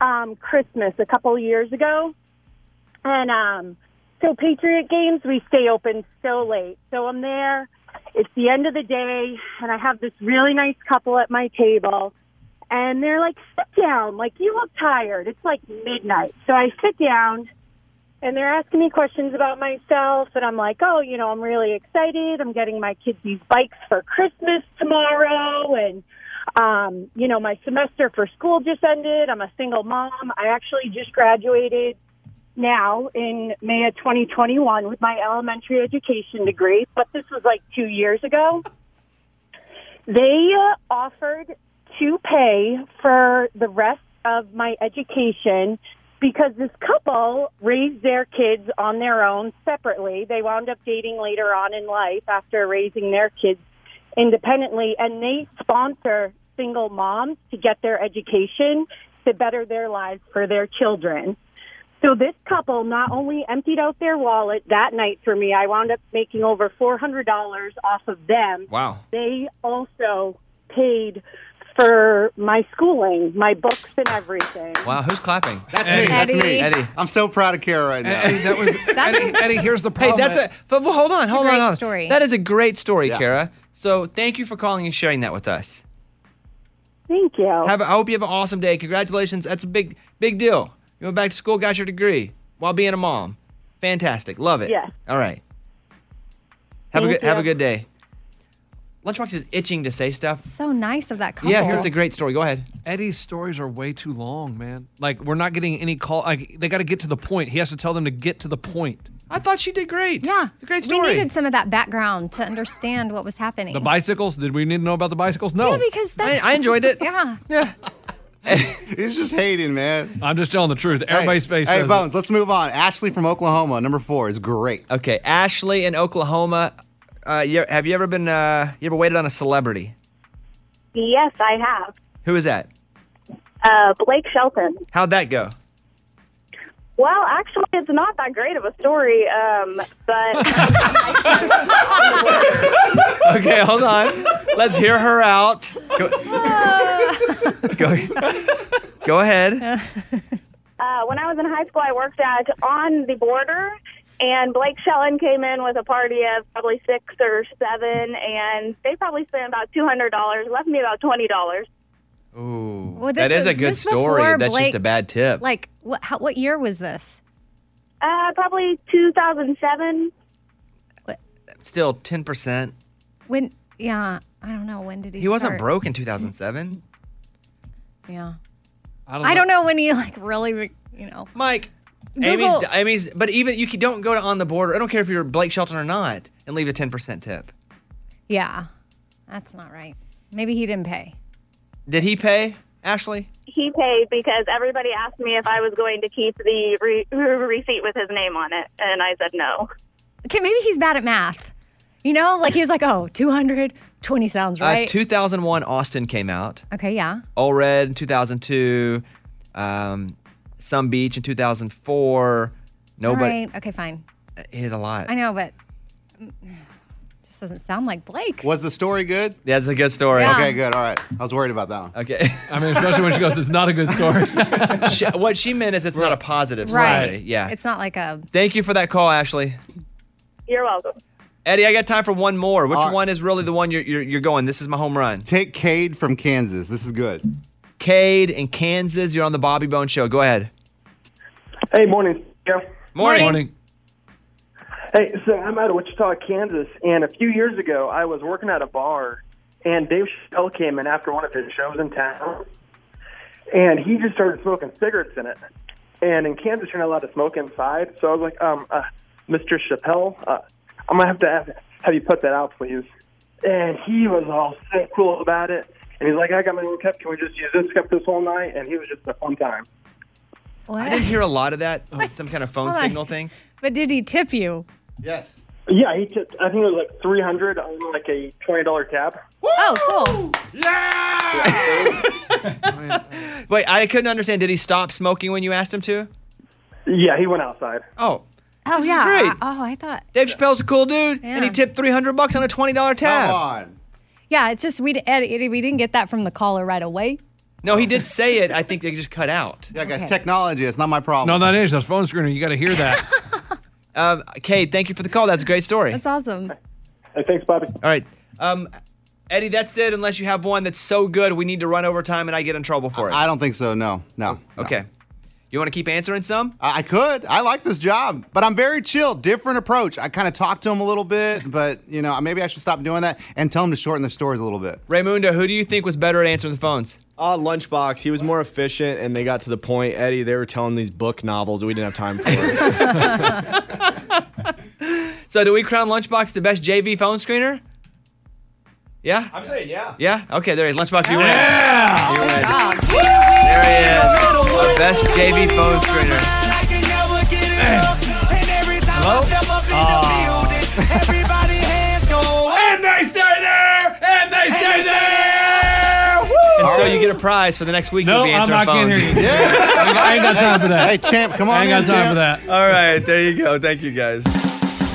Speaker 11: um, Christmas a couple years ago. And um, so Patriot games, we stay open so late. So I'm there. It's the end of the day, and I have this really nice couple at my table. And they're like, sit down. Like, you look tired. It's like midnight. So I sit down and they're asking me questions about myself and I'm like, "Oh, you know, I'm really excited. I'm getting my kids these bikes for Christmas tomorrow and um, you know, my semester for school just ended. I'm a single mom. I actually just graduated now in May of 2021 with my elementary education degree, but this was like 2 years ago. They uh, offered to pay for the rest of my education because this couple raised their kids on their own separately. They wound up dating later on in life after raising their kids independently, and they sponsor single moms to get their education to better their lives for their children. So this couple not only emptied out their wallet that night for me, I wound up making over $400 off of them.
Speaker 1: Wow.
Speaker 11: They also paid for my schooling, my books and everything.
Speaker 1: Wow, who's clapping?
Speaker 3: That's me. That's me.
Speaker 1: Eddie.
Speaker 3: I'm so proud of Kara right now. Eddie, that was,
Speaker 9: Eddie, Eddie, here's the
Speaker 1: Hey,
Speaker 9: problem.
Speaker 1: that's a. But but hold on,
Speaker 9: It's a
Speaker 1: hold on.
Speaker 9: great
Speaker 1: hold on.
Speaker 9: story.
Speaker 1: That is a great story,
Speaker 9: Yeah.
Speaker 1: Kara. So thank you for calling and sharing that with us.
Speaker 11: Thank you.
Speaker 1: Have a, I hope you have an awesome day. Congratulations. That's a big big deal. You went back to school, got your degree while being a mom. Fantastic. Love it.
Speaker 11: Yes.
Speaker 1: All right. Have a
Speaker 2: Thank
Speaker 1: good have a
Speaker 2: you.
Speaker 1: good day. Lunchbox is itching to say stuff.
Speaker 2: so nice of that couple.
Speaker 1: Yes, that's a great story. Go ahead.
Speaker 9: Eddie's stories are way too long, man. Like we're not getting any call. Like they got to get to the point. He has to tell them to get to the point.
Speaker 1: I thought she did great.
Speaker 2: Yeah,
Speaker 1: it's a great
Speaker 2: We
Speaker 9: story.
Speaker 2: needed some of that background to understand what was happening.
Speaker 9: The bicycles? Did we need to know about the bicycles? No.
Speaker 2: Yeah, because that's,
Speaker 9: I- I enjoyed it.
Speaker 2: Yeah,
Speaker 1: yeah.
Speaker 3: It's just hating, man.
Speaker 9: I'm just telling the truth. Everybody's
Speaker 3: hey,
Speaker 9: face.
Speaker 3: Hey,
Speaker 9: says
Speaker 3: Bones, let's move on. Ashley from Oklahoma, number four, is great.
Speaker 1: Okay, Ashley in Oklahoma. Uh, you, have you ever been uh, you ever waited on a celebrity?
Speaker 22: Yes, I have.
Speaker 1: Who is that?
Speaker 22: Uh, Blake Shelton.
Speaker 1: How'd that go?
Speaker 22: Well, actually, it's not that great of a story, um, but.
Speaker 1: Okay, hold on. Let's hear her out. Go, go, go ahead.
Speaker 22: Uh, when I was in high school, I worked at On the Border, and Blake Shellen came in with a party of probably six or seven, and they probably spent about two hundred dollars, left me about twenty dollars.
Speaker 1: Ooh,
Speaker 22: Well,
Speaker 1: that
Speaker 22: this
Speaker 1: is a
Speaker 22: was-
Speaker 1: good
Speaker 22: this
Speaker 1: story.
Speaker 22: before
Speaker 1: That's just
Speaker 22: Blake-
Speaker 1: a bad tip.
Speaker 2: Like, what, how, what year was this?
Speaker 22: Uh, probably two thousand seven.
Speaker 1: Still, ten percent.
Speaker 2: When? Yeah, I don't know. When did he?
Speaker 1: He wasn't
Speaker 2: start?
Speaker 1: broke in 2007.
Speaker 2: Yeah,
Speaker 1: I
Speaker 2: I don't know when he like really, you know.
Speaker 1: Mike,
Speaker 2: Google,
Speaker 1: Amy's, Amy's, but even you can, don't go to on the border. I don't care if you're Blake Shelton or not, and leave a 10% tip.
Speaker 2: yeah, that's not right. Maybe he didn't pay.
Speaker 1: Did he pay, Ashley?
Speaker 22: He paid because everybody asked me if I was going to keep the re- receipt with his name on it, and I said no.
Speaker 2: Okay, maybe he's bad at math. You know, like he was like, oh, 220 sounds right.
Speaker 1: Uh, 2001, Austin came out.
Speaker 2: okay, yeah.
Speaker 1: All Red in 2002, um, Some Beach in 2004. Nobody. uh,
Speaker 2: All right. Okay, fine.
Speaker 1: He did a lot.
Speaker 2: I know, but mm, just doesn't sound like Blake.
Speaker 3: Was the story good?
Speaker 1: Yeah, it's a good story.
Speaker 2: Yeah.
Speaker 3: Okay, good. All right. I was worried about that one.
Speaker 1: Okay.
Speaker 9: I mean, especially when she goes, "It's not a good story."
Speaker 1: She- what she meant is it's not a positive story.
Speaker 2: Right.
Speaker 1: Yeah.
Speaker 2: It's not like a.
Speaker 1: Thank you for that call, Ashley.
Speaker 22: You're welcome.
Speaker 1: Eddie, I got time for one more. Which one is really the one you're, you're, you're going? This is my home run.
Speaker 3: Take Cade from Kansas. This is good.
Speaker 1: Cade in Kansas. You're on the Bobby Bone Show. Go ahead.
Speaker 18: Hey, morning. Yeah.
Speaker 1: Morning.
Speaker 5: Hey, so I'm out of Wichita, Kansas, and a few years ago, I was working at a bar, and Dave Chappelle came in after one of his shows in town, and he just started smoking cigarettes in it. And in Kansas, you're not allowed to smoke inside, so I was like, um, uh, Mr. Chappelle, uh, I'm gonna have to have, have you put that out, please. And he was all so cool about it, and he's like, I got my own cup. Can we just use this cup this whole night? And he was just a fun time.
Speaker 1: I didn't hear a lot of that. Oh, some kind of phone
Speaker 2: Hold on.
Speaker 1: signal thing.
Speaker 2: But did he tip you?
Speaker 5: Yes. Yeah, he tipped. I think it was like three hundred on like a twenty dollar tab.
Speaker 2: Oh, cool.
Speaker 1: Wait, I couldn't understand. Did he stop smoking when you asked him to?
Speaker 5: Yeah, he went outside.
Speaker 1: Oh,
Speaker 2: Oh
Speaker 1: This is
Speaker 2: yeah.
Speaker 1: great.
Speaker 2: I- oh, I thought.
Speaker 1: Dave Chappelle's a cool dude, and he
Speaker 2: Yeah.
Speaker 1: tipped three hundred bucks on a twenty dollar tab. Come on.
Speaker 2: Yeah, it's just we Eddie, we didn't get that from the caller right away.
Speaker 1: No, he did say it. I think they just cut out.
Speaker 3: Yeah, guys,
Speaker 2: Okay.
Speaker 3: technology. It's not my problem.
Speaker 9: No, that is that's phone screener. You got to hear that.
Speaker 1: um, Kate, thank you for the call. That's a great story.
Speaker 2: That's awesome.
Speaker 5: thanks, Bobby.
Speaker 1: All right. Um, Eddie, that's it. Unless you have one that's so good, we need to run over time and I get in trouble for it.
Speaker 3: I don't think so. No, no.
Speaker 1: Okay. You want to keep answering some?
Speaker 3: I, I could. I like this job, but I'm very chill. Different approach. I kind of talk to him a little bit, but you know, maybe I should stop doing that and tell him to shorten the stories a little bit.
Speaker 1: Raymundo, who do you think was better at answering the phones?
Speaker 7: Uh, Lunchbox. He was more efficient, and they got to the point. Eddie, they were telling these book novels that we didn't have time for.
Speaker 1: So, do we crown Lunchbox the best JV phone screener? Yeah?
Speaker 7: I'm saying yeah.
Speaker 1: Yeah? Okay, there he is. Lunchbox, you win. Yeah! You win. There he is. The best JV phone screener.
Speaker 4: Hello?
Speaker 6: And they stay there! And they stay there!
Speaker 1: And so you get a prize for the next week. you'll be answering phones.
Speaker 9: I ain't got time for that.
Speaker 3: Hey, champ, come on.
Speaker 9: I ain't got
Speaker 3: in,
Speaker 9: time for
Speaker 3: champ.
Speaker 9: that.
Speaker 1: All right, there you go. Thank you guys.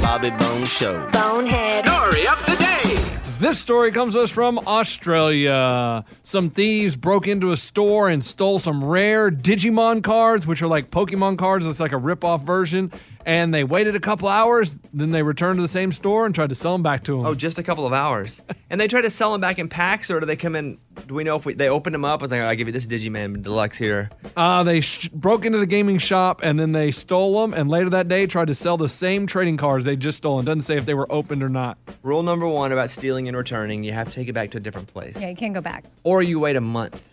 Speaker 4: Bobby Bone Show.
Speaker 10: Bonehead. Story of the day.
Speaker 9: This story comes to us from Australia. Some thieves broke into a store and stole some rare Digimon cards, which are like Pokemon cards. It's like a rip-off version. And they waited a couple hours, then they returned to the same store and tried to sell them back to him.
Speaker 1: Oh, just a couple of hours. And they try to sell them back in packs, or do they come in? Do we know if we, they opened them up? I was like, I'll give you this Digimon Deluxe here.
Speaker 9: Uh, they sh- broke into the gaming shop and then they stole them. And later that day, tried to sell the same trading cards they just stolen. Doesn't say if they were opened or not.
Speaker 1: Rule number one about stealing and returning you have to take it back to a different place,
Speaker 2: Yeah, you can't go back,
Speaker 1: or you wait a month.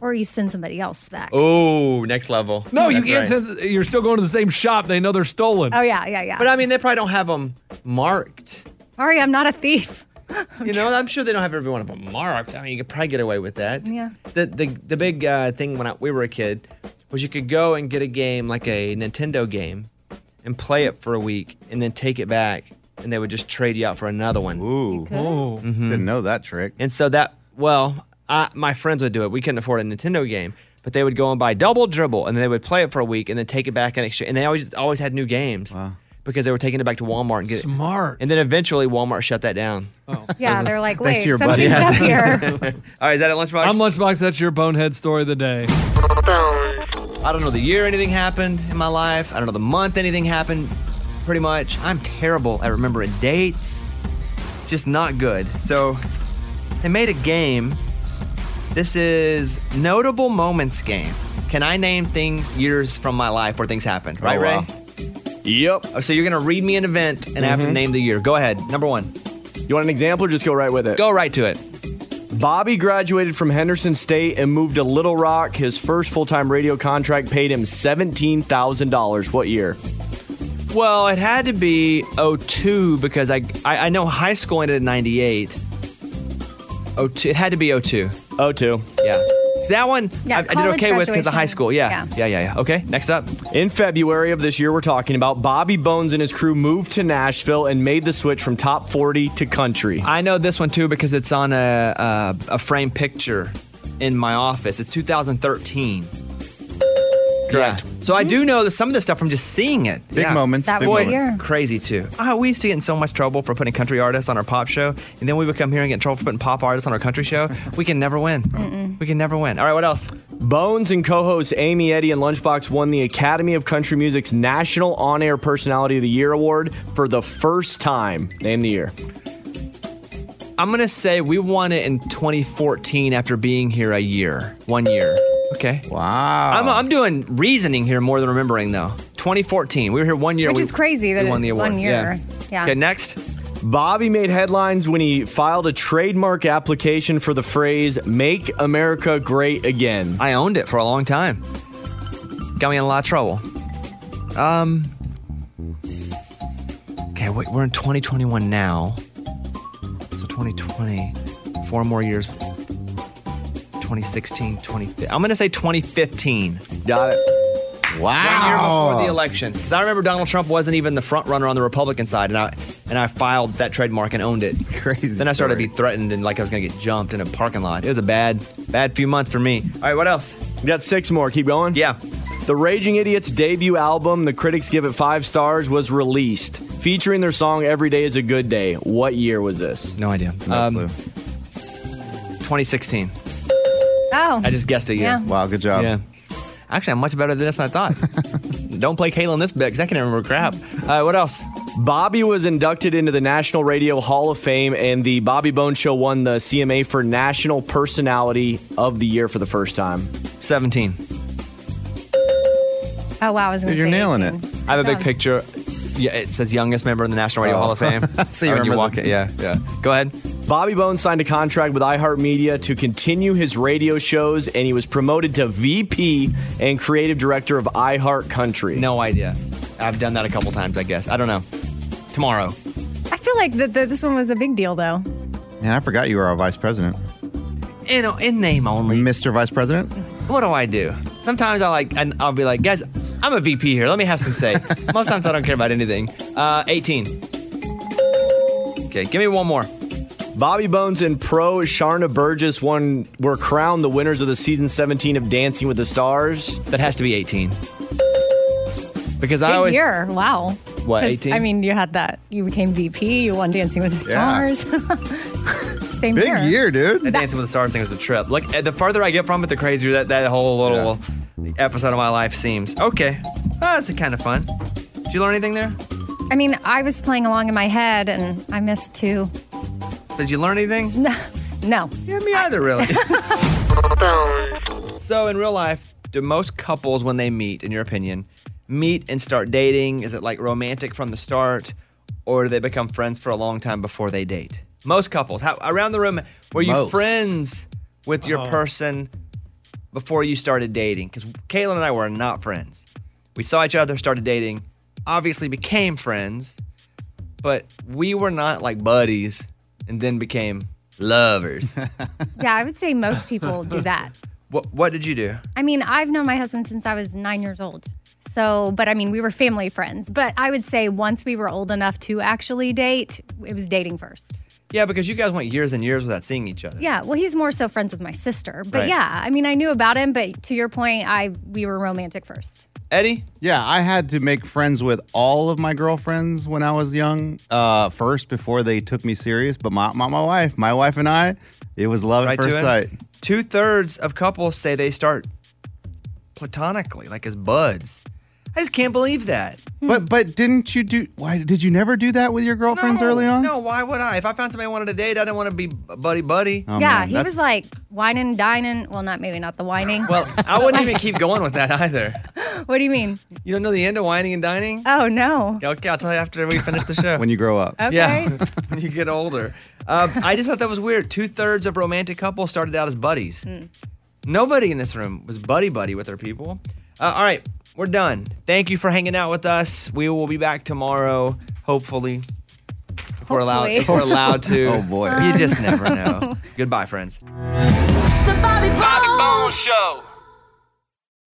Speaker 2: or you send somebody else back.
Speaker 1: Oh, next level.
Speaker 9: No, you
Speaker 1: That's
Speaker 9: can't.
Speaker 1: right.
Speaker 9: Send, you're still going to the same shop. They know they're stolen.
Speaker 2: Oh yeah, yeah, yeah.
Speaker 1: But I mean, they probably don't have them marked.
Speaker 2: Sorry, I'm not a thief.
Speaker 1: You know, I'm sure they don't have every one of them marked. I mean, you could probably get away with that.
Speaker 2: Yeah.
Speaker 1: The the the big uh, thing when I, we were a kid was you could go and get a game like a Nintendo game and play it for a week and then take it back and they would just trade you out for another one. Ooh.
Speaker 9: Oh.
Speaker 1: Didn't
Speaker 3: know that trick.
Speaker 1: And so that well, I, my friends would do it. We couldn't afford a Nintendo game, but they would go and buy Double Dribble and then they would play it for a week and then take it back and exchange. And they always always had new games. Because they were taking it back to Walmart and get
Speaker 9: Smart.
Speaker 1: It. And then eventually Walmart shut that down.
Speaker 2: Yeah, they're like, wait, something's
Speaker 1: Yeah.
Speaker 2: up here.
Speaker 1: All right, is that at lunchbox?
Speaker 9: I'm Lunchbox. That's your bonehead story of the day.
Speaker 1: I don't know the year anything happened in my life. I don't know the month anything happened. Pretty much, I'm terrible at remembering dates. Just not good. So they made a game. This is notable moments game. Can I name things years from my life where things happened? Right,
Speaker 7: Oh,
Speaker 1: Ray?
Speaker 7: wow. Yep.
Speaker 1: Oh, so you're gonna read me an event, and I have to name the year. Go ahead. Number one.
Speaker 7: Mm-hmm. You want an example or just go right with it?
Speaker 1: Go right to it.
Speaker 7: Bobby graduated from Henderson State and moved to Little Rock. His first full time radio contract paid him $17,000. What year?
Speaker 1: Well, it had to be 02 because I I, I know high school ended in 98. 02, it had to be 02.
Speaker 7: 02.
Speaker 1: Yeah. So that one I,
Speaker 7: Yeah,
Speaker 1: I did
Speaker 7: college
Speaker 1: okay with because of high
Speaker 7: graduation.
Speaker 1: school. Yeah. yeah.
Speaker 7: Yeah.
Speaker 1: Yeah, yeah, Okay, next up.
Speaker 7: In February of this year, we're talking about Bobby Bones and his crew moved to Nashville and made the switch from top 40 to country.
Speaker 1: I know this one too because it's on a, a, a frame picture in my office. It's 2013. Correct. So I do know that some of this stuff from just seeing it.
Speaker 3: Big moments, That big was
Speaker 1: Boy,
Speaker 3: the year.
Speaker 1: it's crazy too. Ah, we used to get in so much trouble for putting country artists on our pop show, and then we would come here and get in trouble for putting pop artists on our country show. We can never win. We can never win. All right, what else?
Speaker 7: Bones and co hosts Amy Eddy and Lunchbox won the Academy of Country Music's National On Air Personality of the Year award for the first time. Name the year.
Speaker 1: I'm gonna say we won it in 2014 after being here a year, one year. Okay.
Speaker 3: Wow.
Speaker 1: I'm, I'm doing reasoning here more than remembering though. 2014. We were here one year.
Speaker 2: Which
Speaker 1: we-
Speaker 2: is crazy that
Speaker 1: we won the
Speaker 2: it-
Speaker 1: award.
Speaker 2: one year. Yeah.
Speaker 1: Okay, next.
Speaker 7: Bobby made headlines when he filed a trademark application for the phrase "Make America Great Again."
Speaker 1: I owned it for a long time. Got me in a lot of trouble. Um. Okay, wait, we're in 2021 now. So 2020, four more years. 2016, 20. I'm gonna say 2015.
Speaker 7: Got
Speaker 1: it.
Speaker 7: Wow.
Speaker 1: One year before the election, because I remember Donald Trump wasn't even the front runner on the Republican side, and I and I filed that trademark and owned it. Crazy. Then I started to be threatened and like I was gonna get jumped in a parking lot. It was a bad, bad few months for me. All right, what else?
Speaker 7: We got six more. Keep going.
Speaker 1: Yeah.
Speaker 7: The Raging Idiots debut album, the critics give it five stars, was released. Featuring their song Every Day is a Good Day. What year was this?
Speaker 1: No idea. Um, 2016.
Speaker 2: Oh.
Speaker 1: I just guessed a year.
Speaker 2: Yeah.
Speaker 1: Wow, good job. Yeah. Actually, I'm much better than this than I thought. Don't play Kayla in this bit because I can't remember crap. Uh, what else?
Speaker 7: Bobby was inducted into the National Radio Hall of Fame, and the Bobby Bone Show won the CMA for National Personality of the Year for the first time.
Speaker 1: 17.
Speaker 2: Oh wow, I was gonna say
Speaker 1: I have a big
Speaker 2: Done.
Speaker 1: picture. Yeah, it says youngest member in the National Radio
Speaker 7: Oh.
Speaker 1: Hall of Fame.
Speaker 7: So you
Speaker 1: When
Speaker 7: remember
Speaker 1: walk
Speaker 7: the-
Speaker 1: it. Yeah, yeah. Go ahead.
Speaker 7: Bobby Bones signed a contract with iHeartMedia to continue his radio shows, and he was promoted to VP and creative director of iHeart Country.
Speaker 1: No idea. I've done that a couple times, I guess. I don't know. Tomorrow.
Speaker 2: I feel like that that this one was a big deal though.
Speaker 3: Man, I forgot you were our vice president.
Speaker 1: In, in name only.
Speaker 3: Mr. Vice President?
Speaker 1: What do I do? Sometimes I like, and I'll be like, guys, I'm a VP here. Let me have some say. Most times I don't care about anything. Uh, 18. Okay, give me one more.
Speaker 7: Bobby Bones and pro Sharna Burgess won were crowned the winners of the season 17 of Dancing with the Stars.
Speaker 1: That has to be 18. Because
Speaker 2: Big
Speaker 7: I always
Speaker 2: year. Wow.
Speaker 7: What,
Speaker 2: 'Cause,
Speaker 7: 18?
Speaker 2: I mean, you had that. You became VP. You won Dancing with the
Speaker 1: Yeah.
Speaker 2: Stars. Same year.
Speaker 1: dude. That Dancing with the Stars thing was a trip. Like, the farther I get from it, the crazier that, that whole little episode of my life seems. Okay. Oh, that's kind of fun. Did you learn anything there?
Speaker 2: I mean, I was playing along in my head, and I missed two.
Speaker 1: Did you learn anything?
Speaker 2: No. No.
Speaker 1: Yeah, me either, really. so, in real life, do most couples, when they meet, in your opinion, meet and start dating? Is it like romantic from the start, or do they become friends for a long time before they date? Most couples, how around the room, were you
Speaker 3: Most.
Speaker 1: friends with your person before you started dating? Because Caitlin and I were not friends. We saw each other, started dating, obviously became friends, but we were not like buddies, and then became lovers.
Speaker 2: Yeah, I would say most people do that.
Speaker 1: What What did you do?
Speaker 2: I mean, I've known my husband since I was nine years old. So, but I mean, we were family friends. But I would say once we were old enough to actually date, it was dating first.
Speaker 1: Yeah, because you guys went years and years without seeing each other.
Speaker 2: Yeah. Well, he's more so friends with my sister. But
Speaker 1: Right.
Speaker 2: yeah, I mean, I knew about him. But to your point, I we were romantic first.
Speaker 1: Eddie?
Speaker 3: Yeah, I had to make friends with all of my girlfriends when I was young uh, first before they took me serious. But my, my, my wife, my wife and I, it was love
Speaker 1: Right
Speaker 3: at
Speaker 1: to
Speaker 3: first
Speaker 1: it?
Speaker 3: sight.
Speaker 1: Two thirds of couples say they start platonically, like as buds. I just can't believe that.
Speaker 3: But but didn't you do? Why did you never do that with your girlfriends
Speaker 1: no,
Speaker 3: early on?
Speaker 1: No, why would I? If I found somebody I wanted to date, I didn't want to be buddy buddy.
Speaker 2: yeah, he was like whining, dining. Well, not maybe not the whining.
Speaker 1: Well, I wouldn't even keep going with that either.
Speaker 2: what do you mean?
Speaker 1: You don't know the end of whining and dining?
Speaker 2: Oh no.
Speaker 1: Okay, I'll tell you after we finish the show.
Speaker 3: when you grow up.
Speaker 1: Yeah, when you get older. Um, I just thought that was weird. Two thirds of romantic couples started out as buddies. Nobody in this room was buddy buddy with their people. Uh, all right, we're done. Thank you for hanging out with us. We will be back tomorrow, hopefully. If we're allowed, if we're
Speaker 3: Hopefully.
Speaker 1: allowed to.
Speaker 3: Oh, boy.
Speaker 1: you just never know. Goodbye, friends.
Speaker 4: The Bobby Bones Show.